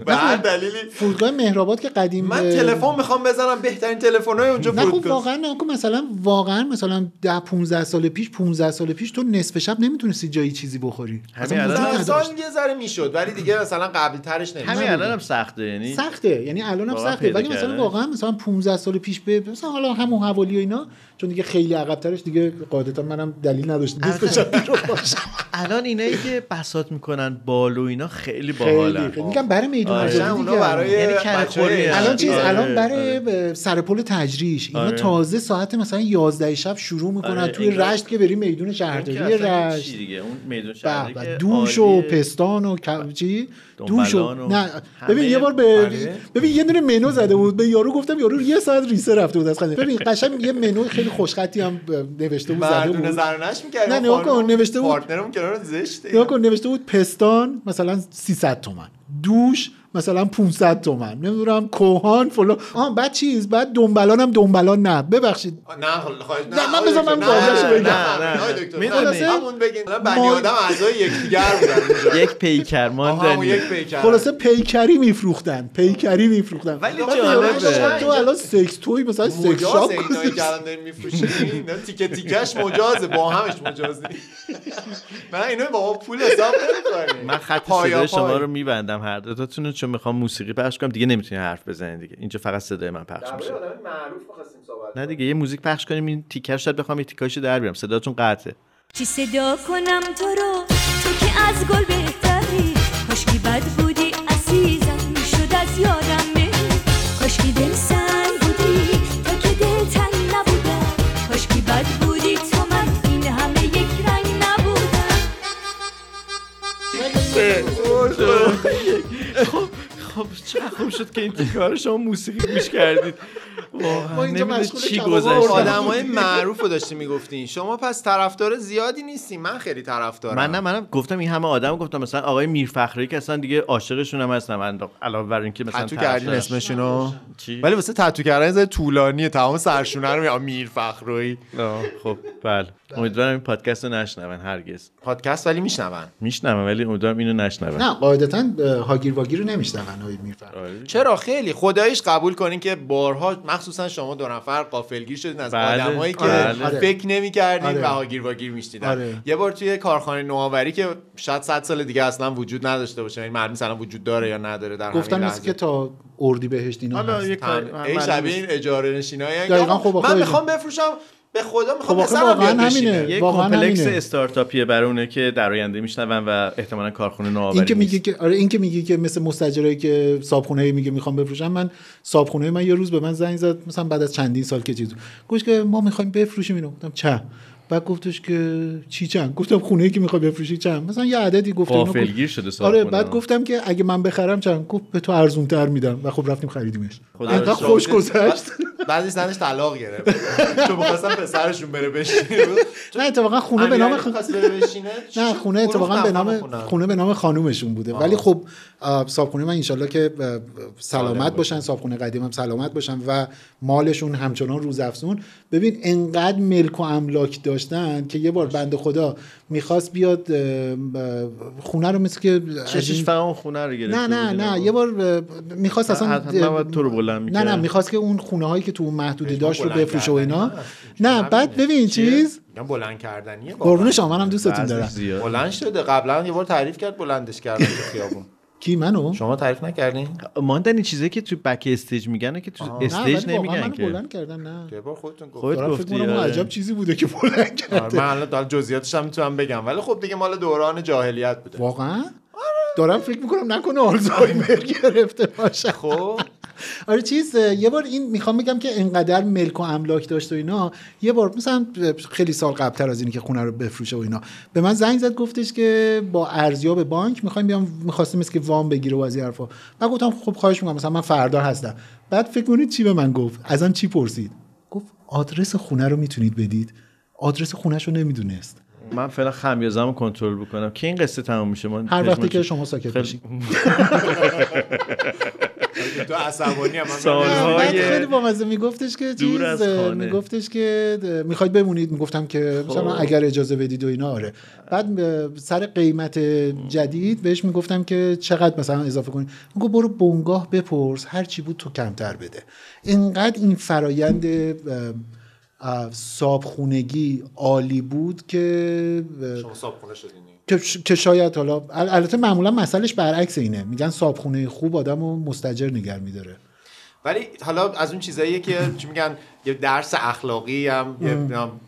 به هر دلیلی
فرودگاه مهرآباد که قدیم
من
اه،
تلفن میخوام بزنم بهترین تلفن‌های اونجا
نه خب
فرودگاه
واقعا نه خب مثلا واقعا مثلا 10 15 سال پیش 15 سال پیش تو نصف شب نمیتونستی جایی چیزی بخوری اصلا
همین الان-
وجود نداشت.
زمستان یه ذره میشد ولی دیگه مثلا قبل ترش نمیشه
همین الان هم سخته یعنی
سخته یعنی الان هم
واقعا
سخته
پیدا
ولی مثلا
کردنش.
واقعا مثلا 15 سال پیش به مثلا حالا همون حوالی و اینا چون دیگه خیلی عقبترش دیگه قاعدتا منم دلیل نداشتم نصف شب بیرون باشم.
الان اینایی که بسات میکنن بال و اینا خیلی
خیلی
باحالن
خیلی. میگم برای میدون
آره.
آزادی
قشنگ اونا
دیگه.
برای
یعنی کره
بچه‌های
خوری
عشقی.
الان چیز
آره،
الان برای
آره.
ب- سرپل تجریش اینا
آره.
تازه ساعت مثلا 11 شب شروع میکنن
آره،
توی
انگار-
رشت که بری میدون
اون که
شهرداری
اصلا
رشت
هیچی دیگه اون میدون شهری
به
که
به دوش و
عالیه.
پستان و ک- چی
دنبلان
دوش و
و
نه
همه-
ببین یه بار به
آره.
ببین یه دونه منو زده بود به یارو گفتم یارو یه ساعت ریسه رفته بود از خنده ببین قشنگ یه منو خیلی خوشخطی هم نوشته بود زده
مردونه
بود
زرنش میکردیم
نه، نگاه کن، نوشته بود.
پارتنرم کنار زشته
نگاه کن نوشته بود پستان مثلا 300 تومن دوش مثلا 500 تومن نمیدونم کوهان فلان آها بعد چیز بعد دنبلانم دنبلان نه ببخشید
آه، نه خواهش
نه، من بذار من
نه،
واضحش
نه،
بگم.
نه، نه،
نه،
دکتر،
نه.
نه،
خلاصه-
همون بگین الان بنی
ما-
آدم اعضای یکدیگر بودن اونجا.
یک پیکر
آها، همون
ماندنی
یک پیکر
خلاصه پیکری میفروختن پیکری میفروختن
ولی
بعد
جالبه.
یارو گفت تو الان سکس توی مثلا سکس
مجازه
شاپ
اینایی که الان داریم میفروشیم اینا تیکه تیکش مجازه با همش مجازه من اینا با پول حساب نمی‌کنیم
من خط
پایا
صدای
پای.
شما رو میبندم هر دوتاتون رو چون میخوام موسیقی پخش کنم دیگه نمیتونی حرف بزنید دیگه اینجا فقط صدای من پخش میشه
آدم معروف می‌خواستیم صحبت
نه دیگه یه موزیک پخش کنیم این تیکرش شاید بخوام یه تیکاش در بیارم صداتون قطعه
چی صدا کنم تو رو تو که از گل بهتری کاشکی بد بودی عزیزم شد از یادم بری کاشکی دل سنگ بودی تا که دلتن نبودم کاشکی بد بودی تو من این همه یک رنگ نبودم
خب چه خوب شد که این تیکه رو شما موسیقی گوش کردید
ما
واقعا
اینجا
نمی‌دونی
مشغول
چی
کباب
گذشت
آوردن.
آدمای معروف رو داشتی میگفتین شما پس طرفدار زیادی نیستی من خیلی طرفدارم
من نه منم گفتم این همه آدم گفتم مثلا آقای میرفخری که اصلا دیگه عاشقشون هم هستم من علاوه بر اینکه مثلا
تتو کردین
طرفدارم.
اسمشونو
چی؟
ولی واسه تتو کردن یه ذره طولانیه تمام سرشونه رو میگم میر فخروی
آه، خب بله امیدوارم این پادکست رو نشنون هرگز
پادکست ولی میشنون
میشنوم ولی امیدوارم اینو نشنون
نه قاعدتا اه، هاگیر واگیر رو نمیشنون آقای میرفرد
چرا خیلی خدایش قبول کنین که بارها مخصوصا شما دو نفر قافلگیر شدین از
بله.
آدمایی که
آره.
فکر نمی‌کردین
آره.
و هاگیر واگیر میشدین
آره.
یه بار توی کارخانه نوآوری که شاید 100 سال دیگه اصلا وجود نداشته باشه این معلوم الان وجود داره یا نداره در
گفتن
همین
مثل
لحظه.
که تا اردی بهشت اینا
حالا
هست.
یه کار
تن- ای شبیه این اجاره نشینایی که
بله. دقیقاً
آقا
خب آخه
من
اجاره-
میخوام بفروشم به خدا میخوام
خب آخه
پسرم بیاد
واقعاً
بشینه
همینه.
یه
واقعاً
کمپلکس
همینه.
استارتاپیه برای اونه که در آینده میشنون و احتمالا کارخونه نوآوری
این که
نیست.
میگه که آره این که میگه که مثل مستاجرایی که صابخونه میگه میخوام بفروشم من صابخونه من یه روز به من زنگ زد مثلا بعد از چندین سال که چیز گوش که ما میخوایم بفروشیم اینو گفتم چه بعد گفتش که چی چند گفتم خونه ای که میخوای بفروشی چند مثلا یه عددی گفت اینا گفت-
غافلگیر شده صاحب
آره
خونه
بعد
ها.
گفتم که اگه من بخرم چند گفت به تو ارزون تر میدم و خب رفتیم خریدیمش انقدر
رو
خوش
شکر.
گذشت
بعدش زنش طلاق گرفت چون می‌خواستم پسرشون بره بشینه
نه اتفاقا خونه به نام
امیرعلی می‌خواست بره بشینه
نه خونه اتفاقا به نام خونه به نام خانومشون بوده ولی خب آه، صاحبخونه من انشالله که آه، سلامت باشن صاحبخونه قدیمم سلامت باشن و مالشون همچنان روزافزون ببین انقدر ملک و املاک داشتن که یه بار بنده خدا میخواست بیاد آه، آه، خونه رو مثل که از
چشش
این-
فقط اون خونه رو گرفت
نه یعنی نه نه یه بار میخواست اصلا
نباید تو رو بلند
نه
میکرد
نه میخواست که اون خونه هایی که تو اون محدوده داشت رو
بلند
بفروشه و
کردن.
اینا نه بعد ببین چیز
میگم بلند کردنیه
قربون شما، منم دوستتون
وزنش
دارم.
زیاد. بلند شده قبلا یه بار تعریف کرد بلندش کردن تو خیابون
کی منو
شما تعریف نکردین
ماندن این چیزایی که تو بک استیج میگن و که تو
نه،
استیج
ولی واقعا
نمیگن
منو
که
بلند کردن نه
یه بار خودتون گفت
خودت
دارم فکر
گفتی
کنم اون
آره.
عجب چیزی بوده که بلند
آره، من
کرده
الان دارم جزئیاتش هم میتونم بگم ولی خب دیگه مال دوران جاهلیت بوده
واقعا دارم فکر میکنم نکنه آلزایمر گرفته باشه
خب
آره چیز یه بار این میخوام بگم که انقدر ملک و املاک داشت و اینا یه بار مثلا خیلی سال قبلتر از اینی که خونه رو بفروشه و اینا به من زنگ زد گفتش که با ارزیاب بانک میخوایم بیام میخواستیم مثل که وام بگیره و از این حرفا من گفتم خب خواهش میکنم مثلا من فردا هستم بعد فکر کنید چی به من گفت ازم چی پرسید گفت آدرس خونه رو میتونید بدید آدرس خونهش رو نمیدونست
من فعلا خمیازم رو کنترل بکنم که این قصه تموم میشه من
هر وقتی
پشمام
که
شد.
شما ساکت
خیلی-
باشید
تو عصبانی هم
بعد خیلی
سالهای
بامزه میگفتش که
دور از
چیز
خانه.
میگفتش که ده- میخواید بمونید میگفتم که مثلا
خب.
اگر اجازه بدید و اینا آره بعد ب- سر قیمت جدید بهش میگفتم که چقدر مثلا اضافه کنید میگو برو بنگاه بپرس هر چی بود تو کمتر بده اینقدر این فرایند اه، اه، صابخونگی عالی بود که اه،
شما صاحب خونه شدینی
که که شاید حالا ال- البته معمولا مسئلهش برعکس اینه میگن صابخونه خوب آدم و مستجر نگر میداره
ولی حالا از اون چیزاییه که چی میگن یه درس اخلاقی هم یه نام-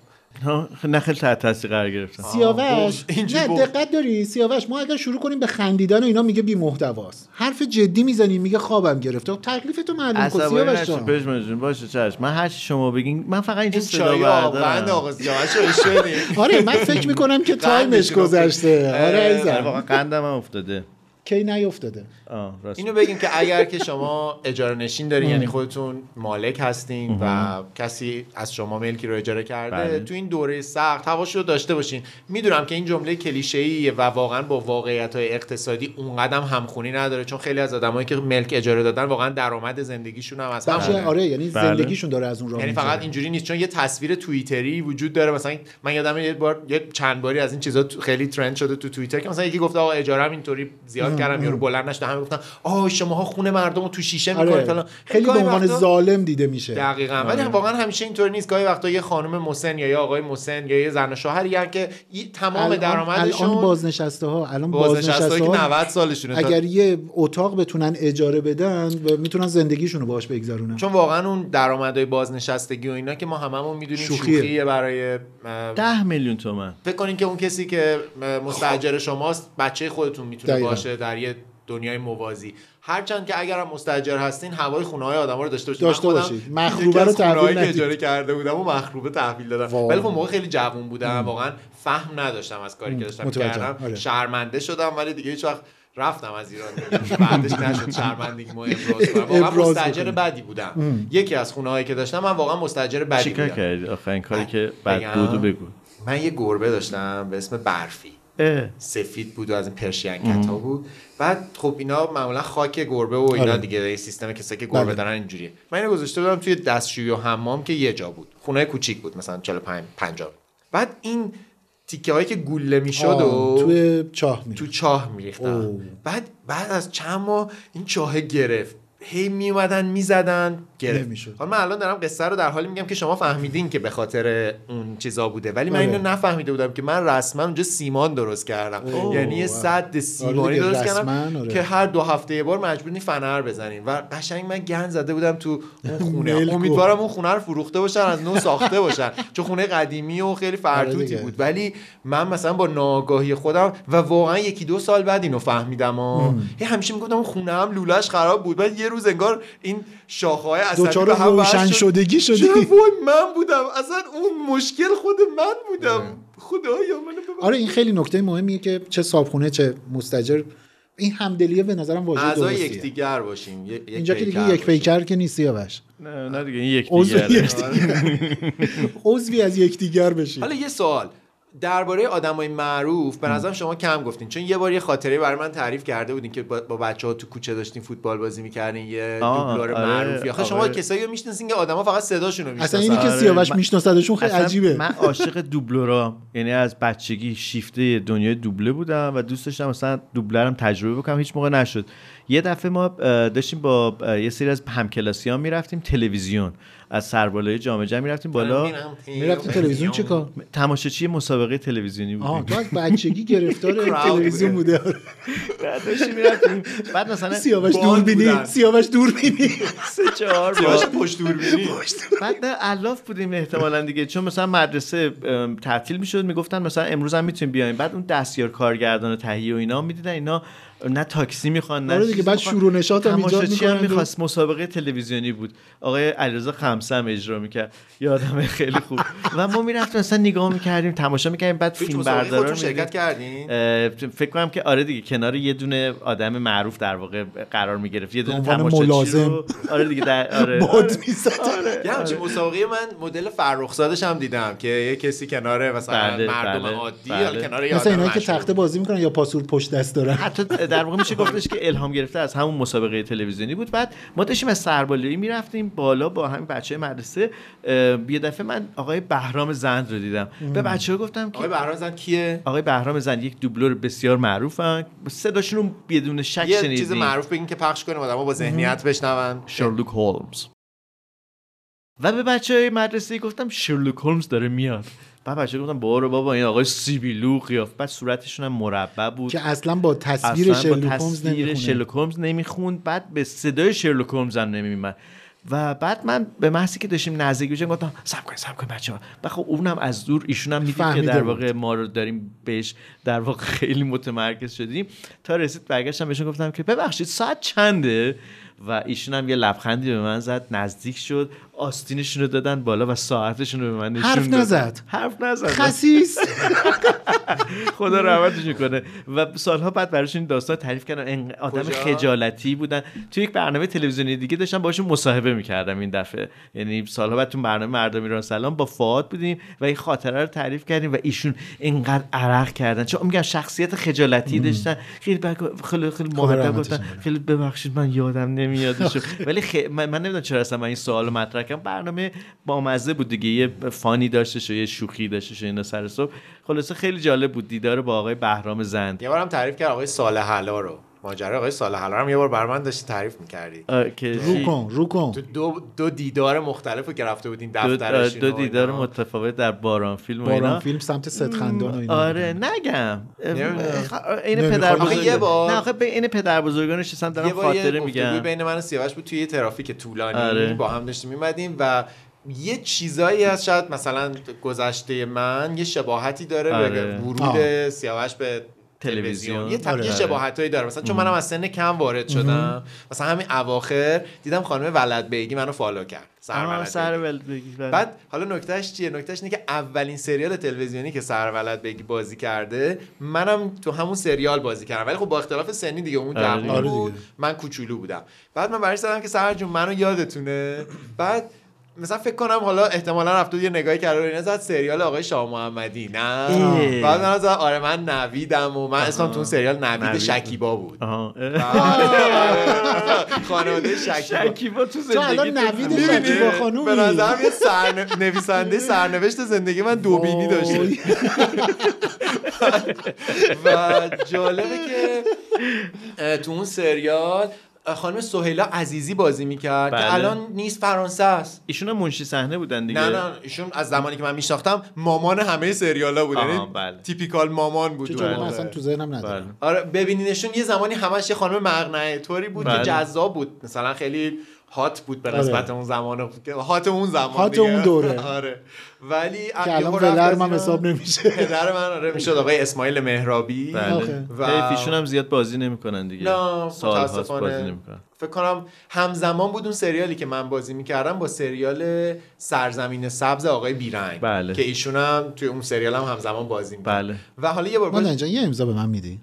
ها، نه خیلی تحت تاثیر قرار گرفتم
سیاوش
بغض. اینجور
نه
بغض.
دقت داری سیاوش ما اگر شروع کنیم به خندیدن و اینا میگه بی محتواست حرف جدی میزنیم میگه خوابم گرفته تکلیف تو معلوم کن
عصبانی
سیاوش
نشو
جان
پشمان جون باشه چشم من هر چی شما بگین من فقط اینجا
این
صدا
چای آبند
بردارم
آقا سیاوش رو شدین
آره من فکر میکنم که تایمش
قندش رو-
گذشته آره
اه،
واقعا
عزیزم
قندم هم افتاده
کی نیافتاده
آه راست
اینو بگیم که اگر که شما اجاره نشین دارین یعنی خودتون مالک هستین و کسی از شما ملکی رو اجاره کرده
بله.
تو این دوره سخت هواشو رو داشته باشین میدونم که این جمله کلیشه‌ایه و واقعا با واقعیت های اقتصادی اونقدر هم همخونی نداره چون خیلی از آدمایی که ملک اجاره دادن واقعا درآمد زندگیشون هم از هم
بخش آره یعنی
بله.
زندگیشون داره از اون راه
یعنی
می‌فته.
فقط اینجوری نیست چون یه تصویر توییتری وجود داره مثلا من یادم یه بار یه چند باری از این چیزا تو- خیلی ترند شده تو توییتر که مثلا یکی گفته آقا اجارم اینطوری زیاد کردم یارو بلند نشد همه گفتن آه شماها خونه مردم رو تو شیشه میکنید
آره.
فلان
خیلی به
گاهی
عنوان آره.
وقتا-
ظالم دیده میشه
دقیقا ولی واقعا همیشه اینطوری نیست گاهی وقتا یه خانم مسن یا یه آقای مسن یا یه زن و شوهر یعنی که این تمام
الان الان
درآمدشون
بازنشسته ها الان
بازنشسته
بازنشسته
که
ها
90 سالشونه تا-
اگر یه اتاق بتونن اجاره بدن و میتونن زندگیشون رو باهاش بگذرونن
چون واقعا اون درآمدهای بازنشستگی و اینا که ما هممون میدونیم
شوخیه.
شوخیه برای اه،
ده میلیون تومن
فکر کنین که اون کسی که مستاجر شماست بچه خودتون میتونه
خب. دقیقاً.
باشه در یه دنیای موازی هرچند که اگرم مستاجر هستین هوای خونه های آدم رو داشته باشید
داشته
من خودم
باشید.
یکی
مخروبه
از
رو تحویل
خونه‌هایی که
ندید.
اجاره کرده بودم و مخروبه تحویل دادم
وای.
ولی خب موقع خیلی جوون بودم واقعا فهم نداشتم از کاری که داشتم
متوجهم.
کردم
آره.
شرمنده شدم ولی دیگه هیچ وقت رفتم از ایران بعدش نشد شرمندگی ما ابراز کنم واقعا
ابراز
مستاجر
بکنی.
بدی بودم یکی از خونه هایی که داشتم من واقعا مستاجر بدی
چیکار
بودم
کردی آخرین کاری که بد
بگم؟
بود و بگو
من یه گربه داشتم به اسم برفی
اه.
سفید بود و از این پرشینگت ها بود بعد خب اینا معمولا خاک گربه و اینا
آره.
دیگه این سیستم کسایی که گربه
بله.
دارن اینجوریه من اینو گذاشته بودم توی دستشویی و حمام که یه جا بود خونه کوچیک بود مثلا 45 50 بعد این تیکه هایی که گوله میشد و
آه، توی چاه میره
تو چاه میریختن
اوه.
بعد بعد از چند ماه این چاه گرفت هی میومدن میزدن گرفت
نمی‌شد.
حالا من الان دارم قصه رو در حالی میگم که شما فهمیدین که به خاطر اون چیزا بوده ولی من
آره.
اینو نفهمیده بودم که من رسما اونجا سیمان درست کردم
اوه.
یعنی یه صد
آره
سیمانی
دیگه،
درست کردم
رسماً، آره.
که هر دو هفته یه بار مجبورین فنر بزنیم و قشنگ من گن زده بودم تو اون خونه
ملکو.
امیدوارم اون خونه رو فروخته باشن از نو ساخته باشن چون خونه قدیمی و خیلی
آره
فرتوتی
دیگه.
بود ولی من مثلا با ناآگاهی خودم و واقعا یکی دو سال بعد اینو فهمیدم ها هی همیشه میگفتم اون خونه هم لولش خراب بود بعد یه روز انگار این شاخه‌های عصبی
دوچار
به هم
روشن
وصل شد.
شدگی شدی.
چرا وای من بودم اصلا اون مشکل خود من بودم خدایا منو ببخش.
آره این خیلی نکته مهمیه که چه صابخونه چه مستجر این همدلیه به نظرم واژه
اعضای
درستیه
یکدیگر باشیم یک- یک
اینجا که دیگه
پیکر
یک پیکر که نیستی یاوش
نه نه دیگه آره. این یک
عضو
دیگره.
عضوی از یکدیگر بشی
حالا یه سوال درباره آدمای معروف به نظرم شما کم گفتین چون یه بار یه خاطره برای من تعریف کرده بودین که با با بچه ها تو کوچه داشتین فوتبال بازی میکردین یه
آه،
دوبلور
آره،
معروفی آخه شما
آقای-
کسایی رو میشناسین که آدما فقط صداشون رو
اصلا اینی که
آره،
سیاوش
من-
میشناسدشون خیلی
اصلا
عجیبه
من عاشق دوبلورا یعنی از بچگی شیفته دنیای دوبله بودم و دوست داشتم مثلا دوبلرم تجربه بکنم هیچ موقع نشد یه دفعه ما اه، داشتیم با اه، یه سری از همکلاسیان میرفتیم تلویزیون از سربالای جامعه جمع میرفتیم بالا
میرفتی تلویزیون چیکار
تماشاچی مسابقه تلویزیونی
آه
بودیم
تو از بچگی گرفتار
Crowd
تلویزیون بوده آره.
داشتیم میرفتیم بعد مثلا
سیاوش
باند
دور بینی
آره. بودن.
سیاوش دور بینی
سه چهار بار.
سیاوش پشت دور بینی
بعد نه الاف بودیم احتمالا دیگه چون مثلا مدرسه ام، تعطیل میشد میگفتن مثلا امروز هم میتونیم بیایم بعد اون دستیار کارگردان تهیه و اینا میدیدن اینا نه تاکسی میخوان نه
آره دیگه،
چیز
بعد
میخوان.
شور و نشاط هم ایجاد
تماشاچی هم
میکنن و-
میخواست مسابقه تلویزیونی بود آقای علیرضا خمسم اجرا میکرد یادم خیلی خوب و ما میرفتیم مثلا نگاه میکردیم تماشا میکردیم بعد
هیچ
فیلم
مسابقه
بردارا
خودتون شرکت کردین
اه، فکر کنم که آره دیگه کنار یه دونه آدم معروف در واقع قرار میگرفت یه دونه
به عنوان
تماشاچی
ملازم.
رو آره دیگه در آره
باد میزد
یه همچین مسابقه من مدل فرخزادش هم دیدم که یه کسی کنار مثلا
بله،
مردم
بله،
عادی
بله.
یا کنار یه
مثلا
آدم
اینایی که
مشهور.
تخته بازی میکنن یا پاسور پشت دست دارن
حتی در واقع میشه گفتش که الهام گرفته از همون مسابقه تلویزیونی بود بعد ما داشتیم از سربالایی میرفتیم بالا با همین بچه مدرسه اه، یه دفعه من آقای بهرام زند رو دیدم به بچه ها گفتم که
آقای بهرام زن کیه
آقای بهرام زند یک دوبلور بسیار معروفن صداشون رو بدون شک
یه چیز
شنیدیم
معروف بگین که پخش کنیم آدما با ذهنیت بشنون
شرلوک هولمز و به بچه های مدرسه گفتم شرلوک هولمز داره میاد بعد بچه گفتم بارو بابا این آقای سیبیلو قیافت بعد صورتشون هم مربع بود
که اصلا با تصویر
اصلا با
شرلوک هومز
تصویر
نمیخونه
شرلوک هومز نمیخوند بعد به صدای شرلوک هومز هم نمیمد و بعد من به محضی که داشتیم نزدیک میشیم گفتم سب کنید سب کنید بچه‌ها و خب اونم از دور ایشون هم دیدیم که
فهمیده
در
بود.
واقع ما رو داریم بهش در واقع خیلی متمرکز شدیم تا رسید برگشتم بهشون گفتم که ببخشید ساعت چنده و ایشون هم یه لبخندی به من زد نزدیک شد آستینشون رو دادن بالا و ساعتشون رو به من نشون
حرف
دادن.
نزد.
حرف نزد
خسیس
خدا رحمتش کنه و سالها بعد براشون این داستان تعریف کردن این آدم
کجا؟
خجالتی بودن توی یک برنامه تلویزیونی دیگه داشتم باشون مصاحبه میکردم این دفعه یعنی سالها بعد تو برنامه مردم ایران سلام با فعاد بودیم و این خاطره رو تعریف کردیم و ایشون اینقدر عرق کردن چون میگم شخصیت خجالتی داشتن خیلی بگ- خیلی خیلی مؤدب
رحمتشون
گفتن خیلی ببخشید من یادم نمیادش ولی خی... من, من نمیدونم چرا اصلا من این سوال رو مطرح کردم برنامه بامزه بود دیگه یه فانی داشتش و یه شوخی داشتش و اینا سر صبح خلاصه خیلی جالب بود دیدار با آقای بهرام زند
یه بارم تعریف کرد آقای سالحلا رو ماجرا آقای سالحلا رو هم یه بار بر من داشتی تعریف میکردی
آه، که
رو کن رو کن
تو دو, دو دیدار مختلف رو گرفته بودین
دو,
دفترش
دو دیدار متفاوت در باران فیلم و
باران
اینا
فیلم سمت صدخندان و اینا
آره نگم
نمیدونم.
این
نمیخوام.
پدر
آخه یه بار-
نه آخه به این پدر بزرگانش هم دارم
یه بار یه
خاطره
گفتگوی
میگم
بین من و سیاوش بود توی یه ترافیک طولانی
آره.
با هم داشتیم میمدیم و یه چیزایی از شاید مثلا گذشته من یه شباهتی داره
آره.
به ورود
آه.
سیاوش به
تلویزیون.
تلویزیون یه,
آره.
آره. یه شباهتایی داره مثلا چون منم از سن کم وارد شدم مثلا همین اواخر دیدم خانم ولد بیگی منو فالو کرد سر
آه،
ولد
سر
بیگی.
ولد بگی، بله.
بعد حالا نکتهش چیه نکتهش اینه که اولین سریال تلویزیونی که سرولد بگی بازی کرده منم تو همون سریال بازی کردم ولی خب با اختلاف سنی دیگه اون
آره
جوون
دیگه. آره
بود من کوچولو بودم بعد من برش زدم که سر جون منو یادتونه بعد مثلا فکر کنم حالا احتمالا رفته بود یه نگاهی کرده و اینا زد سریال آقای شاه محمدی نه
ای.
بعد من زد آره من نویدم و من اسمم تو اون سریال نوید
نوید.
شکیبا بود آره.
آها.
خانواده شکیبا
شکیبا تو
تو الان
زندگی
نوید
تو-
شکیبا
می‌بینی؟
خانومی.
به نظرم یه سرن- نویسنده سرنوشت زندگی من دوبینی داشته
وای.
و جالبه که اه، تو اون سریال اه، خانم سهیلا عزیزی بازی میکرد
بله.
که الان نیست فرانسه است
ایشون هم منشی صحنه بودن دیگه
نه نه ایشون از زمانی که من میشناختم مامان همه سریالا بود
آها،
یعنی
بله.
تیپیکال مامان بود آره.
چه
اون
جالب، من
موقع.
اصلا تو ذهنم
بله.
ندارم
آره ببینینشون یه زمانی همش یه خانم مقنعه طوری بود
بله.
که جذاب بود مثلا خیلی هات بود به نسبت
آره.
اون زمان هات اون زمان
هات
دیگه.
اون دوره.
آره ولی
که الان
یهو رفت
ولر
از
من
اینا-
حساب نمیشه
پدر من آره میشد آقای اسماعیل مهرابی
بله.
و
ایشون هم زیاد بازی نمیکنن دیگه
نه
سال هاست بازی
متاسفانه
نمیکنن
فکر کنم همزمان بود اون سریالی که من بازی میکردم با سریال سرزمین سبز آقای بیرنگ
بله.
که ایشون هم توی اون سریال هم همزمان بازی میکرد
بله
و حالا یه بار
مادر جان یه امضا به من میدی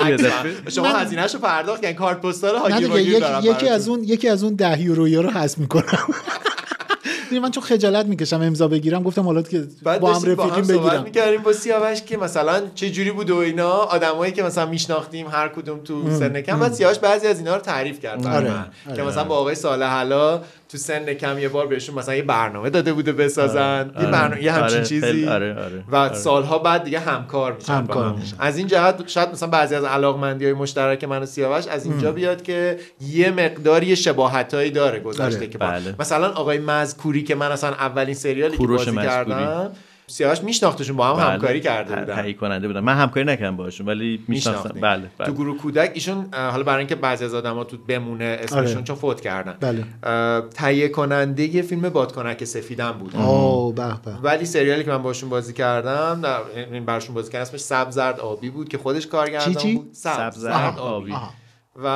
عکسم. شما هزینهش رو پرداخت کردن کارت پستال
نه
حاجی
دیگه
واگیر
یک-
دارم
یکی
براتون.
از اون یکی از اون ده یورویا رو حذف میکنم دیدی من چون خجالت میکشم امضا بگیرم گفتم حالا که
بعد
با هم
داشتیم با هم
رفیقیم
صحبت
بگیرم
میکردیم با سیاوش که مثلا چه جوری بود و اینا آدمایی که مثلا میشناختیم هر کدوم تو
ام.
سن کم
ام.
بعد سیاوش بعضی از اینا رو تعریف کرد برای
آره.
من
آره.
که مثلا با آقای صالح حلا تو سن کم یه بار بهشون مثلا یه برنامه داده بوده بسازن
آره.
یه برنامه یه همچین
آره.
چیزی
آره. آره.
و
آره.
سالها بعد دیگه همکار میشن
همکار
با هم.
میشن.
از این جهت شاید مثلا بعضی از علاقمندی های مشترک من و سیاوش از اینجا
ام.
بیاد که یه مقداری شباهتایی داره گذشته
آره.
که با-
بله.
مثلا آقای مذکوری که من اصلا اولین سریالی که
کوروش
بازی
مذکوری.
کردم سیاوش میشناختشون با هم
بله.
همکاری کرده
ت-
بودن
تهیه کننده بودم من همکاری نکردم باشون ولی میشناسم
میشناختیم.
بله
تو
بله
گروه کودک ایشون اه، حالا برای اینکه بعضی از آدما تو بمونه اسمشون
آره.
چون فوت کردن
بله
اه، تهیه کننده یه فیلم بادکنک سفیدم بود
آه به به
ولی سریالی که من باشون بازی کردم در- این براشون بازی کردم اسمش سبز زرد آبی بود که خودش کارگردان
چی چی؟
بود سبز
سبز
زرد
زرد
آبی
آبی.
آها.
و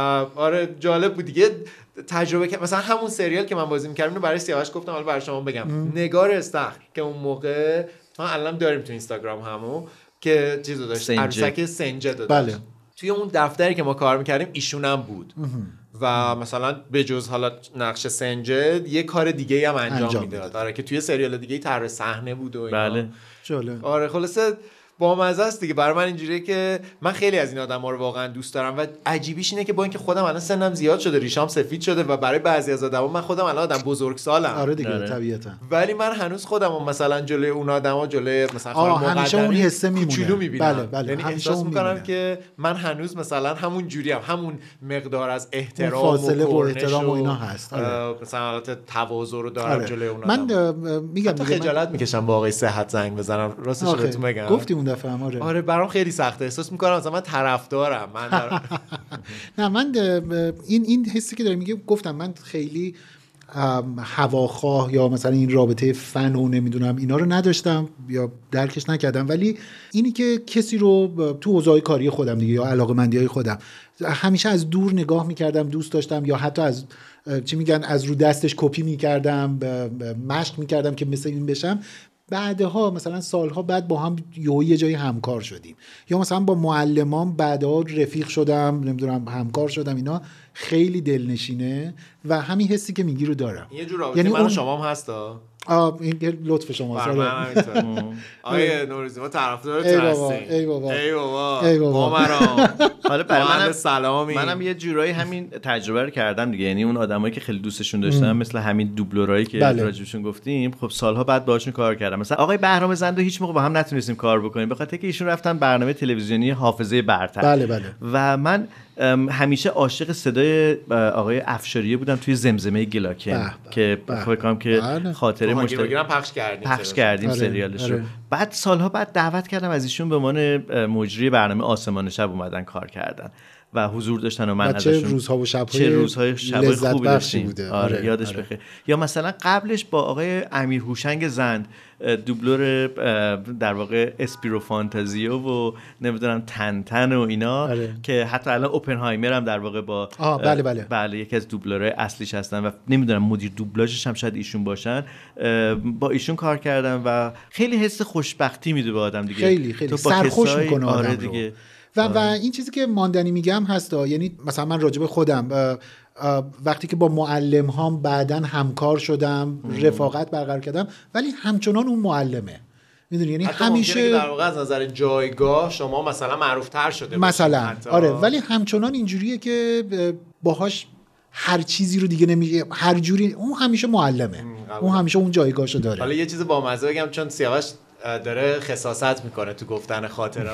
آره جالب بود دیگه تجربه کرد مثلا همون سریال که من بازی میکردم اینو برای سیاوش گفتم حالا برای شما بگم نگار استخر که اون موقع ما الان داریم تو اینستاگرام همو که چیزو داشت
سنجه.
عروسک سنجه داشت
بله.
توی اون دفتری که ما کار میکردیم ایشونم بود و مثلا به جز حالا نقش سنجد یه کار دیگه هم انجام,
انجام
میداد آره که توی سریال دیگه طرح صحنه بود و اینا.
بله
جالب
آره خلاصه با مزه است دیگه برای من اینجوریه که من خیلی از این آدم ها رو واقعا دوست دارم و عجیبیش اینه که با اینکه خودم الان سنم زیاد شده ریشام سفید شده و برای بعضی از آدما من خودم الان آدم بزرگسالم
آره دیگه
آره.
طبیعتا
ولی من هانوس خودم و مثلا جلوی اون آدما جلوی مثلا خانم
آه، همیشه
مقدمی
اون حسه میمونه.
کوچولو میبینم
بله، بله،
یعنی
همیشه
احساس
اون
میکنم
میمونه.
که من هنوز مثلا همون جوریم همون مقدار از احترام
اون فاصله و
کرنش
احترام و اینا هست. آره.
اه، مثلا حالت تواضع رو دارم
آره.
جلوی اون
من
آدما.
اه، میگم
حتی
دیگه، من-
خجالت میکشم با آقای صحت زنگ بزنم راستش رو
آخه،
بهتون بگم
گفتیم اون دفعه هم، آره
آره برام خیلی سخته احساس میکنم مثلا من طرفدارم من در...
نه من اه، این این حسی که داره میگه گفتم من خیلی ام، هواخواه یا مثلا این رابطه فن و نمیدونم اینا رو نداشتم یا درکش نکردم ولی اینی که کسی رو ب- تو اوضاع کاری خودم دیگه یا علاقه مندی های خودم همیشه از دور نگاه میکردم دوست داشتم یا حتی از اه، چی میگن از رو دستش کپی میکردم مشق میکردم که مثل این بشم بعدها مثلا سالها بعد با هم یهو یه جایی همکار شدیم یا مثلا با معلمان بعدها رفیق شدم نمیدونم همکار شدم اینا خیلی دلنشینه و همین حسی که میگی رو دارم
یه جور رابطه
یعنی
من و
اون-
شما هم هستا
آه، این که لطف شما
بر من همینطوره آقای نوروزی ما
ای
طرفدارتون
بابا،
هستیم
ای بابا.
ای بابا
ای بابا.
بامرام
حالا برای
مانند
منم
سلامی
منم یه جورایی همین تجربه رو کردم دیگه یعنی اون آدمایی که خیلی دوستشون داشتم مثل همین دوبلورایی که
بله.
راجبشون گفتیم خب سالها بعد باهاشون کار کردم مثلا آقای بهرام زنده هیچ موقع با هم نتونستیم کار بکنیم به خاطر که ایشون رفتن برنامه تلویزیونی حافظه برتر
بله، بله.
و من ام، همیشه عاشق صدای اه، آقای افشاریه بودم توی زمزمه گلاکن
به، به،
که
به،
فکر کنم که
بله.
خاطره
هاگیر
مشترک
واگیر هم پخش کردیم
پخش
صداش.
کردیم
آره،
سریالش رو
آره.
بعد سالها بعد دعوت کردم از ایشون به عنوان مجری برنامه آسمان شب اومدن کار کردن و حضور داشتن و من
و چه
ازشون-
روزها و شب‌های
چه روزهای شب‌های
لذت
خوبی
بخشی
داشتیم
بوده.
آره,
آره،
یادش
آره.
بخیر یا مثلا قبلش با آقای امیر هوشنگ زند اه، دوبلور اه، در واقع اسپیرو فانتازیو و نمیدونم تنتن و اینا
آره.
که حتی الان اوپنهایمر هم در واقع با
آه، بله، بله.
اه، بله یکی از دوبلورهای اصلیش هستن و نمیدونم مدیر دوبلاژش هم شاید ایشون باشن اه، با ایشون کار کردم و خیلی حس خوشبختی میده به آدم دیگه
خیلی خیلی
تو با
سرخوش
کسایی-
میکنه آدم
آره
رو.
دیگه آره.
و, و این چیزی که ماندنی میگم هستا یعنی مثلا من راجب خودم اه، اه، وقتی که با معلم هام بعدا همکار شدم رفاقت برقرار کردم ولی همچنان اون معلمه میدونی یعنی
حتی همیشه
همیشه
در واقع از نظر جایگاه شما مثلا معروف تر شده باشید
مثلا
حتی.
آره ولی همچنان اینجوریه که اه، باهاش هر چیزی رو دیگه نمیگه هر جوری اون همیشه معلمه
قبول.
اون همیشه اون جایگاهشو
حالا
داره
یه چیز بامزه بگم چون سیاوش داره خصاصت میکنه تو گفتن خاطره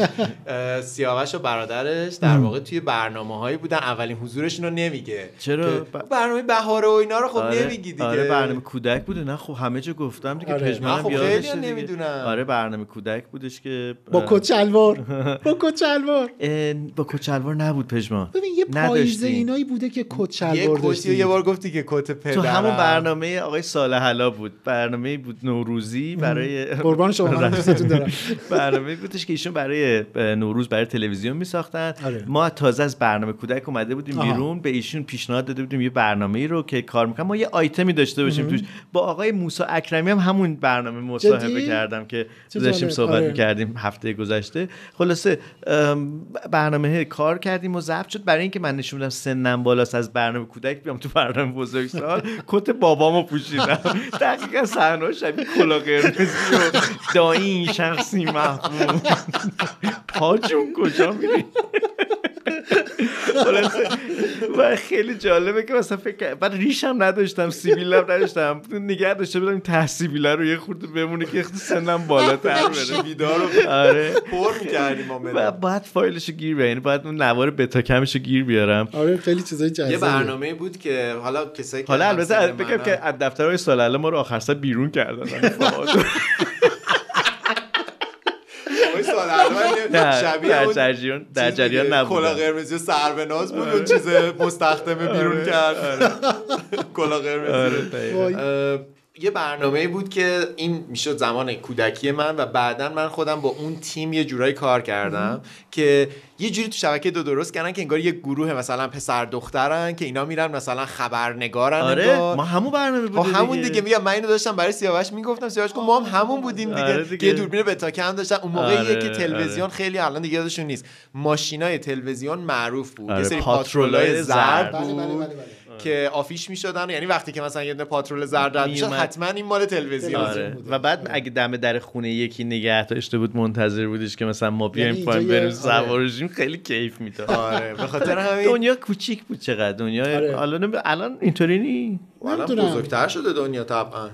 ها سیاوش و برادرش در واقع توی برنامه هایی بودن اولین حضورش اینو نمیگه
چرا؟
که برنامه بهاره و اینا رو خب
آره،
نمیگی دیگه
آره برنامه کودک بوده نه خب همه جا گفتم دیگه
آره.
پژمانم
نه، خب
یادشه
خیلی‌ها
دیگه.
نمی‌دونن.
آره برنامه کودک بودش که
با کت شلوار با کت شلوار
اه، با کچلوار نبود پژمان
ببین یه پاییزه
نداشتیم.
اینایی بوده که کت
یه
شلوار
کتی
داشتی
رو یه بار گفتی که کت پدرم
تو همون برنامه آقای صالح حلا بود برنامه بود نوروزی برای
قربان شما، من دوستتون دارم.
برنامه بودش که ایشون برای اه، نوروز برای تلویزیون میساختن
آره.
ما تازه از برنامه کودک اومده بودیم
آها.
بیرون به ایشون پیشنهاد داده بودیم یه برنامه رو که کار میکنم ما یه آیتمی داشته باشیم توش با آقای موسی اکرمی هم همون برنامه مصاحبه
جدی؟
کردم که
چه
داشتیم
جالب،
صحبت
آره.
میکردیم هفته گذشته خلاصه ام، برنامه کار کردیم و ضبط شد برای اینکه من نشون بدم سنم بالاست از برنامه کودک بیام تو برنامه بزرگسال کت بابامو پوشیدم دقیقا صحنه شبیه کلا قرمزی و دایی این شخصی محبوب پاجون کجا میری خلاصه و خیلی جالبه که مثلا فکر کرد- بعد ریشم نداشتم سیبیلم نداشتم نگه داشته بودم این ته سیبیله رو یه خورده بمونه که سنم بالاتر بره
شیبیدا رو
آره
پر می‌کردیم ما مدام.
و باید فایلش رو گیر بیارم یعنی باید اون نوار بتا کمش رو گیر بیارم
آره خیلی چیزای جذابه
یه برنامه بود که حالا کسایی که
حالا
همسن
البته بگم
منن،
که از دفتر های سالله ما رو آخر سر بیرون کردن یعنی
آقای سالاران
نه،
شبیه
در
اون
جریان در
چیز
جریان آره.
دیگه، کلا
نبود
قرمزی و سر به ناز بود اون چیز
آره.
مستخدمه بیرون کرد کلا قرمزی رو. اه، یه برنامه بود که این میشد زمان کودکی من و بعدا من خودم با اون تیم یه جورایی کار کردم که یه جوری تو شبکه دو درست کردن که انگار یه گروه مثلا پسر دخترن که اینا میرن مثلا خبرنگارن
آره
انگار.
ما همون برنامه
خب
بود
همون دیگه میگم من اینو داشتم برای سیاوش میگفتم سیاوش گفت ما هم همون بودیم دیگه,
آره
که
دیگه.
یه دوربین بتا کم داشتن اون موقعیه
آره،
که تلویزیون
آره.
خیلی الان دیگه یادشون نیست ماشینای تلویزیون معروف بود
آره،
یه سری
پاترولای
پاترولای زرد
زرد. بله،
بله،
بود که آفیش میشدن یعنی وقتی که مثلا یه دونه پاترول زرد رد میشد
می‌اومد.
حتما این مال تلویزیون
آره. و بعد اگه دم در خونه یکی نگه داشته بود منتظر بودش که مثلا ما
یعنی
بیایم
اینجا
پایین
یه-
بریم
آره.
سوارشیم خیلی کیف میداد
آره به خاطر همین
دنیا کوچیک بود چقدر
آره.
دنیا الان الان اینطوری نی
الان
نمی‌دونم.
بزرگتر شده دنیا طبعا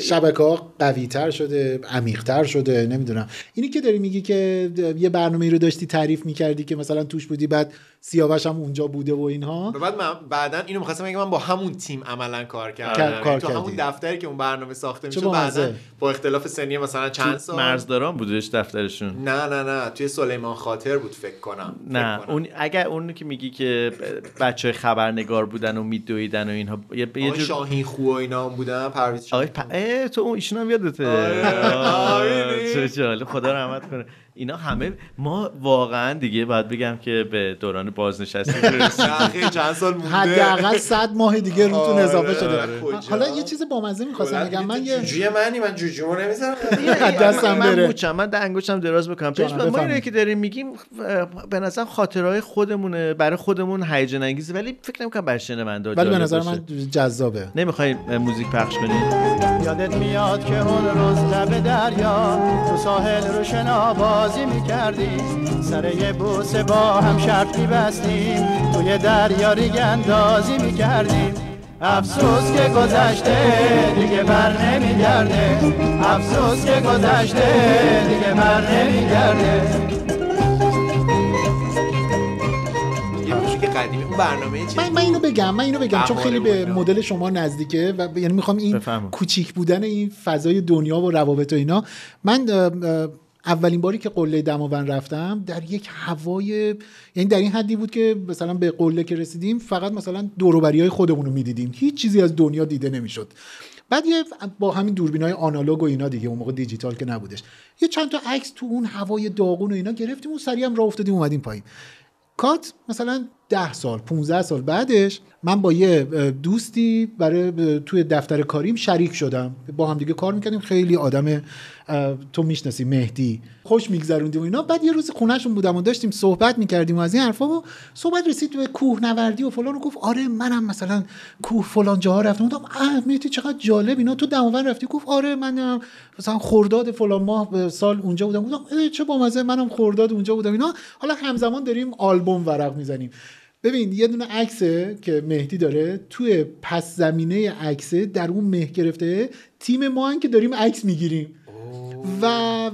شبکه ها قوی تر شده عمیق تر شده نمیدونم اینی که داری میگی که د- یه برنامه رو داشتی تعریف میکردی که مثلا توش بودی بعد سیاوش هم اونجا بوده و اینها
و بعد من بعدا اینو می‌خواستم بگم من با همون تیم عملا کار
آره.
کار-
کردم
کار
یعنی تو همون
کردی.
دفتری که اون برنامه ساخته
چه
میشد بعدا
بامزه.
با اختلاف سنی مثلا چند
تو
سال
مرزداران بودش دفترشون
نه نه نه توی سلیمان خاطر بود فکر کنم فکر
نه
کنم.
اون اگر اون که میگی که بچه خبرنگار بودن و میدویدن و اینها یه یه
آقای
جور
شاهین خو و اینا هم بودن پرویز شاهین.
آقای پ... اه، تو اون ایشون هم یادته
آره،
آه،
آره.
چه جالب خدا رحمت کنه اینا همه ما واقعا دیگه باید بگم که به دوران بازنشستگی رسیدیم.
نه، خیلی چند سال مونده
حداقل 100 ماه دیگه روتون
آره،
اضافه
آره.
شده
کجا؟
حالا یه چیز بامزه میخواستم
بلند
بگم من
می‌گی
یه
تو جوجوی منی من جوجومو نمیذارم
دستم
من
بره
موچم من در انگشتم دراز بکنم
جانم،
پیش ما
بفرمایید.
اینایی که داریم میگیم اه، به نظر خاطرهای خودمونه برای خودمون هیجان انگیزه ولی فکر نمی‌کنم برای شنونده
ولی به
جالب
نظر
باشه.
من جذابه
نمیخوای موزیک پخش کنی
یادت میاد که اون روز لب دریا تو ساحل رو شنا بازی میکردیم سر یه بوسه با هم شرط میبستیم توی دریا ریگ اندازی میکردیم افسوس که گذشته دیگه بر نمیگرده افسوس که گذشته دیگه بر نمیگرده
یه موشی که قدیمی اون برنامه چی
من, من اینو بگم من اینو بگم چون خیلی
احوال
به
اینا.
مدل شما نزدیکه و ب- یعنی میخوام این
بفهمم.
کوچیک بودن این فضای دنیا و روابط و اینا من اه، اه، اولین باری که قله دماوند رفتم در یک هوای یعنی در این حدی بود که مثلا به قله که رسیدیم فقط مثلا دوروبری های خودمون رو میدیدیم هیچ چیزی از دنیا دیده نمیشد بعد یه با همین دوربین های آنالوگ و اینا دیگه اون موقع دیجیتال که نبودش یه چند تا عکس تو اون هوای داغون و اینا گرفتیم و سریع هم راه افتادیم اومدیم پایین کات مثلا 10 سال 15 سال بعدش من با یه اه، دوستی برای اه، توی دفتر کاریم شریک شدم با هم دیگه کار میکردیم خیلی آدم اه، تو میشناسی مهدی خوش میگذروندیم و اینا بعد یه روز خونهشون بودم و داشتیم صحبت میکردیم و از این حرفا و صحبت رسید به کوه نوردی و فلان و گفت آره منم مثلا کوه فلان جاها رفتم گفتم اه مهدی چقدر جالب اینا تو دماوند رفتی گفت آره منم مثلا خرداد فلان ماه به سال اونجا بودم گفتم اه، چه بامزه منم خرداد اونجا بودم اینا حالا همزمان داریم آلبوم ورق میزنیم ببین یه دونه عکسه که مهدی داره توی پس زمینه عکسه در اون مه گرفته تیم ما هم که داریم عکس میگیریم و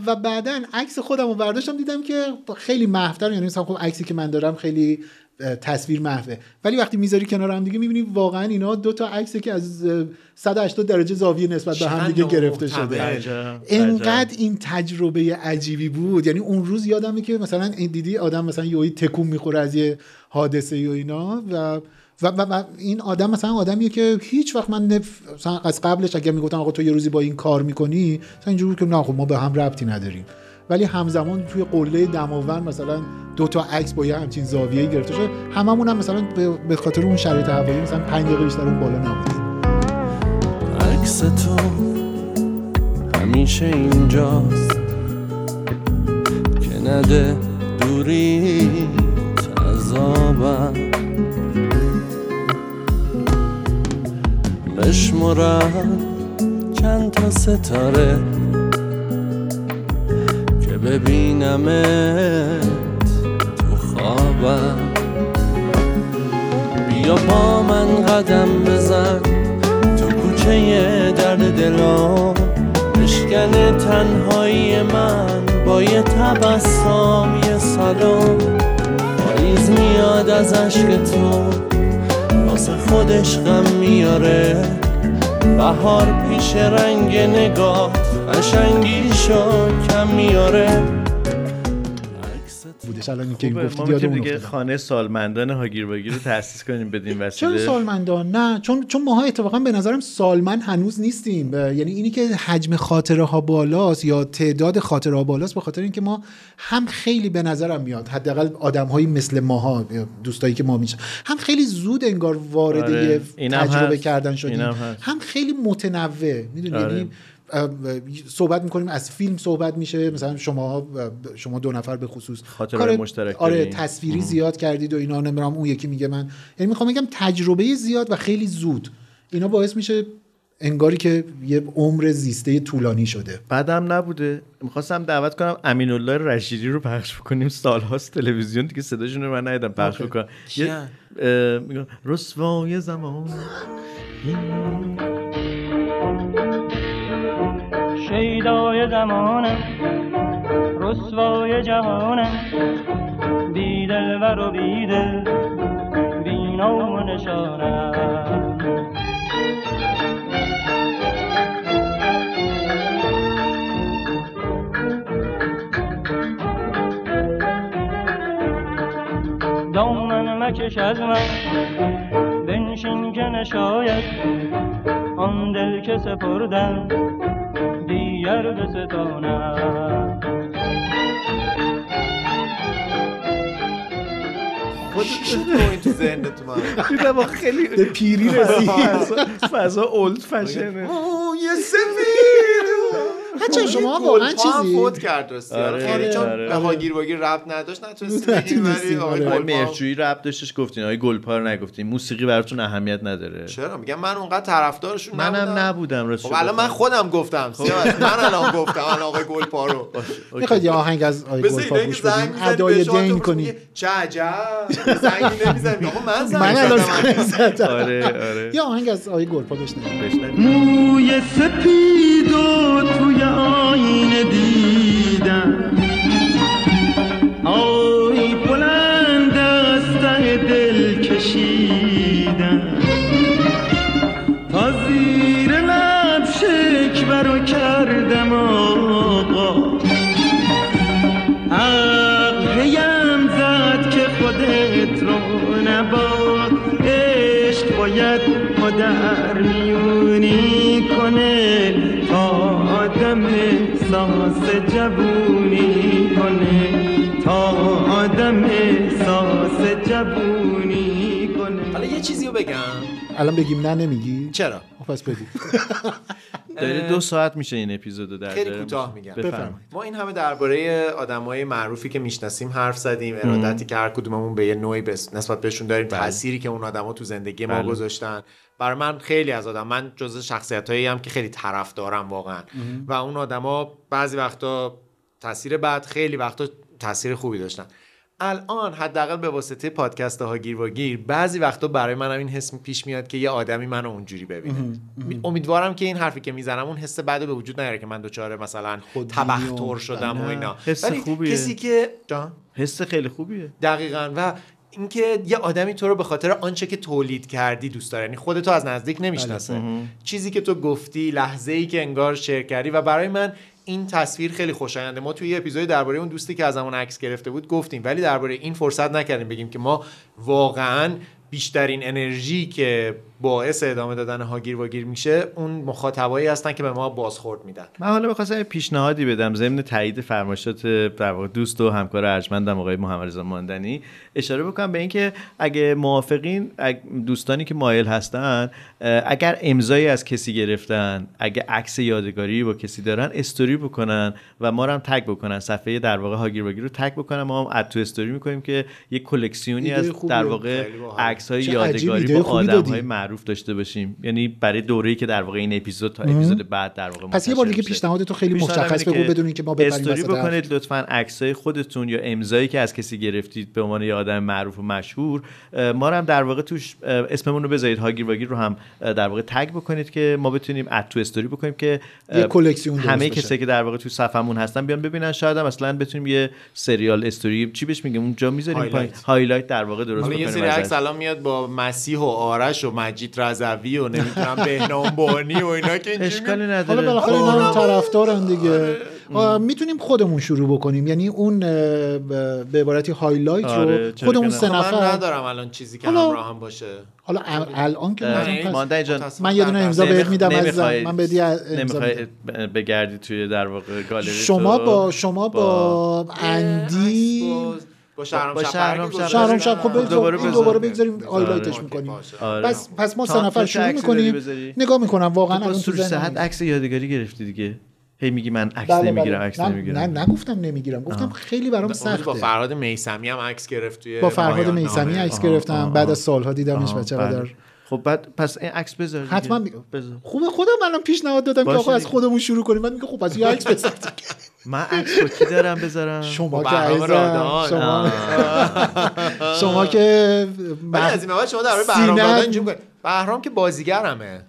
و بعدا عکس خودم رو برداشتم دیدم که خیلی محفتر یعنی مثلا خب عکسی که من دارم خیلی اه، تصویر محوه ولی وقتی میذاری کنار هم دیگه میبینی واقعا اینا دو تا عکسی که از اه، 180 درجه زاویه نسبت به هم دیگه
چند نوع
گرفته
محتمل.
شده
عجب،
انقدر این تجربه عجیبی بود یعنی اون روز یادمه که مثلا این دیدی آدم مثلا یوی تکون میخوره از یه حادثه و اینا و و, و, و این آدم مثلا آدمیه که هیچ وقت من نف... مثلا از قبلش اگر میگفتم آقا تو یه روزی با این کار میکنی مثلا اینجوری بود که نه خب ما به هم ربطی نداریم ولی همزمان توی قله دماوند مثلا دو تا عکس با یه همچین زاویه گرفته شده هممون هم مثلا به- به خاطر اون شرایط هوایی مثلا 5 دقیقه بیشتر اون بالا نبود
عکس تو همیشه اینجاست که نده دوری عذابم بشمرم چند تا ستاره که ببینمت تو خوابم بیا با من قدم بزن تو کوچه درد دلام بشکن تنهایی من با یه تبسم یه سلام پاییز میاد از عشق تو واسه خودش غم میاره بهار پیش رنگ نگاه قشنگیشو کم میاره
بودش الان این که این
آره، ما
گفتی
میتونیم
یادمون
خب، دیگه
افتاد.
خانه سالمندان هاگیر باگیر رو تأسیس کنیم بدین وسیله
چرا سالمندان نه چون چون ماها اتفاقا به نظرم سالمند هنوز نیستیم ب- یعنی اینی که حجم خاطره ها بالاست یا تعداد خاطره ها بالاست به خاطر اینکه ما هم خیلی به نظرم میاد حداقل آدم مثل ماها دوستایی که ما میشن هم خیلی زود انگار وارد
آره،
یه
اینم
تجربه
هست.
کردن شدیم
اینم هست.
هم خیلی متنوع میدونی
آره.
یعنی اه، اه، صحبت میکنیم از فیلم صحبت میشه مثلا شما شما دو نفر به خصوص
خاطرات
کار-
مشترک
آره
داریم.
تصویری
مهم.
زیاد کردید و اینا نمیرم اون یکی میگه من یعنی میخوام بگم تجربه زیاد و خیلی زود اینا باعث میشه انگاری که یه عمر زیسته طولانی شده
بعدم نبوده میخواستم دعوت کنم امین الله رشیدی رو پخش بکنیم سالهاست تلویزیون دیگه صداشون رو من ندیدم پخش
آخه،
بکنم یه
کیان؟
اه، میگن رسوای زمان
شیدای زمانم رسوای جهانم بیدل و رو بیدل بی نام و نشانم دامن مکش از من بنشین که نشاید آن دل که سپردم دیگر بستانم
این تو ذهنت من
دیدم آخه خیلی
به پیری
فضا- فضا اولد فشنه
یه سفید
بچه، شما واقعاً چیزی؟
فوت کرد راستی آره،
آره،
خیلی چون
آره.
به هاگیر واگیر ربط نداشت نتونستی بگی ولی
نتونستیم
آقای
آره.
آقای
گلپا-
مهرجویی رب داشتش گفتین آقای گلپار نگفتین موسیقی براتون اهمیت نداره
چرا میگم من اونقدر طرفدارشون
منم
نبودم
نبودم راستش
خب الان من
بخوام.
خودم گفتم سیاوش. من الان گفتم الان آقای گلپارو
میخواید یه آهنگ از آی
بس
گلپا
اینایی که
گوش
زنگ
بدیم
میزنی
ادای
بهش، آقا تو
دین
بهش
کنی
میگی، چه عجب زنگ نمیزنی آقا من زنگ
من الان
زدم.
زنگ زدم.
آره، آره.
یه آهنگ از آی گلپا بشنویم
موی سپید و توی آینه دیدم آی بلند از ته دل کشیدم تا زیر لب شکبر و کردم آقا عقلیم زد که خودت رو نباد عشق باید ما در میونی کنه تا آدم ساس جوونی کنه تا آدم ساس جوونی کنه
حالا یه چیزی رو بگم
الان بگیم نه نمیگی خب،
چرا
پس بگو
داره دو ساعت میشه این اپیزودو در
خیلی
داره.
کوتاه میگم
بفرمایید
ما این همه درباره آدمای معروفی که میشناسیم حرف زدیم ارادتی که هر کدوممون به یه نوعی بس... نسبت بهشون داریم تأثیری که اون آدما تو زندگی ما
بله.
گذاشتن برای من خیلی از آدم من جز شخصیت هم که خیلی طرف دارم واقعا
مهم.
و اون آدما بعضی وقتا تاثیر بد خیلی وقتا تاثیر خوبی داشتن الان حداقل به واسطه پادکست ها گیر و گیر بعضی وقتا برای منم این حس پیش میاد که یه آدمی منو اونجوری ببینه می- امیدوارم که این حرفی که میزنم اون حس بدو به وجود نیاره که من دوچاره مثلا تبختر شدم و اینا
حس
ولی
خوبیه.
کسی که جان
حس خیلی خوبیه
دقیقا و اینکه یه آدمی تو رو به خاطر آنچه که تولید کردی دوست داره یعنی خودتو از نزدیک نمیشناسه
بله. مهم.
چیزی که تو گفتی لحظه ای که انگار شیر کردی و برای من این تصویر خیلی خوشاینده ما توی یه اپیزود درباره اون دوستی که از همون عکس گرفته بود گفتیم ولی درباره این فرصت نکردیم بگیم که ما واقعا بیشترین انرژی که باعث ادامه دادن هاگیر واگیر میشه اون مخاطبایی هستن که به ما بازخورد میدن
من حالا میخواستم یه پیشنهادی بدم ضمن تایید فرمایشات در واقع دوست و همکار ارجمندم آقای محمد رضا ماندنی اشاره بکنم به اینکه اگه موافقین اگ- دوستانی که مایل هستن اه، اگر امضایی از کسی گرفتن اگه عکس یادگاری با کسی دارن استوری بکنن و ما رو هم تگ بکنن صفحه در واقع هاگیر واگیر رو تگ بکنن ما هم اد تو استوری میکنیم که یه کلکسیونی
ایده
از
خوبیه.
در واقع
خیلی باحال.
عکس های
چه عجیب
یادگاری
ایده
با
خوبی
آدم
دادی.
های معروف داشته باشیم یعنی برای دوره‌ای که در واقع این اپیزود تا
مهم.
اپیزود بعد در واقع
پس یه بار
منتشر
دیگه
میشه.
پیشنهاد تو خیلی
پیشنهادم
مشخص
اینه
بگو
که
بدون که ما بپریم
استوری
وسط حرف.
بکنید لطفا عکسای خودتون یا امضایی که از کسی گرفتید به عنوان یه آدم معروف و مشهور اه، ما رو هم در واقع توش اه، اسممون رو بذارید هاگیر واگیر رو هم اه، در واقع تگ بکنید که ما بتونیم اد تو استوری بکنیم که اه،
یه کلکسیون درست
همه
بشه.
کسایی که در واقع تو صفمون هستن بیان ببینن شاید هم اصلا بتونیم یه سریال استوری چی بهش میگیم اونجا میذاریم
هایلایت.
پایین هایلایت در واقع درست
حالا یه
بکنیم
سری
ازش.
عکس الان میاد با مسیح و آرش و مجید رضوی و نمیدونم بهنام بانی و اینا که
اشکالی
حالا بالاخره اینا هم طرفدارن دیگه
آره.
آه، میتونیم خودمون شروع بکنیم یعنی اون اه، ب- به عبارتی هایلایت
آره،
رو خودمون
خب
سه
من
نفر
ندارم الان چیزی که
حالا-
همراه هم باشه
حالا ال- الان که
نه،
لازم
این
پس-
مانده جان.
من یه دونه امضا بهت میدم از من بهت یه امضا
نمیخوای
میدم.
بگردی توی در واقع گالری
شما
تو؟
با شما با اندی
با شهرام
با
شب
شهرام
برگی
شب.
شهرام
بزن.
شب خب بگذار-
دوباره
این
بزن.
دوباره بگذاریم
آره.
آیلایتش
آره.
میکنیم
آره.
پس پس ما
تا-
سه
تو
نفر
چه
شروع
عکسی داری
میکنیم
بذاری؟
نگاه میکنم واقعا
تو
الان تو
سروش صحت
ذهنم
عکس یادگاری گرفتی دیگه هی میگی من عکس
بله، بله.
نمیگیرم عکس
نه-
نمیگیرم
نه نگفتم نمیگیرم گفتم
آه.
خیلی برام
اون روز با
سخته
فرهاد میسمی هم عکس گرفت توی
با فرهاد
پایان
میسمی
نامه.
عکس گرفتم بعد از سالها دیدمش
آها،
و چقدر
بله. خب بعد پس این عکس بذار دیگه. خب
حتما می-
بذار.
خوبه خودم الان پیشنهاد دادم که
باشه
آقا از
دیگه.
خودمون شروع کنیم من میگه خب پس یه عکس بزن
من عکس با کی دارم بذارم
شما
با
که
بهرام
عزیزم
رادان.
شما
آه.
شما که
ولی از این به بعد شما در بهرام
سینه-
دادن اینجوری می‌کنی. بهرام که بازیگرمه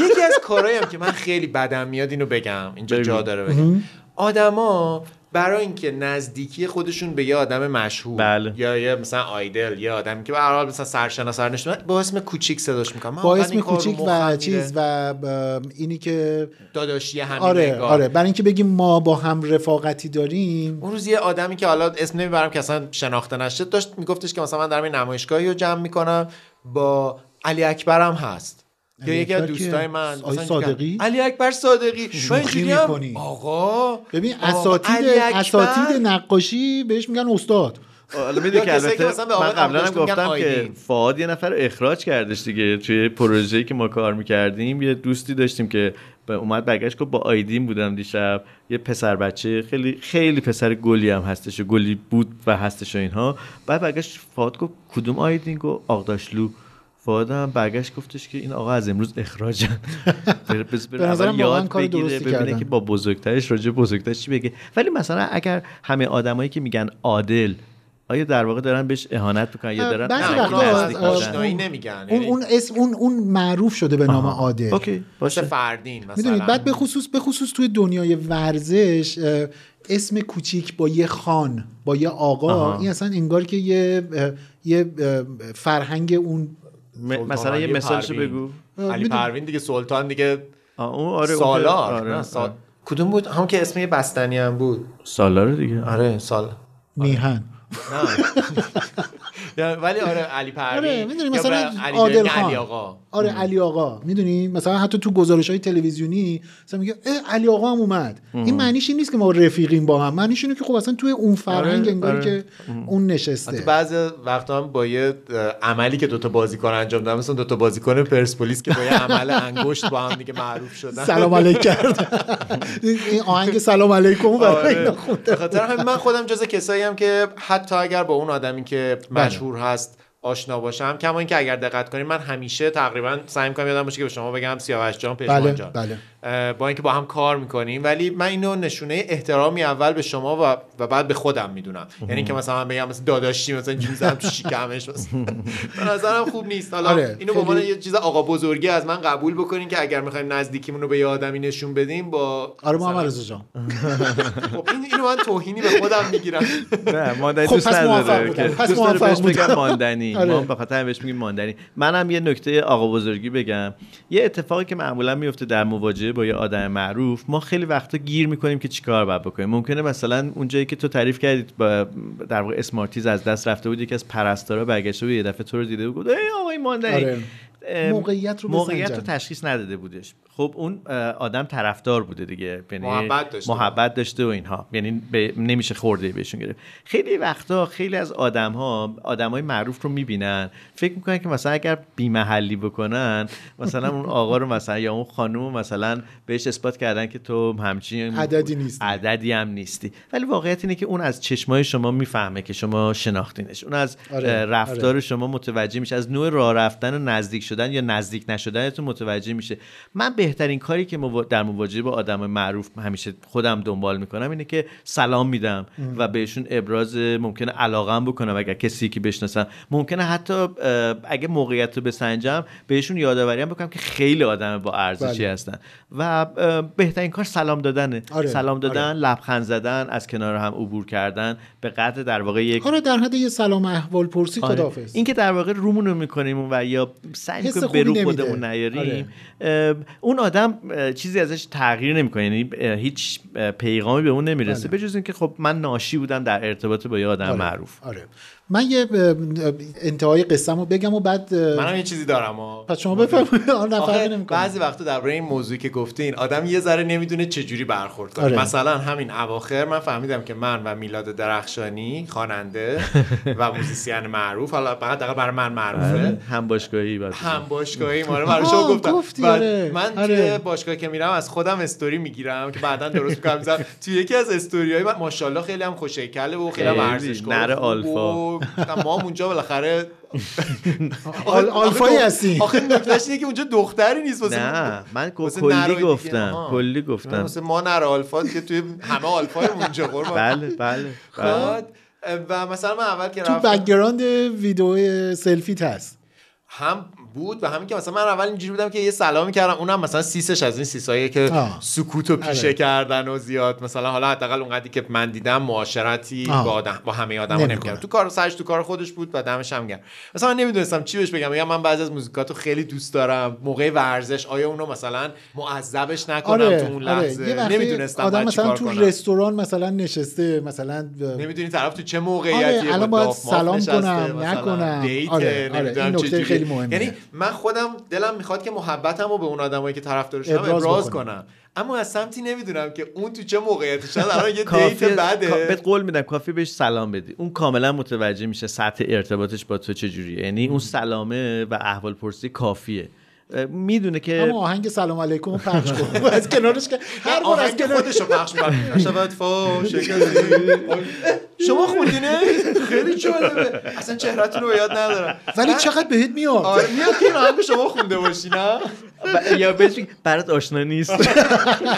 یکی از کارهایی هم که من خیلی بدم میاد اینو بگم اینجا جا داره بگم آدما برای اینکه نزدیکی خودشون به یه آدم مشهور
بله.
یا یه مثلا آیدل یه آدمی که به هر حال مثلا سرشناس سرنشون با اسم کوچیک صداش میکنم
با اسم کوچیک و چیز و ب- اینی که
داداشی همین
آره
نگاه.
آره برای اینکه بگیم ما با هم رفاقتی داریم
اون روز یه آدمی که حالا اسم نمیبرم که اصلا شناخته نشده داشت میگفتش که مثلا من دارم یه نمایشگاهی رو جمع میکنم با علی اکبرم هست یا
علی
یکی از
اکبر که؟
دوستای من
آقای
مثلا اینجوری که
صادقی؟
علی اکبر صادقی شما اینجوری
می‌کنی.
هم آقا
ببین
آقا،
اساتید
علی اکبر؟
اساتید نقاشی بهش میگن استاد
حالا می‌دونی که
یا کسایی که
البته
مثلا به
من
آقای
قبلا هم
عبدالداشت میگن
گفتم که
آیدین.
فعاد یه نفر رو اخراج کردش دیگه توی پروژه‌ای که ما کار میکردیم یه دوستی داشتیم که به اومد برگشت گفت با آیدین بودم دیشب یه پسر بچه خیلی خیلی پسر گلی هم هستش و گلی بود و هستش و اینها بعد برگشت فعاد گفت کدوم آیدین گفت آقداشلو فعاد هم برگشت گفتش که این آقا از امروز اخراجن بر- بس- بر-
به نظرم
اول
واقعاً
یاد
کار
بگیره،
درستی
ببینه
کردن.
که با بزرگترش راجع به بزرگترش چی بگه ولی مثلا اگر همه آدمایی که میگن عادل آیا در واقع دارن بهش اهانت میکنن یا دارن
بعضی
نه،
وقتا
اون
از-
نزدیک
از-
باشن؟
آشنایی نمیگن
اون اون اسم اون اون معروف شده به نام
آها.
عادل
اوکی
مثل فردین مثلا
میدونید بعد به خصوص به خصوص توی دنیای ورزش اه، اسم کوچیک با یه خان با یه آقا
آها.
این اصلا انگار که یه اه، یه اه، فرهنگ اون
م- مثلا یه
علی
مثالشو
پروین.
بگو
علی
می‌دونی.
پروین دیگه سلطان دیگه
اون آره، اون
سالار
که- آره،
نه، سال-
آره.
کدوم بود هم که اسم یه بستنی هم بود
سالار دیگه
آره سال
میهن
یا- ولی آره علی پروین
آره میدونی
یا
مثلا
بر- علی
عادل
دایی،
خان
علی آقا
آره علی آقا میدونی مثلا حتی تو گزارش های تلویزیونی مثلا میگه اه، علی آقا هم اومد این معنیش این نیست که ما رفیقیم با هم معنیش اینه که خب اصلا توی اون فرهنگ
آره،
انگاری
آره.
که اون
حتی
نشسته
بعضی وقتا هم با یه عملی که دوتا بازیکن انجام دادن مثلا دوتا بازیکن پرسپولیس که با یه عمل انگشت با هم دیگه معروف شدن
سلام علیک کرد این این آهنگ سلام علیکم برای اینا
آره.
خونده
به خاطر همین من خودم جز کسایی هم که حتی اگر با اون آدمی که
بله.
مشهور هست آشنا باشم کما اینکه اگر دقت کنید من همیشه تقریبا سعی می‌کنم یادم باشه که به شما بگم سیاوش جان پشمان
بله
جان
بله
اه، با اینکه با هم کار میکنیم ولی من اینو نشونه احترامی اول به شما و, و بعد به خودم میدونم یعنی که مثلا من بگم مثلا داداشی مثلا جوزم تو شکمش مثلا به نظرم خوب نیست حالا
آره،
اینو به
خیلی-
عنوان یه چیز آقا بزرگی از من قبول بکنین که اگر میخوایم نزدیکیمون رو به یه آدمی نشون بدیم با
آره محمد رضا جان
خب این اینو من توهینی به خودم میگیرم
نه ماندنی
خب،
دوست
پس موفق
نداره
بودم.
که
پس
دوست داره
موفق
بهش بگم
بودم.
ماندنی
آره.
ما به خاطر همین بهش میگیم ماندنی منم یه نکته آقا بزرگی بگم یه اتفاقی که معمولا میفته در مواجهه با یه آدم معروف ما خیلی وقتا گیر میکنیم که چیکار باید بکنیم ممکنه مثلا اونجایی که تو تعریف کردید با در واقع اسمارتیز از دست رفته بود یکی از پرستارا برگشته بود یه دفعه تو رو دیده بود گفت ای آقای ماندنی
آره.
ام،
موقعیت رو
موقعیت
بسنجن.
رو تشخیص نداده بودش خب اون اه، آدم طرفدار بوده دیگه یعنی
محبت داشته.
محبت داشته و اینها یعنی به- نمیشه خورده بهشون گرفت خیلی وقتا خیلی از آدم ها آدم های معروف رو میبینن فکر میکنن که مثلا اگر بیمحلی بکنن مثلا اون آقا رو مثلا یا اون خانم رو مثلا بهش اثبات کردن که تو همچین
عددی نیستی.
عددی هم نیستی ولی واقعیت اینه که اون از چشمای شما میفهمه که شما شناختینش اون از
آره،
اه، رفتار
آره.
شما متوجه میشه از نوع راه رفتن و نزدیک شدن یا نزدیک نشدنتون متوجه میشه من بهترین کاری که موا- در مواجهه با آدم معروف همیشه خودم دنبال میکنم اینه که سلام میدم
ام.
و بهشون ابراز ممکنه علاقم بکنم اگر کسی که بشناسم ممکنه حتی اه، اگه موقعیت رو بسنجم بهشون یادآوری هم بکنم که خیلی آدم با ارزشی
بله.
هستن و اه، بهترین کار سلام دادنه
آره،
سلام دادن لبخند زدن از کنار هم عبور کردن به قدر در واقع یک
حالا در حد یه سلام احوال پرسی
آره.
خداحافظ
این که در واقع رومون رو میکنیم و یا سعی
حس
میکنیم
خوبی
به رو
نمیده.
خودمون نیاریم
آره.
اه، اون آدم اه، چیزی ازش تغییر نمیکنه یعنی اه، هیچ اه، پیغامی به اون نمیرسه بجز اینکه خب من ناشی بودم در ارتباط با یه آدم معروف
بله. آره من یه اه، انتهای قصه‌مو بگم و بعد اه،
منم یه چیزی دارم ها
پس شما بفرمایید آه، نه، فرقی
آخه
نمی‌کنه.
بعضی وقتا درباره این موضوعی که گفتین آدم یه ذره نمیدونه چه جوری برخورد کنه
آره.
مثلا همین اواخر من فهمیدم که من و میلاد درخشانی خواننده و موزیسین معروف حالا فقط دقیقا برای من
آره.
معروفه
هم باشگاهی بعد
هم باشگاهی ما رو برای شما
آه،
گفتم
گفتی،
و
آره.
من توی
آره.
باشگاه که میرم از خودم استوری میگیرم که بعدا درست میکنم میذارم توی یکی از استوریای من ماشاءالله خیلی هم خوشیکله و خیلی هم
خیلی.
ارزشگاه
نر
و- و-
آلفا.
ما هم اونجا بالاخره
آل- آلفایی هستی.
آخه نکتهش اینه که اونجا دختری نیست واسه
نه من
واسه
کلی
نرهای دیگه.
گفتم
آها.
کلی
من
گفتم
واسه ما نر آلفا که توی همه آلفای اونجا قربان
بله بله
خب.
بله.
بعد، و مثلا من اول که
تو
رفتم
بکگراند ویدیو سلفیت هست
هم بود و همین که مثلا من اول اینجوری بودم که یه سلامی کردم اونم مثلا سیسش از این سیسایی که
آه.
سکوت و پیشه
آره.
کردن و زیاد مثلا حالا حداقل اونقدری که من دیدم معاشرتی
آه.
با آدم با همه آدما
نمی‌کنه.
نمیکرد تو کار سرش تو کار خودش بود و دمش هم گرم مثلا من نمیدونستم چی بهش بگم میگم من بعضی از موزیکاتو خیلی دوست دارم موقع ورزش آیا اونو مثلا معذبش نکنم
آره
تو اون لحظه
آره یه وقتی
نمیدونستم
آدم
باید
مثلا
چیکار
تو
کنم.
رستوران مثلا نشسته مثلا
نمیدونی طرف تو چه
آره،
موقعیتی
الان
با
باید
داف ماف
سلام
نشسته،
کنم،
مثلا
نکنم.
دیته،
آره، آره،
نمی‌دونم
این
چه
نکته
جوری.
خیلی مهمه.
یعنی من خودم دلم میخواد که محبتم رو به اون آدمایی که طرفدار شدم
ابراز
ابراز,
بکنم.
کنم اما از سمتی نمیدونم که اون تو چه موقعیتی شد الان یه دیت
کافی کا-
بده
بهت قول میدم کافی بهش سلام بدی اون کاملا متوجه میشه سطح ارتباطش با تو چجوریه یعنی اون سلامه و احوال پرسی کافیه اه، میدونه که
اما آهنگ سلام علیکم رو پخش کن از کنارش که هر بار از
آهنگ
کنار
خودش رو پخش میکنم شود فاش کسی. شما خوندینه خیلی جالبه اصلا چهرهتون رو به یاد ندارم
ولی چقدر بهت میاد
آره میاد که این آهنگ شما خونده باشی نه
ب- یا بهش بگی، برات آشنا نیست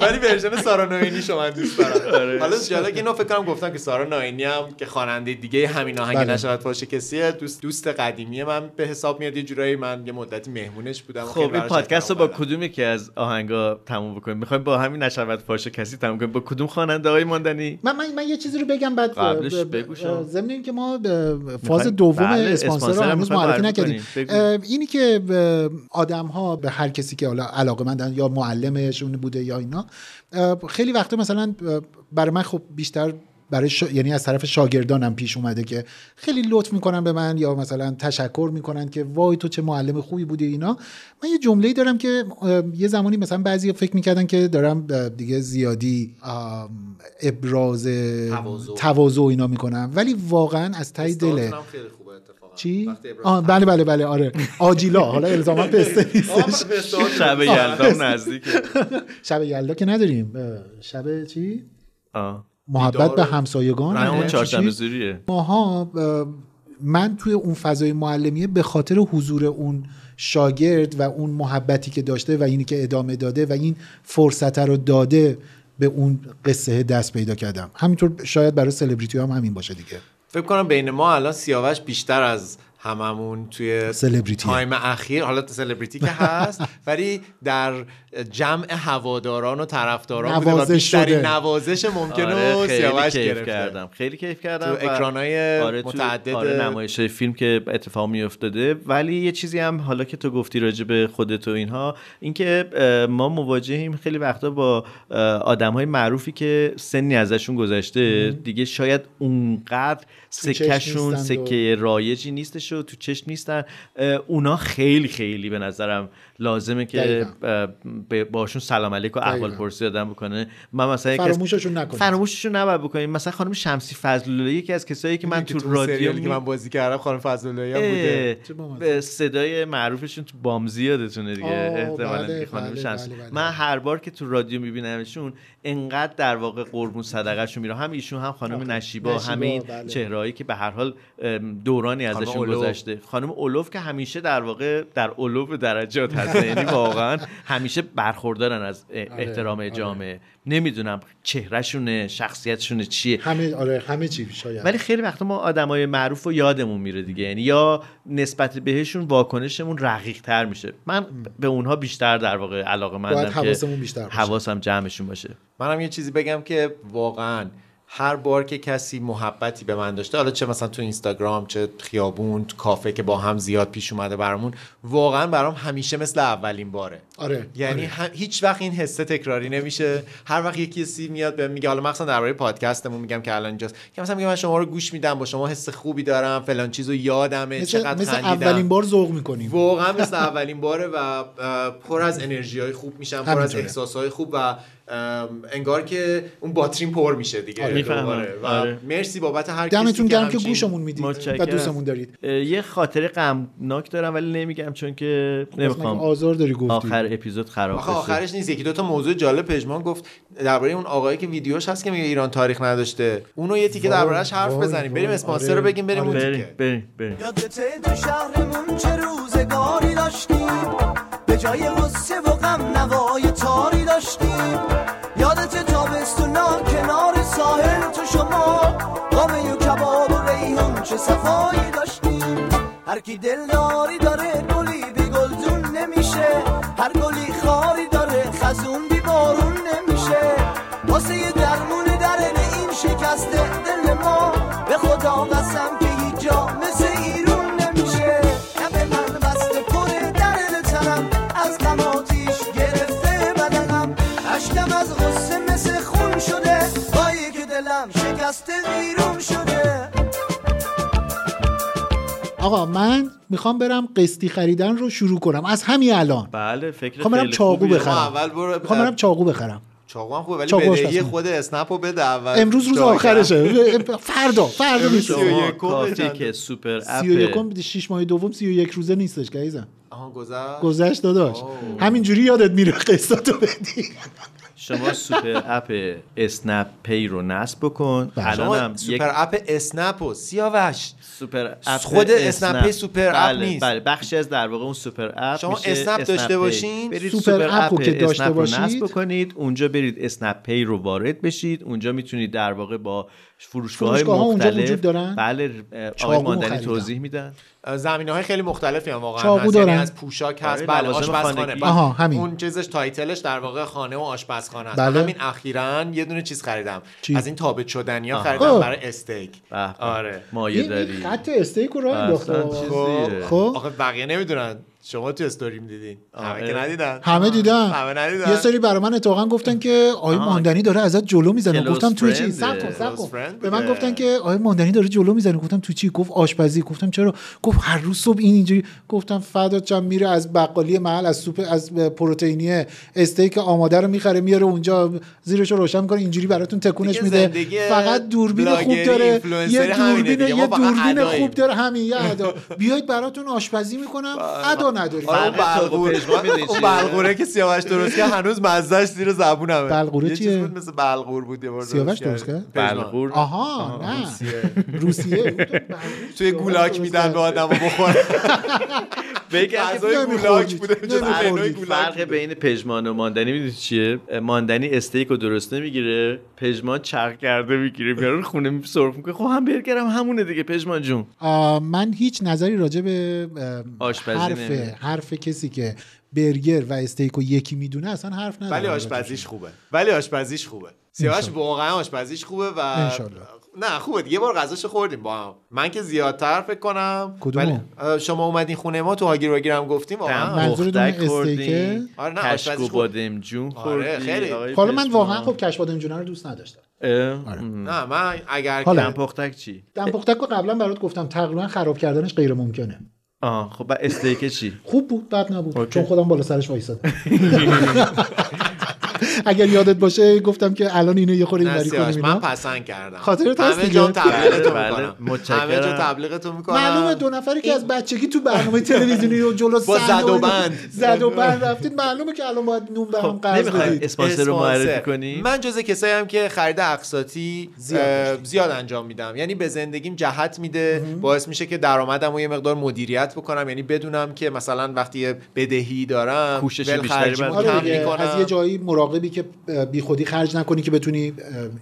ولی ورژن سارا نوینی شما دوست
آره.
دارم حالا جالب که اینو فکر کنم گفتم که سارا نوینی هم که خواننده دیگه همین آهنگ
بله.
نشود فاش کسیه دوست دوست قدیمی من به حساب میاد یه جورایی من یه مدتی مهمونش بودم
خب این پادکست رو با کدوم یکی از آهنگا تموم بکنیم میخوایم با همین نشود فاش کسی تموم کنیم با کدوم خواننده آقای ماندنی
من, من, من یه چیزی رو بگم بعد
قبلش
ب- ب-
بگو شما.
ضمن این که ما ب- فاز
می‌خوایم-
دوم
بله،
اسپانسر رو
اسپانسر رو
هنوز
می‌خوایم
معرفی
معرفی
نکردیم
کنیم. بگو.
اه، اینی که ب- آدم ها به هر کسی که حالا علاقه مندن یا معلمشون بوده یا اینا اه، خیلی وقتا مثلا اه، برای من خب بیشتر برای شا- یعنی از طرف شاگردانم پیش اومده که خیلی لطف میکنن به من یا مثلا تشکر میکنن که وای تو چه معلم خوبی بودی اینا من یه جمله‌ای دارم که اه، یه زمانی مثلا بعضی فکر میکردن که دارم اه، دیگه زیادی ام، ابراز
تواضع.
تواضع و اینا میکنم ولی واقعا از ته دل
خیلی خوبه اتفاقا
چی
وقتی ابراز
آه، بله بله بله آره آجیلا حالا الزاما پسته
آه،
نیستش
به استعداد
شب
آه.
یلدام نزدیک
شب یلدا که نداریم اه، شب چی
آه.
محبت
دیدار
به
و-
همسایگان
نه اون
چی-
چهارشنبه
چی؟
زوریه
ماها اه، من توی اون فضای معلمیه به خاطر حضور اون شاگرد و اون محبتی که داشته و اینی که ادامه داده و این فرصت رو داده به اون قصه دست پیدا کردم همینطور شاید برای سلبریتی هم همین باشه دیگه
فکر کنم بین ما الان سیاوش بیشتر از هممون توی
سلبریتی
تایم اخیر حالا سلبریتی که هست ولی در جمع هواداران و طرفداران بوده و
نوازش
بیشترین
شده.
نوازش ممکن
آره،
رو
خیلی
سیاوش
کیف
گرفته
کردم. خیلی کیف کردم
تو
و-
اکرانای
آره، تو-
متعدد
آره نمایش فیلم که اتفاق میافتاده ولی یه چیزی هم حالا که تو گفتی راجع به خودت و اینها اینکه اه، ما مواجهیم خیلی وقتا با آدم های معروفی که سنی ازشون گذشته
مم.
دیگه شاید اونقدر
تو چشم
سکهشون
نیستند و-
سکه رایجی نیستش و تو چشم نیستن اه، اونا خیلی خیلی به نظرم لازمه که
دقیقاً.
اه، به- باشون سلام علیک و احوال
دقیقاً.
پرسی آدم بکنه من مثلا یک از-
فراموششون نکنید.
فراموششون نباید بکنیم مثلا خانم شمسی فضلالله یکی از کسایی که من
که
تو
تو اون
رادیو
سریالی
می...
که من بازی کردم خانم فضلالهی هم بوده
اه، به صدای معروفشون تو بامزی یادتونه دیگه
آه،
احتمالاً
بله،
دیگه خانم
بله،
شمسی
بله، بله.
من هر بار که تو رادیو میبینمشون انقدر در واقع قربون صدقهشون میره هم ایشون هم خانم نشیبا,
نشیبا،
همه این
بله.
چهرهایی که به هر حال ام، دورانی
خانم
ازشون
اولو.
گذشته خانم اولوف که همیشه در واقع در اولوف درجات هستن یعنی واقعا همیشه برخوردارن از اه،
آره،
احترام
آره.
جامعه نمیدونم چهرهشونه شخصیتشونه چیه
همه آره همه چی شاید
ولی خیلی وقتا ما آدمای معروف رو یادمون میره دیگه یعنی یا نسبت بهشون واکنشمون رقیق تر میشه من به اونها بیشتر در واقع علاقه مندم
باید
که
حواسمون بیشتر باشه.
حواسم جمعشون باشه
منم یه چیزی بگم که واقعا هر بار که کسی محبتی به من داشته حالا چه مثلا تو اینستاگرام چه خیابون تو کافه که با هم زیاد پیش اومده برامون واقعا برام همیشه مثل اولین باره
آره
یعنی هم- هیچ وقت این حسه تکراری نمیشه هر وقت یکی سی میاد بهم میگه حالا مخصوصا درباره پادکستمون میگم که الان اینجاست که مثلا میگه من شما رو گوش میدم با شما حس خوبی دارم فلان چیزو یادمه
مثل,
چقدر
آره. مثل
خندیدم.
اولین بار ذوق میکنیم
واقعا مثل اولین باره و اه، پر از انرژی های خوب میشم پر از
همینطوره.
احساس های خوب و ام، انگار که اون باترین پر میشه دیگه
آره. میفهمم.
دوباره. و
آره.
مرسی بابت هر کسی
دمتون گرم که
همچین-
گوشمون میدید و دوستمون دارید
اه، یه خاطره غمناک دارم ولی نمیگم چون که
خب،
نمیخوام
مگه آزار داری گفتی؟
آخر اپیزود خراب
آخه
بشه.
آخرش نیست یکی دوتا موضوع جالب پژمان گفت درباره اون آقایی که ویدیوش هست که میگه ایران تاریخ نداشته اونو یه تیکه
وای،
دربارهش حرف
وای،
بزنیم بریم
وای،
اسپانسر
آره.
رو بگیم بریم
آره.
اون
بریم،
تیکه
بریم بریم
یادته تو شهرمون چه روزگاری داشتیم به جای غصه و غم نوای تاری داشتیم یادت تابستونا کنار ساحل تو شما قامه و کباب و ریحون چه صفایی داشتیم هر کی دلداری داره گلی بی گلدون نمیشه هر گلی خاری داره خزون بی بارون نمیشه واسه یه درمون درن این شکسته دل ما به خدا قسم که هیچ جا مثل ایرون نمیشه لب من بسته پر درن تنم از غم آتیش گرفته بدنم اشکم از غصه مثل خون شده با که دلم شکسته بیرون شده
آقا من میخوام برم قسطی خریدن رو شروع کنم از همین الان
بله فکر
میخوام برم
خیلی
چاقو
خوبیه.
بخرم
اول برو-
خب،
میخوام برم چاقو بخرم
چاقو هم خوبه ولی
چاقو
بدهی
آشپزخونه.
خود اسنپ رو بده اول
امروز روز
جای کم.
آخرشه فردا فردا
امروز سی
میشه
و
شما
یکم
کافیه
چنده؟
که سوپر
سی و
اپ
یکم شیش ماه دوم سی و یک روزه نیستش که عزیزم
آها گذشت
گذشت داداش همینجوری یادت میره قسطاتو بدی
شما سوپر اپ اسنپ پی رو نصب بکن
بله.
شما
الانم یک
سوپر اپ اسنپ و سیاوش
سوپر اپ
خود اسنپ پی سوپر اپ
بله،
نیست
بله بخشی از در واقع اون سوپر اپ
شما
میشه
اسنپ داشته
پی.
باشین؟
برید
سوپر
سوپر
اپ
اپ
رو که
اسنپ
داشته
رو نصب
باشید.
بکنید اونجا برید اسنپ پی رو وارد بشید اونجا میتونید در واقع با فروشگاه های
فروشگاه‌ها اونجا
مختلف
وجود دارن؟
بله اه،
چاقو
آقای ماندنی
خریدم.
توضیح میدن
زمینه های خیلی مختلفی هم واقعا
چاقو
هست
دارن؟
یعنی از پوشاک هست
آره،
بله
لوازم
آشپزخانه
خانگی.
بله.
آها، همین.
اون چیزش تایتلش در واقع خانه و آشپزخانه است
بله.
همین اخیرا یه دونه چیز خریدم
چی؟
از این تابت شدنیا
آها.
خریدم
آه.
برای استیک آره
مایه
این-
داری
این خط استیک رو راه انداخته
اصلا چیزیه.
خب.
آخه بقیه نمیدونن شما تو استوریم دیدین
آره.
همه که ندیدن
همه دیدن
همه ندیدن
یه سری برای من اتفاقا گفتن که آقای ماندنی داره ازت جلو میزنه
کلوز
گفتم توی چی
فرنده.
سب کن سب
کلوز
کن
فرند
به من
بوده.
گفتن که آقای ماندنی داره جلو میزنه گفتم تو چی گفت آشپزی گفتم چرا گفت هر روز صبح این اینجوری گفتم فدات چم میره از بقالی محل از سوپ از پروتئینی استیک آماده رو میخره میاره اونجا زیرش رو روشن میکنه اینجوری براتون تکونش
دیگه
میده
زندگی
فقط دوربین خوب
بلاگری،
داره
اینفلوئنسری
یه
همینه
دوربین
دیگه. ما
یه
فقط
دوربین
اداییم.
خوب داره همین یه ادا بیاید براتون آشپزی میکنم ادا نداریم
آره، اون بلغوره اون بلغوره که سیاوش درست کرد هنوز مزهش زیر زبونمه
بلغوره
یه چیز
چیه؟
بود مثل بلغور بود یه بار
سیاوش درست کرد؟
بله،
بلغور
آها نه روسیه
توی گولاک میدن به آدم بخوره
بگم
غذای گولاک بوده جز منوی گولاک
فرق بین پژمان و ماندنی میدونی چیه ماندنی استیک رو درست نمیگیره پژمان چرخ کرده میگیره میاره رو خونه سرف میکنه خب هم برگرم همونه دیگه پژمان جون
آه، من هیچ نظری راجع به ام،
آشپزی
حرف
نمی‌دونم.
حرف کسی که برگر و استیک رو یکی میدونه اصلا حرف نداره
ولی آشپزیش خوبه ولی آشپزیش خوبه سیاوش
انشالله.
واقعا آشپزیش خوبه و
انشالله.
نه خوبه یه بار غذاش خوردیم با هم من که زیادتر فکر کنم
کدومو؟
ولی، اه، شما اومدین خونه ما تو هاگیر واگیر هم گفتیم واقعا
منظورتون
دختک
استیکه؟
خوردیم
آره، نه،
کشک
آشپزی
و
خوب.
بادم جون خوردیم
آره، خیلی.
آقای
حالا من
پژمان.
واقعا خب کش بادم جونه رو دوست نداشتم
اه،
نه من اگر
حالا.
که-
پختک چی
دنپختک رو قبلا برات گفتم تقریبا خراب کردنش غیر ممکنه
آه خب بعد استیک چی
خوب بود بد نبود
اوکی.
چون خودم بالا سرش وایسادم اگر یادت باشه گفتم که الان اینو یه خورده
نه،
اینوری
سیاوش،
کنیم
من
اینا
پسند کردم
خاطرت هست
همه
دیگه؟
جا تبلیغ تو
بله، بله.
میکنم همه
متشکرم.
جا تبلیغ تو میکنم
معلومه دو نفری که از بچگی تو برنامه تلویزیونی و جلو
با
صحنه
زد و
اینا-
بند. خب،
زد و بند رفتید معلومه که الان باید نون به هم قرض
نمی‌خوایم
بدید
اسپانسر رو
اسپانسر.
معرفی کنی
من جز کسایی هم که خرید اقساطی
زیاد
زیاد, زیاد انجام میدم یعنی به زندگیم جهت میده باعث میشه که درآمدم و یه مقدار مدیریت بکنم یعنی بدونم که مثلا وقتی یه بدهی دارم
کوشش
ولخرجیمو
آره
بیشتری
کم
دیگه، از یه
میکنم
جایی مراقبی که بی خودی خرج نکنی که بتونی اه،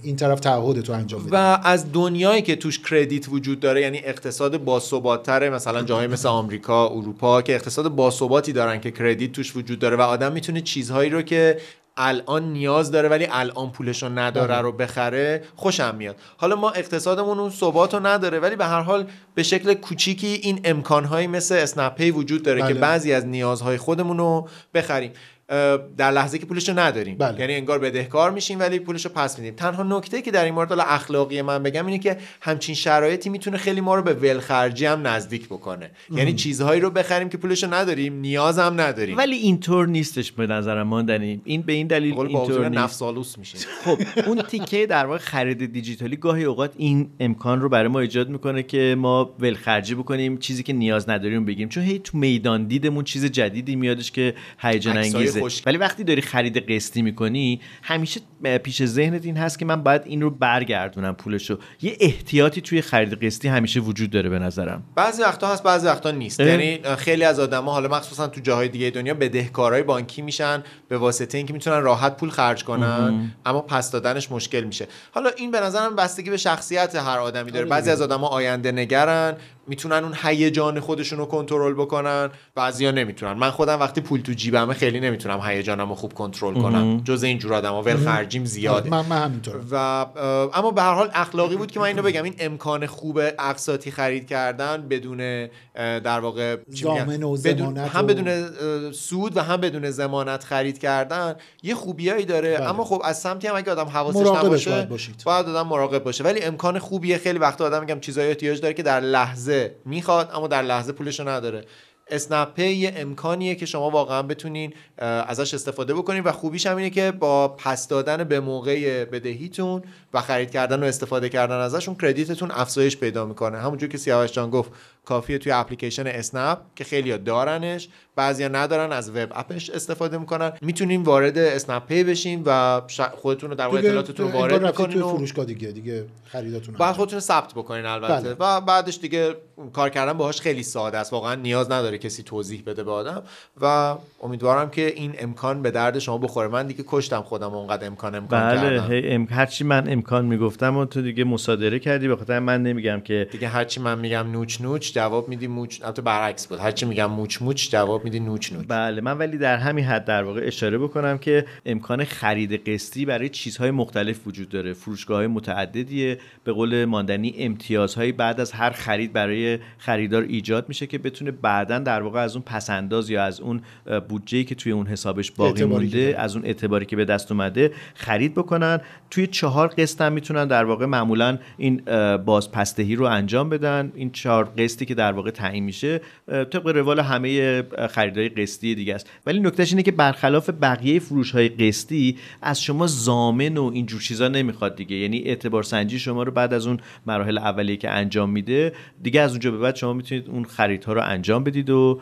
این طرف تعهد تو انجام بدی
و از دنیایی که توش کردیت وجود داره یعنی اقتصاد باثبات‌تره مثلا جاهای مثل آمریکا اروپا که اقتصاد باثباتی دارن که کردیت توش وجود داره و آدم میتونه چیزهایی رو که الان نیاز داره ولی الان پولش رو نداره
بله.
رو بخره خوشم میاد حالا ما اقتصادمون اون ثبات رو نداره ولی به هر حال به شکل کوچیکی این امکانهایی مثل اسنپی وجود داره
بله.
که بعضی از نیازهای خودمون رو بخریم اه، در لحظه که پولش رو نداریم
بله.
یعنی انگار بدهکار میشیم ولی پولش رو پس میدیم تنها نکته که در این مورد حالا اخلاقی من بگم اینه که همچین شرایطی میتونه خیلی ما رو به ولخرجی هم نزدیک بکنه یعنی چیزهایی رو بخریم که پولش رو نداریم نیاز هم نداریم
ولی اینطور نیستش به نظر من دنیم این به این دلیل
قول بابا
اینطور
جون
نیست
نفس آلوس میشیم
خب اون تیکه در واقع خرید دیجیتالی گاهی اوقات این امکان رو برای ما ایجاد میکنه که ما ولخرجی بکنیم چیزی که نیاز نداریم بگیم چون هی تو میدان دیدمون چیز جدیدی میادش که هیجان
عکسای
انگیزه
خوش.
ولی وقتی داری خرید قسطی میکنی همیشه پیش ذهنت این هست که من باید این رو برگردونم پولشو یه احتیاطی توی خرید قسطی همیشه وجود داره به نظرم
بعضی وقتا هست بعضی وقتا نیست
اه.
یعنی خیلی از آدما حالا مخصوصا تو جاهای دیگه دنیا بدهکارای بانکی میشن به واسطه اینکه میتونن راحت پول خرج کنن اما پس دادنش مشکل میشه حالا این به نظرم بستگی به شخصیت هر آدمی داره بعضی از آدما آینده نگرن میتونن اون هیجان خودشون رو کنترل بکنن بعضیا نمیتونن من خودم وقتی پول تو جیبمه خیلی نمیتونم هیجانم رو خوب کنترل کنم جز اینجور آدما ولخرجیم زیاده
من, من همینطور
و اه، اما به هر حال اخلاقی بود که من اینو بگم این امکان خوب اقساطی خرید کردن بدون اه، در واقع چی میگن؟
ضامن و
بدون
ضمانت
هم
و-
بدون اه، سود و هم بدون ضمانت خرید کردن یه خوبیایی داره
بله.
اما خب از سمتی هم اگه آدم حواسش
مراقبش
نباشه
باید باشید.
باید آدم مراقب باشه ولی امکان خوبیه خیلی وقتا آدم میگم چیزایی احتیاج داره که در لحظه میخواد اما در لحظه پولشو نداره اسنپ پی یه امکانیه که شما واقعا بتونین اه، ازش استفاده بکنین و خوبیش هم اینه که با پس دادن به موقع بدهیتون و خرید کردن و استفاده کردن ازشون کردیتتون افزایش پیدا میکنه همونجور که سیاوش جان گفت کافیه توی اپلیکیشن اسنپ که خیلیا دارنش بعضیا ندارن از وب اپش استفاده میکنن میتونین وارد اسنپ پی بشین و ش- خودتون رو در واقع
دیگه
اطلاعاتتون رو
انگار
وارد
رفتید
میکنین
توی
و
فروشگاه دیگه دیگه خریداتون رو
بعد
انجام
خودتون رو ثبت بکنین البته
بله.
و بعدش دیگه کار کردن باهاش خیلی ساده است واقعا نیاز نداره کسی توضیح بده به آدم و امیدوارم که این امکان به درد شما بخوره من دیگه کشتم خودم اونقدر امکان امکان
بله
کردم
هی ام... هرچی من امکان میگفتم و تو دیگه مصادره کردی به خاطر من نمیگم که
دیگه هرچی من میگم نوچ نوچ جواب میدی موچ البته برعکس بود هرچی میگم موچ موچ جواب میدی نوچ نوچ
بله من ولی در همین حد در واقع اشاره بکنم که امکان خرید قسطی برای چیزهای مختلف وجود داره فروشگاه های متعددیه به قول ماندنی امتیازهایی بعد از هر خرید برای خریدار ایجاد میشه که بتونه بعدا در واقع از اون پسنداز یا از اون بودجه که توی اون حسابش باقی
اعتباری که
مونده از اون اعتباری که به دست اومده خرید بکنن توی چهار قسط هم میتونن در واقع معمولا این اه، بازپسدهی رو انجام بدن این چهار قسطی قسطی که در واقع تعیین میشه طبق روال همه خریدهای قسطی دیگه است ولی نکتهش اینه که برخلاف بقیه فروش های قسطی از شما زامن و اینجور چیزا نمیخواد دیگه یعنی اعتبار سنجی شما رو بعد از اون مراحل اولیه که انجام میده دیگه از اونجا به بعد شما میتونید اون خریدها رو انجام بدید و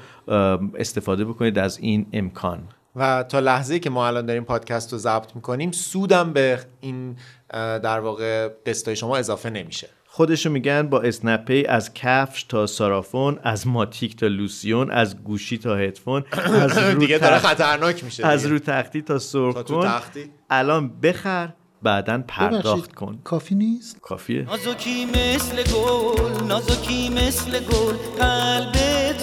استفاده بکنید از این امکان
و تا لحظه که ما الان داریم پادکست رو ضبط میکنیم سودم به این در واقع قسطای شما اضافه نمیشه
خودشو میگن با اسنپی از کفش تا سارافون از ماتیک تا لوسیون از گوشی تا هدفون از
رو دیگه داره خطرناک میشه
از رو تختی تا سرخ کن الان بخر بعدا پرداخت کن
کافی نیست
کافیه
نازکی مثل گل نازکی مثل گل قلب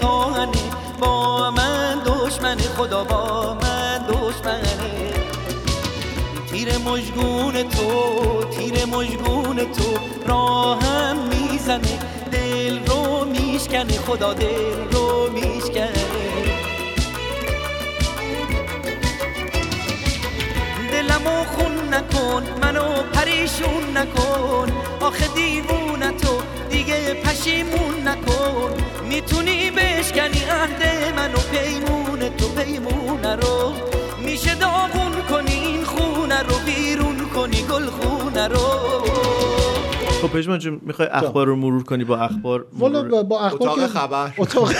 تاهنه با من دشمن خدا با من دشمنه تیر مجگون تو تیر مجگون تو راهم میزنه دل رو میشکنه خدا دل رو میشکنه دلمو خون نکن منو پریشون نکن آخه دیوونه تو دیگه پشیمون نکن میتونی بشکنی عهد منو پیمون تو پیمونه رو میشه داغون کنی این خونه رو بیرون کنی گل خونه رو
خب پژمان جون میخوای اخبار رو مرور کنی با اخبار
والا با اخبار
اتاق خبر
اتاق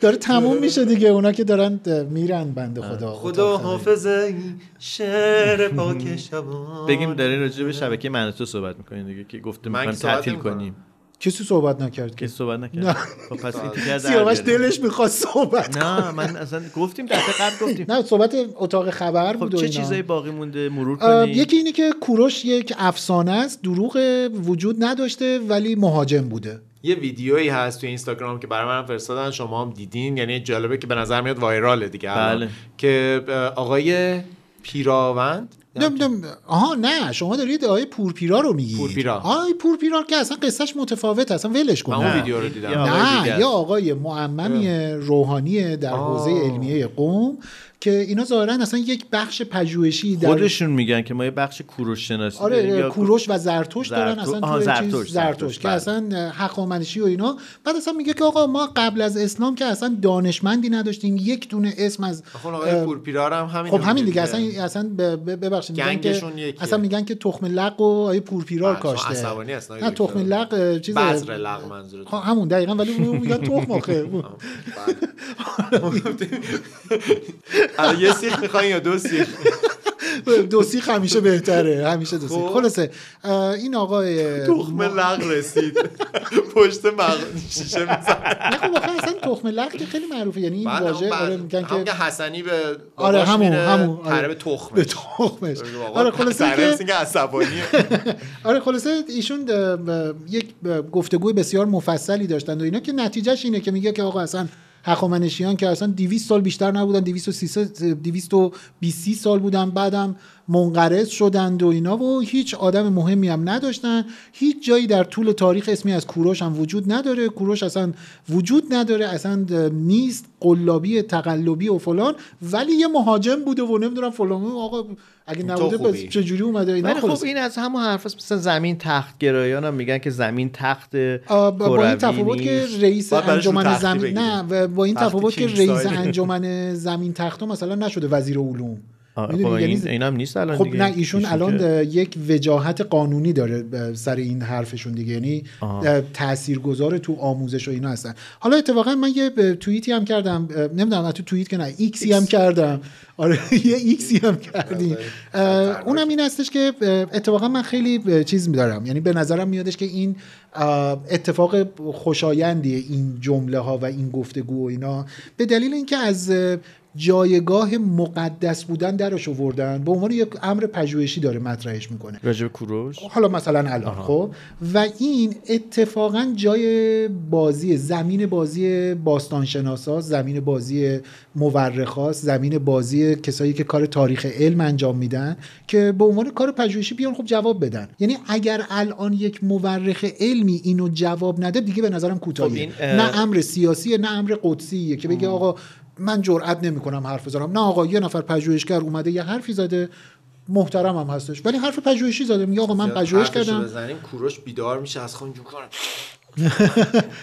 داره تموم میشه دیگه اونا که دارن میرن بنده خدا
خدا حافظ این شعر پاک شبان
بگیم دارین راجع به شبکه من و تو صحبت میکنین دیگه که گفته میخوایم تعطیل کنیم
کسی صحبت نکرد
کسی صحبت نکرد خب پس این تیکه از
سیاوش دلش میخواد صحبت
نه من اصلا گفتیم دفعه قبل گفتیم
نه صحبت اتاق خبر
خب
بود و
چه
اینا.
چیزایی باقی مونده مرور کنیم
یکی اینه که کوروش یک افسانه است دروغ وجود نداشته ولی مهاجم بوده
یه ویدیویی هست تو اینستاگرام که برای من فرستادن شما هم دیدین یعنی جالبه که به نظر میاد وایراله دیگه الان.
بله.
که آقای پیراوند
نم نم آها نه شما دارید آقای پورپیرا رو میگید
پورپیرا.
آقای پورپیرا که اصلا قصهش متفاوت اصلا ولش کن
من اون
نه.
ویدیو رو دیدم. یه آقای دیگه
نه
است.
یا آقای معممی روحانی در حوزه علمیه قوم که اینا ظاهرا اصلا یک بخش پژوهشی در
خودشون میگن که ما یه بخش کوروش شناسی
یعنی
داریم
آره
یا
کوروش و زرتوش دارن
زرتو-
اصلا
آها،
توی
زرتوش،
چیز-
زرتوش،
زرتوش که
بله.
اصلا حقامنشی و اینا بعد اصلا میگه که آقا ما قبل از اسلام که اصلا دانشمندی نداشتیم یک دونه اسم از
خب آقای پورپیرا رو هم همین
خب همین دیگه اصلا اصلا ب- ب- ببخشید میگن که
گنگشون یکیه.
اصلا میگن که تخم لق و آیه پورپیرار
بله، شما
کاشته
عصبانی هستن، آقای
نه
دکتر.
تخم لق چیز
بذر لغ منظورتون.
خب همون دقیقا ولی اون میگن تخم آخه
بله. الان آره، یه سیخ میخواین یا دو سیخ
دو سیخ همیشه بهتره همیشه دو سیخ
خب.
خلاصه اه، این آقای
تخم لغ رسید پشت مغ شیشه میزنه
نه خب آخه اصلا تخم لق که خیلی معروفه یعنی این واژه آره میگن
همون
که
که حسنی به
آره،
باباش
همون،
میره،
همون، آره.
پره به تخمش
به تخمش
بابا،
آره خلاصه
سرنوشت
که
اینکه عصبانیه
آره خلاصه ایشون ده- ب- یک ب- گفتگوی بسیار مفصلی داشتن و اینا که نتیجهش اینه که میگه که آقا اصلا هخامنشیان که اصلا 200 سال بیشتر نبودن 230 220 سال بودن بعدم منقرض شدند و اینا و هیچ آدم مهمی هم نداشتن هیچ جایی در طول تاریخ اسمی از کوروش هم وجود نداره کوروش اصلا وجود نداره اصلا نیست قلابی تقلبی و فلان ولی یه مهاجم بوده و نمیدونم فلان آقا اگه
تو
نبوده
خوبی.
پس چجوری اومده اینا
ولی
خلاص.
خب این از همون حرف است مثلا زمین تخت گرایان هم میگن که زمین تخت
آ، با با این
کروی
تفاوت که
نیست.
رئیس
باید براش رو
انجمن
تختی
زمین
بگیریم.
نه و با این
تخت
تفاوت که
کینگ
رئیس
سایز.
انجمن زمین تختو مثلا نشده وزیر علوم
آه، خب
می‌دونی؟ یعنی
این اینم نیست الان
خب
دیگه.
نه ایشون الان
که-
ده- یک وجاهت قانونی داره ب- سر این حرفشون دیگه یعنی
آها.
تاثیر گذاره تو آموزش و اینا هستن حالا اتفاقا من یه ب- توییتی هم کردم اه، نمیدونم تو توییت که نه ایکسی هم کردم آره یه ایکسی هم کردیم اه، اونم این هستش که اه، اتفاقا من خیلی اه، چیز میدارم یعنی به نظرم میادش که این اه، اتفاق خوشایندیه این جمله ها و این گفتگو و اینا به دلیل اینکه از اه، جایگاه مقدس بودن درش آوردن به عنوان یک امر پژوهشی داره مطرحش میکنه
راجب کوروش
حالا مثلا الان
آها.
خب و این اتفاقا جای بازی زمین بازی باستانشناساست زمین بازی مورخاست زمین بازی کسایی که کار تاریخ علم انجام میدن که به عنوان کار پژوهشی بیان خب جواب بدن یعنی اگر الان یک مورخ علمی اینو جواب نده دیگه به نظرم کوتاهیه
خب این، اه،
نه امر سیاسیه نه امر قدسیه که بگه آقا من جرئت نمیکنم حرف بزنم نه آقا یه نفر پژوهشگر اومده یه حرفی زده محترم هم هستش ولی حرف پژوهشی زده میگه آقا خب من
زیاد
پژوهش
حرفشو
کردم
بزنیم کوروش بیدار میشه از خون جون کنه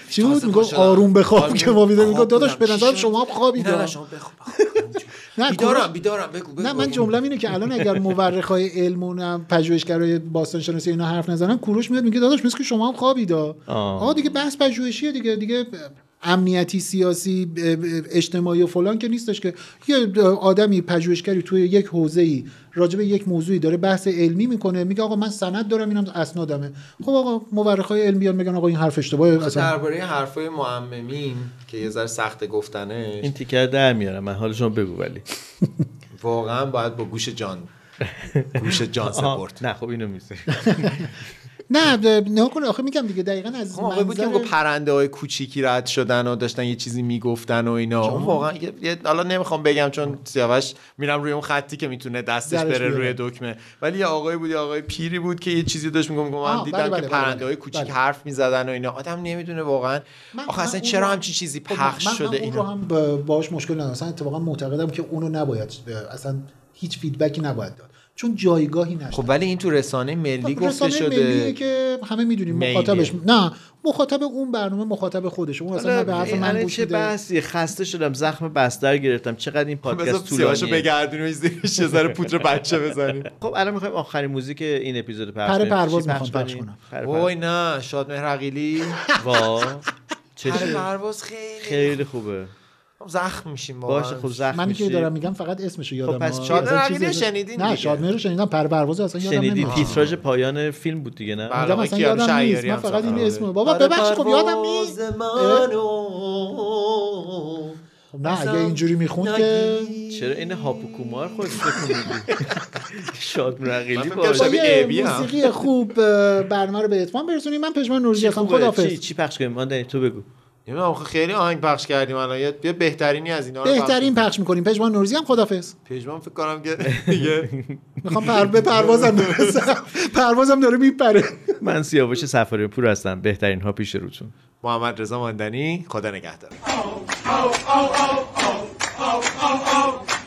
چی بود میگفت آروم بخواب که ما بیدار میگفت داداش به نظر شما هم خوابید
نه، نه،
آه.
شما
نه
بیدارم
کلا-
بیدارم بگو بگو
نه من جمله اینه که الان اگر مورخای علم و نه پژوهشگرای باستان شناسی اینا حرف نزنن کوروش میاد میگه داداش مثل که شما هم خوابیدا آقا دیگه بحث پژوهشیه دیگه دیگه امنیتی سیاسی اجتماعی و فلان که نیستش که یه آدمی پژوهشگری توی یک حوزه ای راجع به یک موضوعی داره بحث علمی میکنه میگه آقا من سند دارم اینم اسنادمه خب آقا مورخای علم بیان میگن آقا این حرف اشتباهه اصلا
درباره حرفای معممین که یه ذره سخت گفتنش
این تیکر در میارم من حالشون بگو ولی
واقعا باید با گوش جان گوش جان
آها،
سپورت
نه خب اینو میسه
نه نه کن آخه میگم دیگه دقیقا از
موقع بود که
منظر-
میگو پرنده های کوچیکی رد شدن و داشتن یه چیزی میگفتن و اینا اون واقعا یه- یه- حالا نمیخوام بگم چون سیاوش میرم روی اون خطی که میتونه دستش
درش
بره روی
بیاره.
دکمه ولی یه آقایی بود یه آقای پیری بود که یه چیزی داشت میگم من
آه،
دیدم
بله، بله،
که
بله،
پرنده های
بله.
کوچیک
بله.
حرف میزدن و اینا آدم نمیدونه واقعا آخه اصلا
اون
چرا
رو-
همچین چیزی
خب،
پخش
من- من
شده
اون رو
اینا
هم با- باهاش مشکل ندارم اصلا اتفاقا معتقدم که اونو نباید اصلا هیچ فیدبکی نباید داد چون جایگاهی نداره
خب ولی این تو رسانه ملی گفته
خب، رسانه ملیه
شده
که همه میدونیم
میلیه.
مخاطبش نه مخاطب اون برنامه مخاطب خودش اون اصلا نه به حرف
این
من
الان
گوش
چه
میده
بحثی خسته شدم زخم بستر گرفتم چقدر این
خب،
پادکست
بذار سیاوشو
طولانیه
بگردونیم و زیرش یه ذره پودر بچه بزنیم
خب الان میخوایم آخرین موزیک این اپیزود پخش
پر
کنیم.
پرواز
چی پخش
میخوام پخش
کنیم؟
کنم.
پر
وای نه شاد عقیلی
پر- وا چه
پر
شد؟
پرواز خیلی
خیلی خوبه
خب زخم میشیم واقعا
باشه خب زخم
من که
می‌شی.
دارم میگم فقط
خب،
اسمشو یادم
پس
آمد.
شادمهر
اصلا
عقیلی
چیزی ازش-
شنیدین
نه
دیگه.
شادمهر رو شنیدم پر پرواز اصلا یادم
شنیدین
نمیاد
تیتراژ پایان فیلم بود دیگه
بله،
نه
آدم اصلا یادم نیست من فقط این اسمو بابا
آره،
ببخشید خب یادم نیست خب نه اگه اینجوری میخوند که
چرا این هاپوکومار خود شاد
من
مرقیلی
فکر کردم
باشه
شبیه
خب، یه
ابی هم.
موسیقی خوب اه، برنامه رو به اتمام برسونیم من پشمان نوری
چی
هستم
خوبه؟
خدافظ
چی چی پخش کنیم آن تو بگو
نمیدونم یعنی آخه خیلی آهنگ پخش کردیم الان یه یه بهترینی از اینا رو
بهترین پخش میکنیم پشمان نوروزی هم خدافظ
پخش- پژمان فکر کنم که دیگه
میخوام پر به پروازم برسم پروازم داره میپره
من سیاوش سفاری پور هستم بهترین ها پیش روتون
محمد رضا ماندنی خدا نگهدار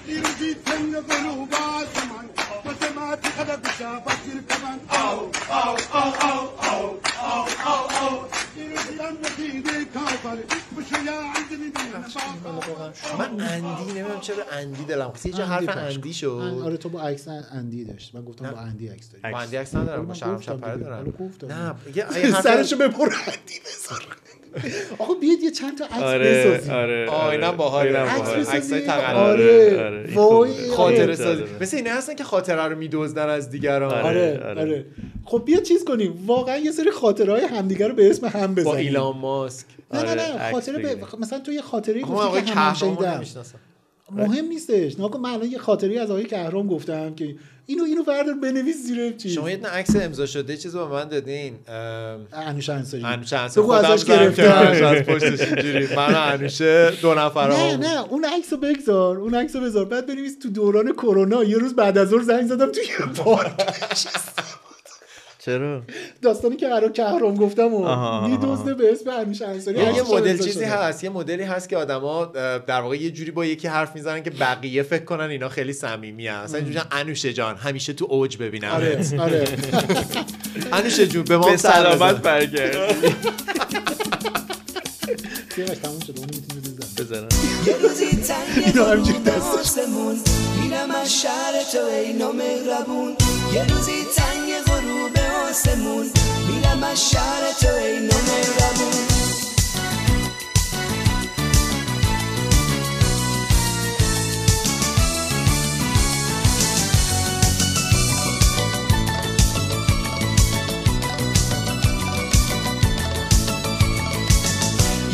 دیروزی تن قلوب آسمان و سماعت قدر گشا بسیر کمان آو آو آو آو آو آو آو آو دیروزی هم نتیجه کافر بشویا عندنی بینا
من اندی نمیدونم چرا اندی دلم خواست. یه جا
اندی
حرف
پخش
اندی
کن. ان-
شد
آره تو با عکس اندی داشت من گفتم با اندی عکس داری
با اندی عکس ندارم
آره،
با
من
شرم
گفتم
شپره
دیگه. آره،
دارم
گفتم.
نه یه یه حرف-
سرشو ببر اندی بذار آقا بیاید یه چند تا عکس
آره
بسازیم
آره
آه، اینم
آره.
باحاله.
اینم
عکس
باحاله.
بسازی.
عکسای
آره.
آره، آره. این
وای.
خوبه.
خاطره
آره.
سازی مثل اینا هستن که خاطره رو میدزدن از دیگران
آره
آره.
آره خب بیا چیز کنیم واقعا یه سری خاطره های همدیگه رو به اسم هم بزنیم
با ایلان ماسک
نه نه
آره،
نه
عکس
خاطره به...
بگیریم.
مثلا تو یه خاطره
خب، من
گفتی
آقای
که
کهرام
همه
رو
شنیدم آره.
نمی‌شناسم.
مهم نیستش ناگه من الان یه خاطری از آقای کهرام گفتم که اینو اینو بردار بنویس زیر چی
شما یه دونه عکس امضا شده چیز به من دادین ام،
انوشه انصاری
انوشه انصاری
بگو
خودم
ازش
زدم
گرفتم.
کنارش، از پشتش اینجوری من و انوشه دو نفر
نه
هم
نه اون عکس رو بگذار اون عکس رو بذار بعد بنویس تو دوران کرونا یه روز بعد از ظهر زنگ زدم تو یه پارک
چرا
داستانی که قرار کهرام گفتم
آها،
و
آها.
میدزده به اسم انوشه انصاری
یه
عکسش
مدل
امضا
چیزی
شده.
هست یه مدلی هست که آدما اه، در واقع یه جوری با یکی حرف میزنن که بقیه فکر کنن اینا خیلی صمیمی هستن مثلا اینجوری میگن، انوشه جان همیشه تو اوج ببینم
آره آره
انوشه جون به ما
به
هم سر بزن.
سلامت برگرد
سیاوش تموم شده اونو میتونی بزن
بزنم
یه روزی تنگ
اینو همینجوری دستش.
آسمون میرم از شهر تو ای نامهربون یه روزی تنگ غروب آسمون میرم از شهر تو ای نامهربون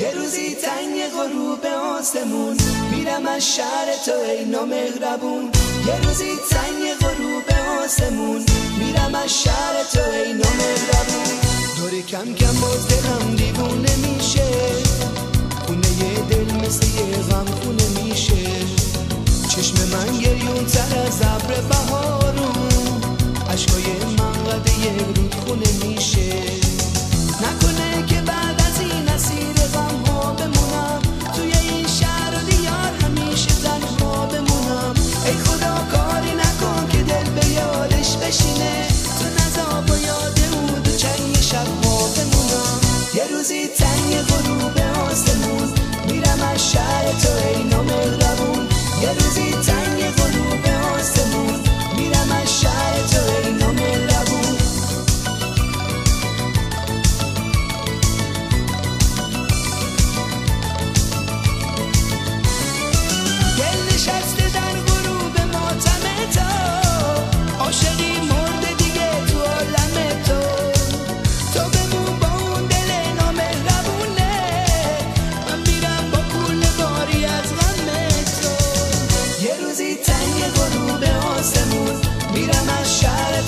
یه روزی تنگ غروب آسمون میرم از شهر تو ای نامهربون یه روزی تنگ غروب آسمون میرم از شهر تو ای نامهربون داره کم کم باز دلم دیوونه میشه خونه یه دل مثل یه غم خونه میشه چشم من گریون تر از ابر بهارون عشقای من قد یک رود خونه میشه نکنه که بعد از این اسیر غم ها بمونم توی این شهر و دیار همیشه تنها بمونم ای خدا کاری نکن که دل به یادش بشینه تو نزا با یاد او دو چنگ شب ها بمونم یه روزی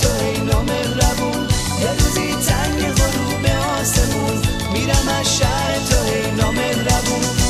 تو ای نام روون یه روزی تنگ غروب آسمون میرم از شهر تو ای نام روون